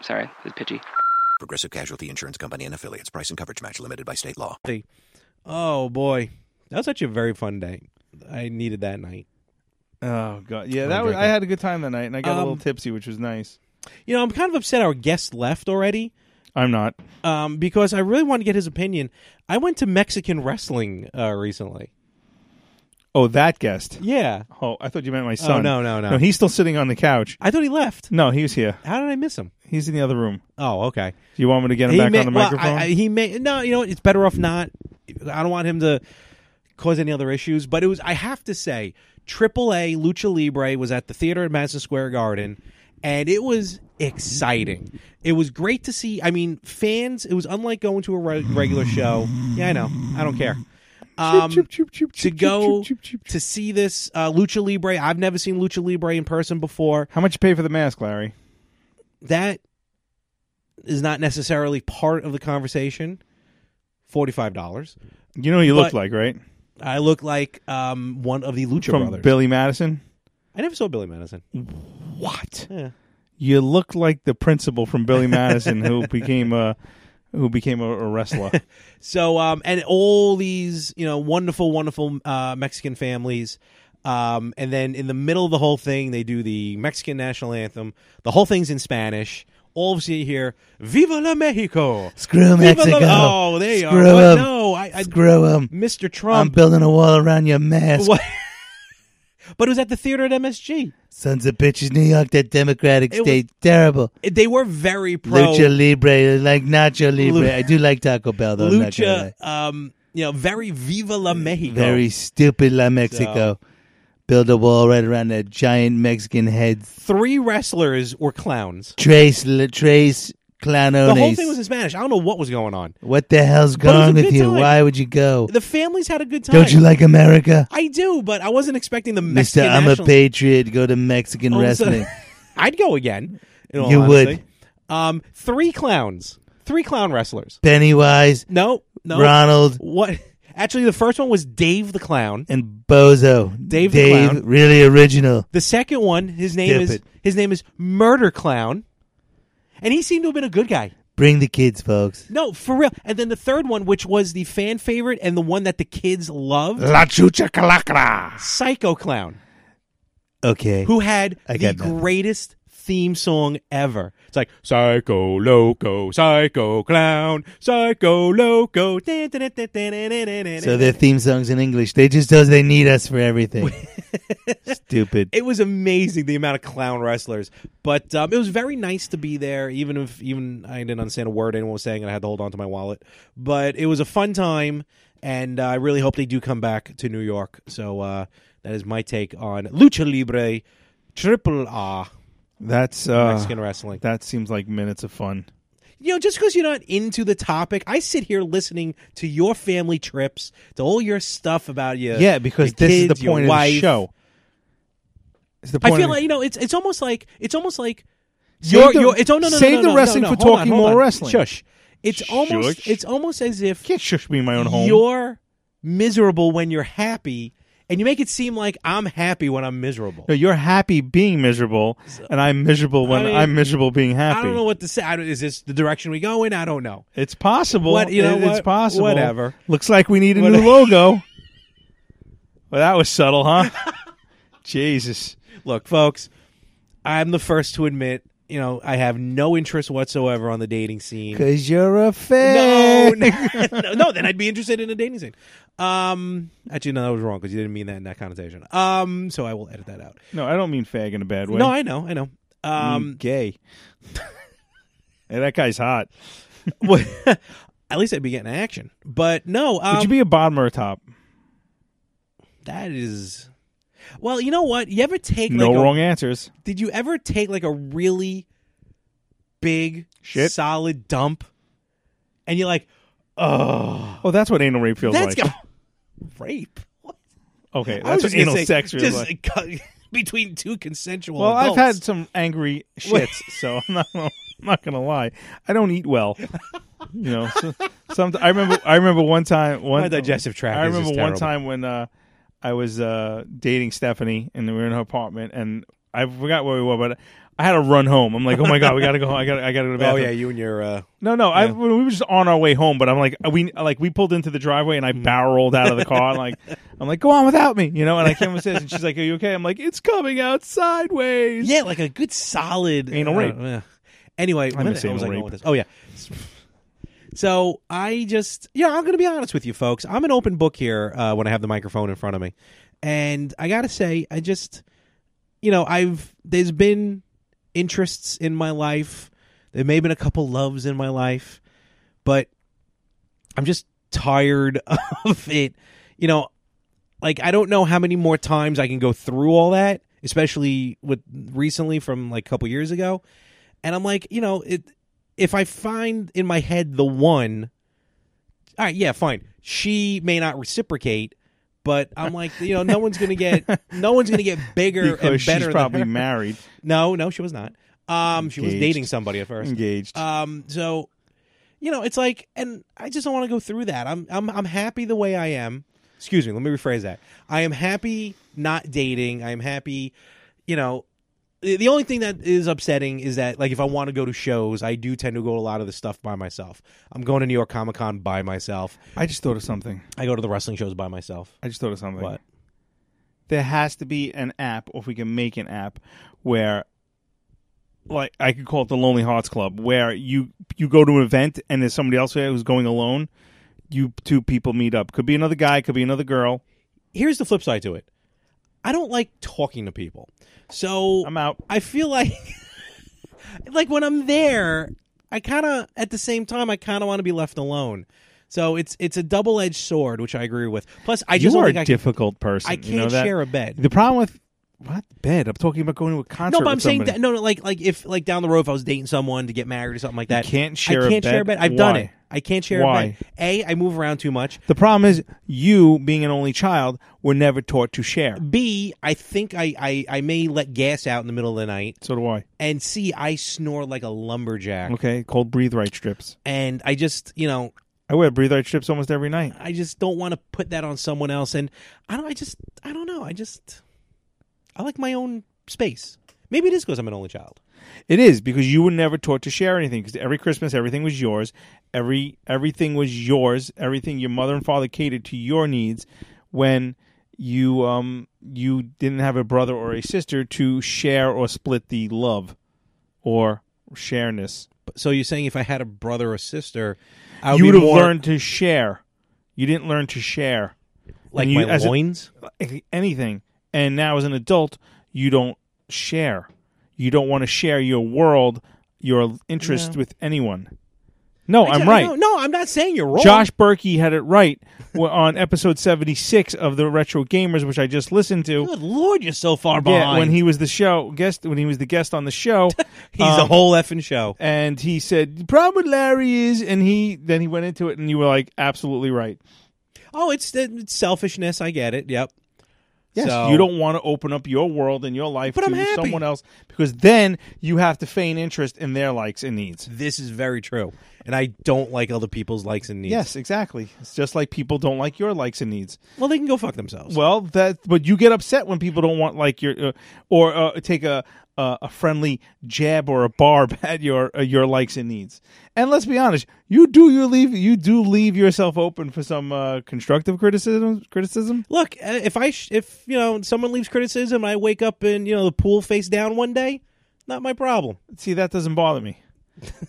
Speaker 17: Sorry, it's pitchy.
Speaker 2: Progressive Casualty Insurance Company and affiliates. Price and coverage match limited by state law.
Speaker 4: Oh boy, that was actually a very fun day. I needed that night.
Speaker 5: Oh god, yeah,
Speaker 4: I
Speaker 5: that was,
Speaker 4: drank
Speaker 5: I had a good time that night, and I got a little
Speaker 4: Um,
Speaker 5: tipsy, which was nice.
Speaker 4: You know, I'm kind of upset our guest left already.
Speaker 5: I'm not.
Speaker 4: Um, because I really want to get his opinion. I went to Mexican wrestling uh, recently.
Speaker 5: Oh, that guest.
Speaker 4: Yeah.
Speaker 5: Oh, I thought you meant my son.
Speaker 4: no, no, no.
Speaker 5: No, he's still sitting on the couch.
Speaker 4: I thought he left.
Speaker 5: No, he was here.
Speaker 4: How did I miss him?
Speaker 5: He's in the other room.
Speaker 4: Oh, okay.
Speaker 5: Do you want me to get him
Speaker 4: He
Speaker 5: back
Speaker 4: may-
Speaker 5: on the
Speaker 4: well, I-
Speaker 5: microphone?
Speaker 4: I- he may no. You know, what, it's better off not. I don't want him to cause any other issues. But it was. I have to say, AAA Lucha Libre was at the theater at Madison Square Garden, and it was exciting. It was great to see. I mean, fans. It was unlike going to a re- regular show. Yeah, I know. I don't care. Um, to go to see this uh, Lucha Libre. I've never seen Lucha Libre in person before.
Speaker 5: How much you pay for the mask, Larry?
Speaker 4: That is not necessarily part of the conversation. Forty-five dollars.
Speaker 5: You know what you look
Speaker 4: But-
Speaker 5: like, right?
Speaker 4: I look like um, one of the Lucha
Speaker 5: From
Speaker 4: brothers.
Speaker 5: Billy Madison.
Speaker 4: I never saw Billy Madison.
Speaker 5: What?
Speaker 4: Yeah.
Speaker 5: You look like the principal from Billy Madison, who became a who became a, a wrestler.
Speaker 4: So um, and all these you know wonderful, wonderful uh, Mexican families. Um, and then in the middle of the whole thing, they do the Mexican national anthem. The whole thing's in Spanish. All of you hear "Viva la Mexico!"
Speaker 6: Screw
Speaker 4: Viva la-
Speaker 6: Mexico.
Speaker 4: oh, there you
Speaker 6: Screw
Speaker 4: are. But
Speaker 6: 'em.
Speaker 4: No, I, I
Speaker 6: Screw 'em.
Speaker 4: Mr.
Speaker 6: I'm
Speaker 4: Trump.
Speaker 6: building a wall around your mask.
Speaker 4: What- but it was at the theater at MSG.
Speaker 6: Sons of bitches, New York, that Democratic
Speaker 4: It was-
Speaker 6: state, terrible.
Speaker 4: It- They were very pro
Speaker 6: Lucha Libre, like Nacho Libre.
Speaker 4: Lu-
Speaker 6: I do like Taco Bell though. I'm not gonna lie.
Speaker 4: Lucha. Um, you know, very Viva la Mexico.
Speaker 6: Very stupid La Mexico. Build a wall right around that giant Mexican head.
Speaker 4: three wrestlers were clowns.
Speaker 6: Trace, Le, Trace,
Speaker 4: The whole thing
Speaker 6: clownones.
Speaker 4: was in Spanish. I don't know what was going on.
Speaker 6: what the hell's
Speaker 4: But it was a
Speaker 6: wrong with
Speaker 4: good
Speaker 6: you?
Speaker 4: time.
Speaker 6: Why would you go?
Speaker 4: The families had a good time.
Speaker 6: Don't you like America?
Speaker 4: I do, but I wasn't expecting the
Speaker 6: Mister,
Speaker 4: Mexican.
Speaker 6: I'm a
Speaker 4: national-
Speaker 6: patriot. Go to Mexican
Speaker 4: All of a sudden-
Speaker 6: wrestling.
Speaker 4: I'd go again. in all
Speaker 6: You would.
Speaker 4: honesty. Um, three clowns, three clown wrestlers.
Speaker 6: Pennywise.
Speaker 4: No, no.
Speaker 6: Ronald.
Speaker 4: What? Actually, the first one was Dave the clown.
Speaker 6: And Bozo.
Speaker 4: Dave the
Speaker 6: Dave,
Speaker 4: Clown.
Speaker 6: really original.
Speaker 4: The second one, his name
Speaker 6: Dip
Speaker 4: is
Speaker 6: it.
Speaker 4: his name is Murder Clown, and he seemed to have been a good guy.
Speaker 6: Bring the kids, folks.
Speaker 4: No, for real. And then the third one, which was the fan favorite and the one that the kids loved,
Speaker 6: La Chucha Calacra.
Speaker 4: Psycho Clown,
Speaker 6: Okay.
Speaker 4: who had
Speaker 6: I
Speaker 4: the
Speaker 6: got nothing.
Speaker 4: greatest theme song ever. It's like Psycho Loco, Psycho Clown, Psycho Loco. Dun, dun, dun, dun, dun, dun, dun, dun, dun.
Speaker 6: So their theme songs in English. They just does they need us for everything. Stupid.
Speaker 4: It was amazing the amount of clown wrestlers, but um, it was very nice to be there. Even if even I didn't understand a word anyone was saying, and I had to hold on to my wallet. But it was a fun time, and uh, I really hope they do come back to New York. So uh, that is my take on Lucha Libre Triple R.
Speaker 5: That's uh,
Speaker 4: Mexican wrestling.
Speaker 5: That seems like minutes of fun.
Speaker 4: You know, just because you're not into the topic, I sit here listening to your family trips, to all your stuff about your
Speaker 5: Yeah, because
Speaker 4: your
Speaker 5: this is the
Speaker 4: kids, your
Speaker 5: point of the
Speaker 4: wife.
Speaker 5: show. It's the
Speaker 4: I
Speaker 5: point
Speaker 4: feel
Speaker 5: of-
Speaker 4: like you know it's it's almost like it's almost like
Speaker 5: Save
Speaker 4: your
Speaker 5: the-
Speaker 4: your it's oh no no no,
Speaker 5: save
Speaker 4: no,
Speaker 5: the
Speaker 4: no,
Speaker 5: wrestling
Speaker 4: no, no,
Speaker 5: for
Speaker 4: hold on,
Speaker 5: talking
Speaker 4: hold
Speaker 5: more
Speaker 4: on.
Speaker 5: wrestling.
Speaker 4: Shush. It's almost
Speaker 5: Shush.
Speaker 4: it's almost as if
Speaker 5: can't shush me in my own home.
Speaker 4: you're miserable when you're happy, and you make it seem like I'm happy when I'm miserable.
Speaker 5: No, you're happy being miserable, and I'm miserable when I
Speaker 4: I mean,
Speaker 5: am miserable being happy.
Speaker 4: I don't know what to say. I don't, is this the direction we go in? I don't know.
Speaker 5: It's possible.
Speaker 4: What- you know
Speaker 5: It- It's
Speaker 4: what?
Speaker 5: possible.
Speaker 4: Whatever.
Speaker 5: Looks like we need a
Speaker 4: What-
Speaker 5: new logo. Well, that was subtle, huh? Jesus.
Speaker 4: Look, folks, I'm the first to admit, you know, I have no interest whatsoever on the dating scene.
Speaker 6: Because you're a
Speaker 4: No,
Speaker 6: fan.
Speaker 4: no, no, then I'd be interested in a dating scene. Um, actually, no, that was wrong because you didn't mean that in that connotation. Um, so I will edit that out.
Speaker 5: No, I don't mean fag in a bad way.
Speaker 4: No, I know, I know.
Speaker 5: I
Speaker 4: Um,
Speaker 5: mean gay. hey, that guy's hot.
Speaker 4: well, at least I'd be getting action. But no, um,
Speaker 5: Mm. Would you be a bottom or a top?
Speaker 4: that is. Well, you know what? You ever take
Speaker 5: No
Speaker 4: like a-
Speaker 5: wrong answers.
Speaker 4: Did you ever take like a really big,
Speaker 5: Shit.
Speaker 4: solid dump, and you're like, oh,
Speaker 5: Oh, that's what anal rape feels
Speaker 4: that's
Speaker 5: like.
Speaker 4: got- rape.
Speaker 5: okay,
Speaker 4: I was
Speaker 5: that's what
Speaker 4: just gonna
Speaker 5: anal
Speaker 4: say,
Speaker 5: sex feels
Speaker 4: just
Speaker 5: like.
Speaker 4: uh, between two consensual.
Speaker 5: Well, I've
Speaker 4: adults.
Speaker 5: had some angry
Speaker 4: Wait.
Speaker 5: shits, so I'm not, I'm not gonna lie. I don't eat well. You know, so, some I remember. I remember one time. One
Speaker 4: My digestive tract
Speaker 5: I
Speaker 4: is
Speaker 5: remember
Speaker 4: just
Speaker 5: one
Speaker 4: terrible.
Speaker 5: time when uh, I was uh, dating Stephanie, and we were in her apartment, and I forgot where we were, but I had to run home. I'm like, oh my god, we gotta go home. I gotta, I gotta go to the
Speaker 4: Oh
Speaker 5: bathroom.
Speaker 4: yeah, you and your. Uh,
Speaker 5: No, no. I we were just on our way home, but I'm like we like we pulled into the driveway and I
Speaker 4: Mm-hmm.
Speaker 5: barrel rolled out of the car. and like I'm like, go on without me, you know. And I came upstairs and she's like, "Are you okay?" I'm like, "It's coming out sideways."
Speaker 4: Yeah, like a good solid
Speaker 5: Anal rape.
Speaker 4: Uh, yeah. Anyway,
Speaker 5: I
Speaker 4: where
Speaker 5: miss
Speaker 4: the hell was I
Speaker 5: anal
Speaker 4: going with
Speaker 5: rape.
Speaker 4: this? Oh yeah. So I just, you know, I'm going to be honest with you, folks. I'm an open book here uh, when I have the microphone in front of me, and I got to say, I just, you know, I've there's been interests in my life. There may have been a couple loves in my life, but I'm just tired of it. You know, like I don't know how many more times I can go through all that, especially with recently from like a couple years ago. And I'm like, you know, it if I find in my head the one, all right, yeah, fine. She may not reciprocate, but I'm like, you know, no one's gonna get no one's gonna get bigger
Speaker 5: because
Speaker 4: and better.
Speaker 5: she's
Speaker 4: than
Speaker 5: probably
Speaker 4: her.
Speaker 5: married,
Speaker 4: No, no, she was not. Um, she was
Speaker 5: Engaged.
Speaker 4: dating somebody at first.
Speaker 5: engaged.
Speaker 4: Um, so you know, it's like, and I just don't want to go through that. I'm, I'm, I'm happy the way I am. Excuse me. Let me rephrase that. I am happy not dating. I am happy. You know, the the only thing that is upsetting is that, like, if I want to go to shows, I do tend to go to a lot of the stuff by myself. I'm going to New York Comic Con by myself.
Speaker 5: I just thought of something.
Speaker 4: I go to the wrestling shows by myself.
Speaker 5: I just thought of something.
Speaker 4: What?
Speaker 5: There has to be an app, or if we can make an app where, like, I could call it the Lonely Hearts Club, where you you go to an event and there's somebody else there who's going alone. You two people meet up. Could be another guy. Could be another girl.
Speaker 4: Here's the flip side to it. I don't like talking to people, so
Speaker 5: I'm out.
Speaker 4: I feel like like when I'm there, I kind of at the same time I kind of want to be left alone. So it's it's a double edged sword, which I agree with. Plus, I just
Speaker 5: you
Speaker 4: don't
Speaker 5: are
Speaker 4: think
Speaker 5: a
Speaker 4: I can-
Speaker 5: difficult person.
Speaker 4: I
Speaker 5: you know
Speaker 4: can't
Speaker 5: that?
Speaker 4: share a bed.
Speaker 5: The problem with What bed? I'm talking about going to a concert.
Speaker 4: No, but I'm
Speaker 5: with
Speaker 4: saying
Speaker 5: somebody.
Speaker 4: that, no, no, like like if like down the road if I was dating someone to get married or something like that,
Speaker 5: can't share
Speaker 4: I
Speaker 5: a
Speaker 4: can't share a
Speaker 5: bed?
Speaker 4: bed. I've done
Speaker 5: Why?
Speaker 4: it. I can't share
Speaker 5: Why?
Speaker 4: a bed. A, I move around too much.
Speaker 5: The problem is you, being an only child, were never taught to share.
Speaker 4: B, I think I, I I may let gas out in the middle of the night.
Speaker 5: So do I.
Speaker 4: And C, I snore like a lumberjack.
Speaker 5: Okay, cold breathe right strips.
Speaker 4: And I just you know
Speaker 5: I wear breathe right strips almost every night.
Speaker 4: I just don't want to put that on someone else. And I don't. I just I don't know. I just I like my own space. Maybe it is because I'm an only child.
Speaker 5: It is because you were never taught to share anything. Because every Christmas, everything was yours. Every everything was yours. Everything your mother and father catered to your needs. When you um you didn't have a brother or a sister to share or split the love or shareness.
Speaker 4: So you're saying if I had a brother or sister, I would
Speaker 5: you
Speaker 4: be
Speaker 5: would have
Speaker 4: more-
Speaker 5: learned to share. You didn't learn to share,
Speaker 4: Like
Speaker 5: And you,
Speaker 4: my
Speaker 5: as a-
Speaker 4: loins?
Speaker 5: anything. And now as an adult, you don't share. You don't want to share your world, your interest
Speaker 4: No.
Speaker 5: with anyone. No,
Speaker 4: I
Speaker 5: I'm
Speaker 4: ju-
Speaker 5: right.
Speaker 4: No, no, I'm not saying you're wrong.
Speaker 5: Josh Berkey had it right w- on episode 76 of the Retro Gamers, which I just listened to.
Speaker 4: Good lord, you're so far
Speaker 5: Yeah,
Speaker 4: behind.
Speaker 5: when he was the show guest, when he was the guest on the show, um,
Speaker 4: He's the whole effing show.
Speaker 5: And he said, "The problem with Larry is," and he then he went into it, and you were like, "Absolutely right."
Speaker 4: oh, it's, it's selfishness. I get it. Yep.
Speaker 5: Yes,
Speaker 4: So-
Speaker 5: you don't want to open up your world and your life
Speaker 4: But
Speaker 5: to
Speaker 4: I'm happy.
Speaker 5: someone else because then you have to feign interest in their likes and needs.
Speaker 4: This is very true, and I don't like other people's likes and needs.
Speaker 5: Yes, exactly. It's just like people don't like your likes and needs.
Speaker 4: Well, they can go fuck themselves.
Speaker 5: Well, that but you get upset when people don't want like your uh, or uh, take a uh, a friendly jab or a barb at your uh, your likes and needs. And let's be honest, you do you leave you do leave yourself open for some uh, constructive criticism criticism.
Speaker 4: Look, uh, if I sh- if you know someone leaves criticism, I wake up in you know the pool face down one day. Not my problem.
Speaker 5: See, that doesn't bother me.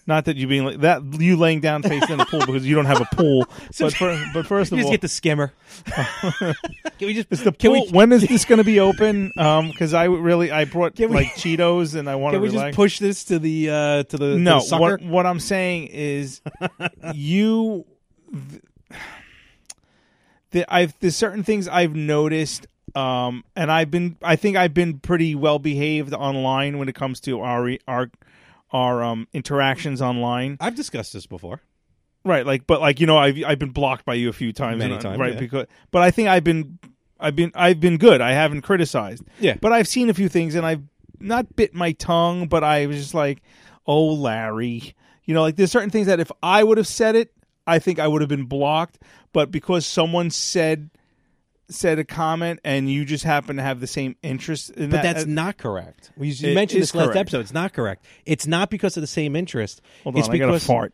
Speaker 5: Not that you being like that you laying down face in the pool because you don't have a pool. but for, but first
Speaker 4: You
Speaker 5: of
Speaker 4: just
Speaker 5: all,
Speaker 4: get the skimmer. can we just
Speaker 5: Is the
Speaker 4: can we-
Speaker 5: pool- when is this going to be open? Um, because I really I brought like Cheetos and I want to
Speaker 4: can we
Speaker 5: relax.
Speaker 4: just push this to the uh, to the to
Speaker 5: no
Speaker 4: the sucker?
Speaker 5: what, what i'm saying is you th- the, i've there's certain things i've noticed um and i've been i think i've been pretty well behaved online when it comes to our our our um interactions online
Speaker 4: I've discussed this before.
Speaker 5: Right, like, but like you know, I've I've been blocked by you a few times,
Speaker 4: Many
Speaker 5: and I-
Speaker 4: times,
Speaker 5: right?
Speaker 4: yeah.
Speaker 5: Because, but I think I've been, I've been, I've been good. I haven't criticized.
Speaker 4: Yeah.
Speaker 5: but I've seen a few things, and I've not bit my tongue, but I was just like, "Oh, Larry," you know, like there's certain things that if I would have said it, I think I would have been blocked. But because someone said said a comment, and you just happen to have the same interest in
Speaker 4: But
Speaker 5: that, uh,
Speaker 4: that's not correct. We you
Speaker 5: It
Speaker 4: mentioned
Speaker 5: is
Speaker 4: this last
Speaker 5: correct.
Speaker 4: episode. It's not correct. It's not because of the same interest.
Speaker 5: Hold
Speaker 4: it's
Speaker 5: on, I gotta
Speaker 4: because
Speaker 5: fart.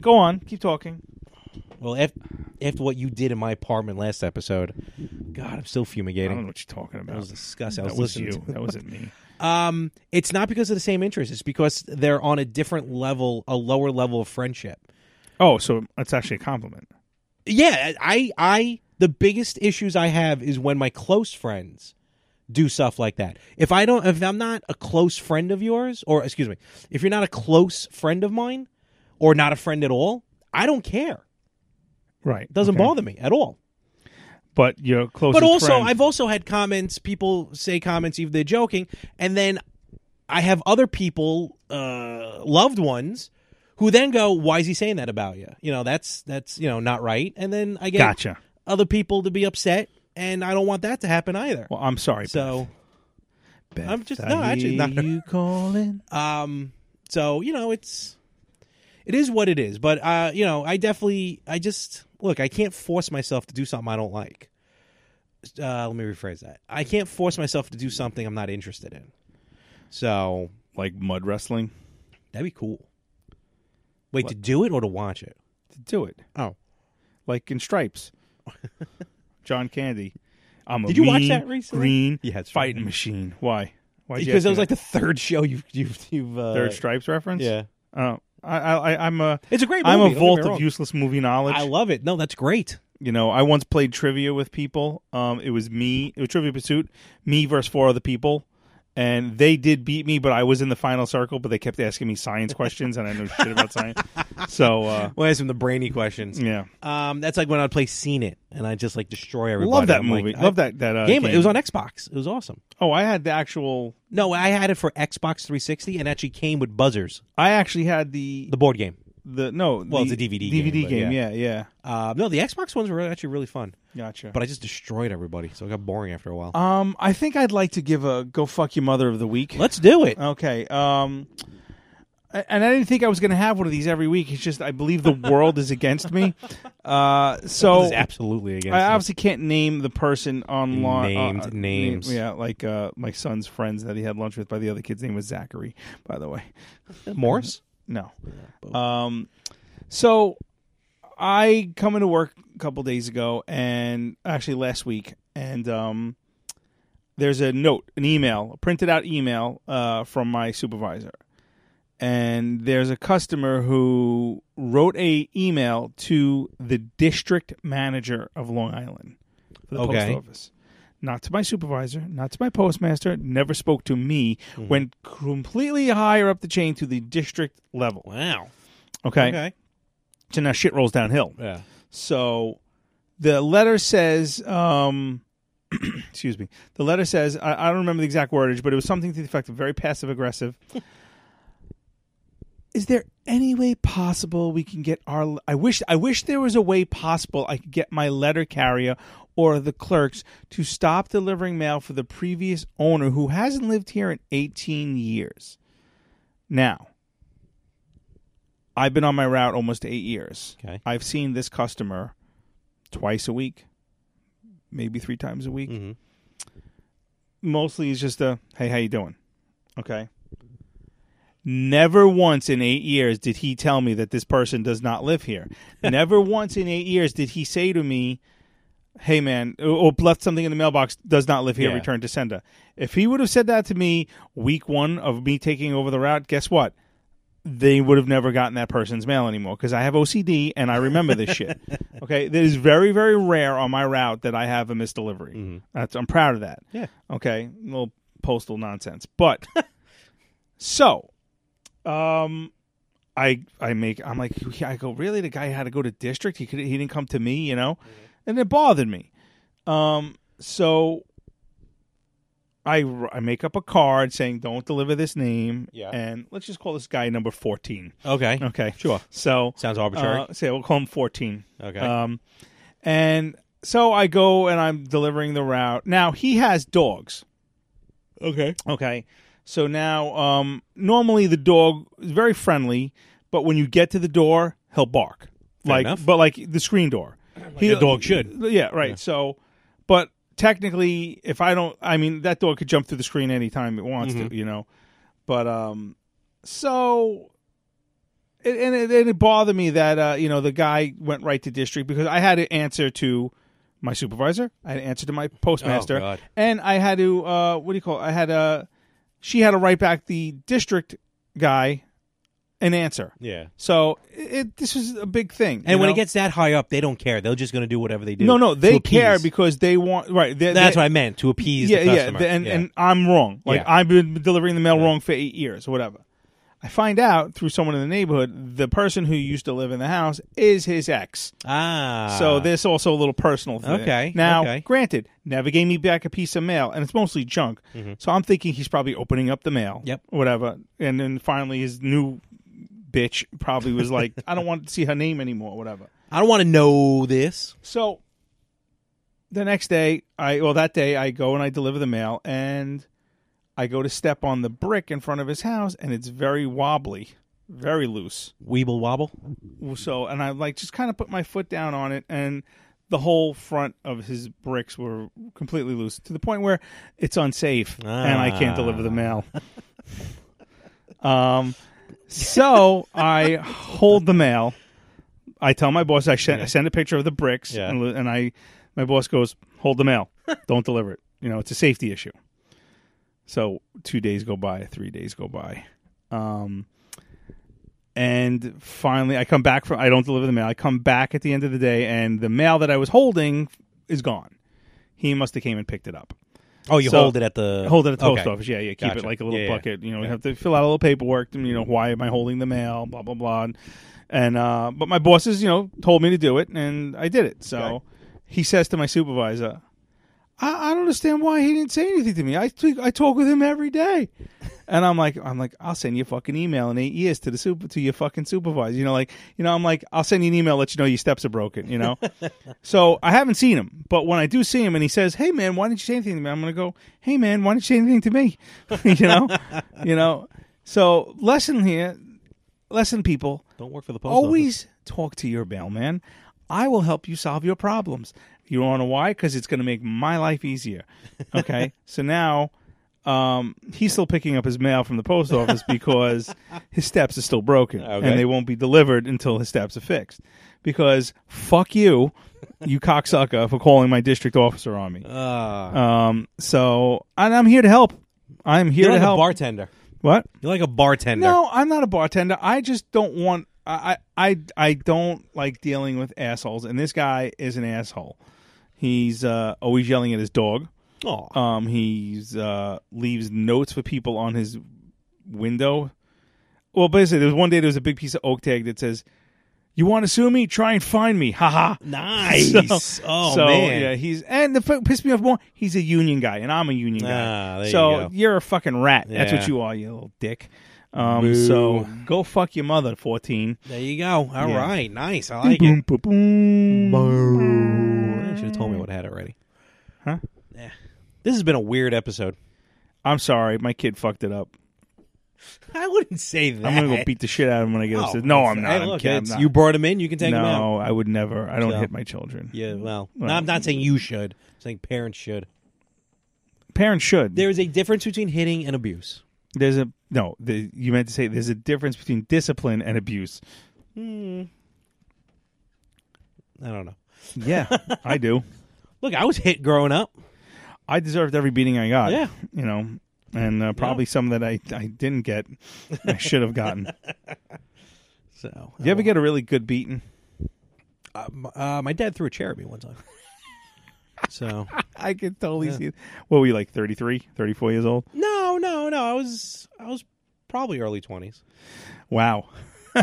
Speaker 5: Go on, keep talking.
Speaker 4: Well, after, after what you did in my apartment last episode, God, I'm still fumigating.
Speaker 5: I don't know what you're talking about.
Speaker 4: That was disgusting. I
Speaker 5: That
Speaker 4: was,
Speaker 5: was
Speaker 4: listening
Speaker 5: you.
Speaker 4: to-
Speaker 5: That wasn't me.
Speaker 4: Um, it's not because of the same interest. It's because they're on a different level, a lower level of friendship.
Speaker 5: Oh, so it's actually a compliment.
Speaker 4: Yeah, I, I, the biggest issues I have is when my close friends do stuff like that. If I don't, if I'm not a close friend of yours, or excuse me, if you're not a close friend of mine, or not a friend at all, I don't care.
Speaker 5: Right.
Speaker 4: It doesn't
Speaker 5: okay.
Speaker 4: bother me at all.
Speaker 5: But your closest
Speaker 4: but also
Speaker 5: friend-
Speaker 4: i've also had comments people say comments even they're joking and then i have other people uh loved ones who then go why is he saying that about you you know that's that's you know not right and then i get
Speaker 5: Gotcha.
Speaker 4: other people to be upset and i don't want that to happen either
Speaker 5: Well, I'm sorry.
Speaker 4: so
Speaker 5: Beth.
Speaker 4: i'm just
Speaker 5: I
Speaker 4: no actually not
Speaker 5: hear you calling
Speaker 4: um so you know it's it is what it is but uh you know i definitely i just look i can't force myself to do something i don't like uh let me rephrase that i can't force myself to do something i'm not interested in so
Speaker 5: like mud wrestling
Speaker 4: that'd be cool wait to do it or to watch it
Speaker 5: to do it.
Speaker 4: Oh,
Speaker 5: like in Stripes, John Candy. I'm a
Speaker 4: Did you watch
Speaker 5: mean,
Speaker 4: that recently?
Speaker 5: Green
Speaker 4: Yeah, it's
Speaker 5: fighting machine. Why? Why?
Speaker 4: because that was like the third show you've you've, you've uh,
Speaker 5: third Stripes reference.
Speaker 4: yeah
Speaker 5: Oh, I, I, I'm a.
Speaker 4: It's a great
Speaker 5: I'm
Speaker 4: movie, don't
Speaker 5: a
Speaker 4: get me
Speaker 5: vault
Speaker 4: wrong.
Speaker 5: of useless movie knowledge.
Speaker 4: i love it no that's great
Speaker 5: You know, I once played trivia with people. Um, it was me. It was Trivia Pursuit. Me versus four other people, and they did beat me, but I was in the final circle. But they kept asking me science questions, and I know shit about science. So uh,
Speaker 4: we'll ask him the brainy questions.
Speaker 5: Yeah.
Speaker 4: Um, that's like when I'd play Seen It, and I just like destroy everybody.
Speaker 5: Love that
Speaker 4: I'm like,
Speaker 5: movie.
Speaker 4: I-
Speaker 5: Love that that uh,
Speaker 4: game. It was on Xbox. It was awesome.
Speaker 5: Oh, I had the actual.
Speaker 4: No, I had it for Xbox 360, and actually came with buzzers.
Speaker 5: I actually had the
Speaker 4: the board game.
Speaker 5: The no,
Speaker 4: Well,
Speaker 5: the
Speaker 4: it's a DVD game,
Speaker 5: DVD game.
Speaker 4: but
Speaker 5: yeah,
Speaker 4: yeah.
Speaker 5: yeah.
Speaker 4: Uh, no, the Xbox ones were actually really fun.
Speaker 5: Gotcha.
Speaker 4: But I just destroyed everybody, so it got boring after a while.
Speaker 5: Um, I think I'd like to give a go fuck your mother of the week.
Speaker 4: Let's do it.
Speaker 5: Okay. Um, I- and I didn't think I was going to have one of these every week. It's just I believe the world is against me. Uh, so
Speaker 4: This is absolutely against
Speaker 5: I
Speaker 4: me.
Speaker 5: obviously can't name the person online.
Speaker 4: Named
Speaker 5: uh,
Speaker 4: names.
Speaker 5: name- yeah, like uh, my son's friends that he had lunch with. By the other kid's name was Zachary. By the way,
Speaker 4: Morse?
Speaker 5: No. Um, so I come into work a couple days ago, and actually last week, and um, there's a note, an email, a printed out email uh, from my supervisor, and there's a customer who wrote a email to the district manager of Long Island for the
Speaker 4: Okay.
Speaker 5: post office. Not to my supervisor, not to my postmaster, never spoke to me,
Speaker 4: Mm-hmm.
Speaker 5: went completely higher up the chain to the district level.
Speaker 4: Wow.
Speaker 5: Okay.
Speaker 4: Okay.
Speaker 5: So now shit rolls downhill.
Speaker 4: Yeah.
Speaker 5: So the letter says, um, excuse me. The letter says, I, I don't remember the exact wordage, but it was something to the effect of very passive aggressive. Is there any way possible we can get our? I wish I wish there was a way possible I could get my letter carrier or the clerks to stop delivering mail for the previous owner who hasn't lived here in 18 years. Now, I've been on my route almost eight years.
Speaker 4: Okay.
Speaker 5: I've seen this customer twice a week, maybe three times a week. Mostly it's just a hey, how you doing? Okay. Never once in eight years did he tell me that this person does not live here. Never once in eight years did he say to me, "Hey man," or- or left something in the mailbox does not live here.
Speaker 4: Yeah.
Speaker 5: Return to sender. If he would have said that to me week one of me taking over the route, guess what? They would have never gotten that person's mail anymore because I have OCD and I remember this shit. Okay, it is very very rare on my route that I have a misdelivery. That's, I'm proud of that.
Speaker 4: Mm-hmm. Yeah.
Speaker 5: Okay, little postal nonsense, but so um, I I make I'm like I go really the guy had to go to district he could he didn't come to me you know, and it bothered me. Um, so I I make up a card saying don't deliver this name
Speaker 4: Yeah.
Speaker 5: and let's just call this guy number fourteen.
Speaker 4: Okay.
Speaker 5: Okay.
Speaker 4: Sure.
Speaker 5: So
Speaker 4: Sounds arbitrary.
Speaker 5: Uh, say we'll call him fourteen.
Speaker 4: Okay.
Speaker 5: Um, and so I go and I'm delivering the route. Now he has dogs.
Speaker 4: Okay.
Speaker 5: Okay. So now, um, normally the dog is very friendly, but when you get to the door, he'll bark.
Speaker 4: Fair
Speaker 5: like,
Speaker 4: enough.
Speaker 5: but like the screen door.
Speaker 4: a dog should.
Speaker 5: Yeah. Right. So, but technically, if I don't, I mean, that dog could jump through the screen anytime it wants
Speaker 4: Mhm.
Speaker 5: to, you know. But um, so it, and it, and it bothered me that uh, you know the guy went right to district because I had to answer to my supervisor, I had to answer to my postmaster,
Speaker 4: Oh, God.
Speaker 5: and I had to uh, what do you call? It? I had a she had to write back the district guy an answer.
Speaker 4: Yeah.
Speaker 5: So it, it this was a big thing.
Speaker 4: And when it gets that high up, they don't care. They're just going to do whatever they do.
Speaker 5: no, no,
Speaker 4: to
Speaker 5: they care
Speaker 4: appease.
Speaker 5: because they want right. They,
Speaker 4: That's
Speaker 5: they,
Speaker 4: what I meant to appease.
Speaker 5: yeah,
Speaker 4: the customer.
Speaker 5: Yeah, and,
Speaker 4: yeah.
Speaker 5: and I'm wrong. Like
Speaker 4: Yeah.
Speaker 5: I've been delivering the mail wrong for eight years or whatever. I find out through someone in the neighborhood the person who used to live in the house is his ex.
Speaker 4: ah,
Speaker 5: So there's also a little personal thing.
Speaker 4: Okay,
Speaker 5: Now,
Speaker 4: okay.
Speaker 5: granted, never gave me back a piece of mail, and it's mostly junk. So I'm thinking he's probably opening up the mail.
Speaker 4: Mm-hmm. Yep.
Speaker 5: or Whatever. And then finally, his new bitch probably was like, "I don't want to see her name anymore." Whatever.
Speaker 4: I don't want to know this.
Speaker 5: So the next day, I well that day I go and I deliver the mail and I go to step on the brick in front of his house and it's very wobbly, very loose.
Speaker 4: Weeble wobble.
Speaker 5: So and I like just kind of put my foot down on it and the whole front of his bricks were completely loose to the point where it's unsafe and I can't deliver the mail. um so I hold the mail. I tell my boss I, send I send a picture of the bricks,
Speaker 4: Yeah.
Speaker 5: and, li- and I, my boss goes, "Hold the mail, don't deliver it. You know, it's a safety issue." So two days go by, three days go by, um, and finally I come back from. I don't deliver the mail. I come back at the end of the day, and the mail that I was holding is gone. He must have came and picked it up.
Speaker 4: Oh, you hold it at the-
Speaker 5: hold it at the post
Speaker 4: okay.
Speaker 5: office. Yeah, yeah. Keep it
Speaker 4: Gotcha.
Speaker 5: like a little
Speaker 4: Yeah, yeah.
Speaker 5: bucket. You know, you have to fill out a little paperwork. You know, why am I holding the mail? Blah blah blah. And, and uh, but my bosses, you know, told me to do it, and I did it. So he says to my supervisor, I, I don't understand why he didn't say anything to me. I tweak- I talk with him every day, and I'm like, I'm like, I'll send you a fucking email in eight years to the super to your fucking supervisor. You know, like, you know, I'm like, I'll send you an email, let you know your steps are broken. You know, so I haven't seen him, but when I do see him, and he says, "Hey man, why didn't you say anything to me?" I'm gonna go, "Hey man, why didn't you say anything to me?" you know, you know. So lesson here, lesson people.
Speaker 4: Don't work for the post
Speaker 5: Always talk to your mailman. I will help you solve your problems. You want to know why? Because it's going to make my life easier. Okay. so now um, he's still picking up his mail from the post office because his steps are still broken
Speaker 4: Okay.
Speaker 5: and they won't be delivered until his steps are fixed. Because fuck you, you cocksucker, for calling my district officer on me. Um, so, and I'm here to help. I'm here
Speaker 4: Ah. You're
Speaker 5: to
Speaker 4: like a
Speaker 5: help.
Speaker 4: bartender.
Speaker 5: What?
Speaker 4: You're like a bartender.
Speaker 5: No, I'm not a bartender. I just don't want. I I I- I don't like dealing with assholes, and this guy is an asshole. He's uh, always yelling at his dog.
Speaker 4: Oh,
Speaker 5: Um, he's uh, leaves notes for people on his window. Well, basically, there was one day there was a big piece of oak tag that says, "You want to sue me? Try and find me." Ha ha.
Speaker 4: Nice. Oh,
Speaker 5: so,
Speaker 4: man.
Speaker 5: yeah, he's and the f- pissed me off more. He's a union guy, and I'm a union
Speaker 4: Ah,
Speaker 5: guy.
Speaker 4: there you
Speaker 5: so
Speaker 4: go.
Speaker 5: you're a fucking rat. That's
Speaker 4: Yeah.
Speaker 5: what you are, you little dick. Um,
Speaker 4: Boo.
Speaker 5: so go fuck your mother, fourteen.
Speaker 4: There you go. All right,
Speaker 5: Yeah.
Speaker 4: Nice. I like
Speaker 5: Boom,
Speaker 4: it.
Speaker 5: boom, boom.
Speaker 4: Should have told me I would have had it ready.
Speaker 5: Huh?
Speaker 4: Yeah. This has been a weird episode.
Speaker 5: I'm sorry, my kid fucked it up.
Speaker 4: I wouldn't say that.
Speaker 5: I'm gonna go beat the shit out of him when I get
Speaker 4: Oh,
Speaker 5: upset. No, I'm
Speaker 4: hey,
Speaker 5: not. I'm
Speaker 4: look,
Speaker 5: kidding. I'm
Speaker 4: it's-
Speaker 5: not.
Speaker 4: you brought him in, you can take
Speaker 5: no,
Speaker 4: him out.
Speaker 5: No, I would never. I don't
Speaker 4: So-
Speaker 5: hit my children.
Speaker 4: Yeah, well,
Speaker 5: Well-
Speaker 4: no, I'm not saying you should. I'm saying parents should.
Speaker 5: Parents should.
Speaker 4: There is a difference between hitting and abuse.
Speaker 5: There's a no. The, you meant to say there's a difference between discipline and abuse.
Speaker 4: Hmm. I don't know.
Speaker 5: Yeah, I do.
Speaker 4: Look, I was hit growing up.
Speaker 5: I deserved every beating I got.
Speaker 4: Yeah.
Speaker 5: you know, and uh, probably some that I I didn't get. I should have gotten.
Speaker 4: So,
Speaker 5: you ever get a really good beating?
Speaker 4: Uh, my, uh, my dad threw a chair at me one time. so
Speaker 5: I could totally
Speaker 4: Yeah.
Speaker 5: see. It. What were you like 33, 34 years old?
Speaker 4: no, no, no. I was I was probably early twenties.
Speaker 5: Wow.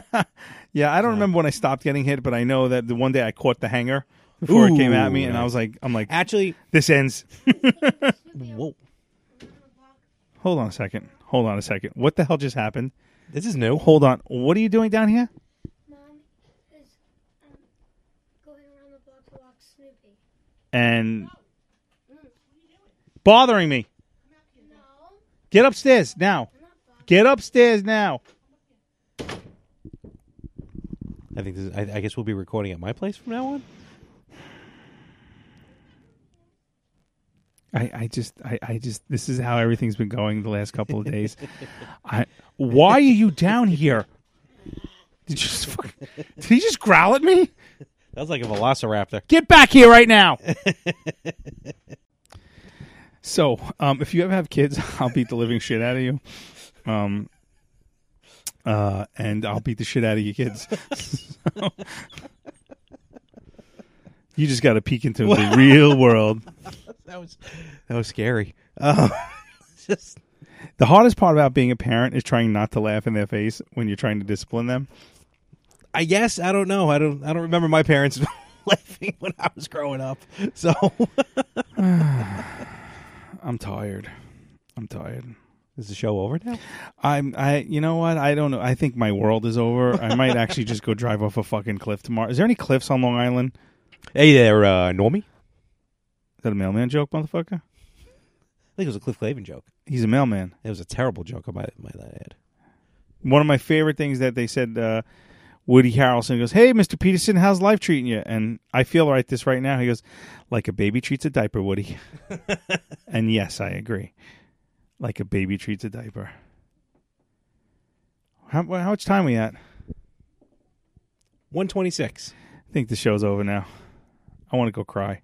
Speaker 5: yeah, I don't remember when I stopped getting hit, but I know that the one day I caught the hanger before it came at me,
Speaker 4: Ooh,
Speaker 5: and I
Speaker 4: nice.
Speaker 5: was like, I'm like,
Speaker 4: Actually,
Speaker 5: this ends.
Speaker 4: whoa.
Speaker 5: Hold on a second. Hold on a second. What the hell just happened?
Speaker 4: This is new.
Speaker 5: Hold on. What are you doing down here? And bothering me. Get upstairs now. Get upstairs now.
Speaker 4: I think this is, I, I guess we'll be recording at my place from now on.
Speaker 5: I, I just I, I just this is how everything's been going the last couple of days. I why are you down here? Did you just fuck, did he just growl at me?
Speaker 4: That was like a velociraptor.
Speaker 5: Get back here right now. so, um, if you ever have kids, I'll beat the living shit out of you. Um, uh, and I'll beat the shit out of your kids. So- you just got to peek into the real world.
Speaker 4: That was that was scary. just
Speaker 5: The hardest part about being a parent is trying not to laugh in their face when you're trying to discipline them.
Speaker 4: I guess I don't know. I don't I don't remember my parents laughing when I was growing up. So
Speaker 5: I'm tired. I'm tired.
Speaker 4: is the show over now?
Speaker 5: I'm I you know what? I don't know. I think my world is over. I might actually just go drive off a fucking cliff tomorrow. Is there any cliffs on Long Island?
Speaker 4: Hey there, uh, Normie.
Speaker 5: Is that a mailman joke, motherfucker?
Speaker 4: I think it was a Cliff Clavin joke.
Speaker 5: He's a mailman.
Speaker 4: It was a terrible joke on my my head.
Speaker 5: One of my favorite things that they said uh Woody Harrelson goes, "Hey, Mr. Peterson, how's life treating you?" And I feel right this right now. He goes, "Like a baby treats a diaper, Woody." and yes, I agree. Like a baby treats a diaper. How, how much time we at?
Speaker 4: One twenty six.
Speaker 5: I think the show's over now. I want to go cry.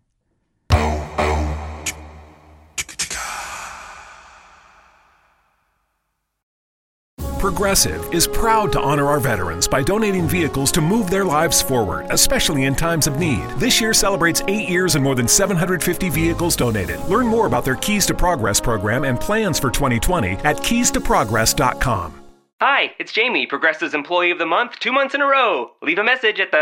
Speaker 2: Progressive is proud to honor our veterans by donating vehicles to move their lives forward, especially in times of need. This year celebrates eight years and more than 750 vehicles donated. Learn more about their Keys to Progress program and plans for 2020 at keystoprogress.com.
Speaker 9: Hi, it's Jamie, Progressive's Employee of the Month, two months in a row. Leave a message at the.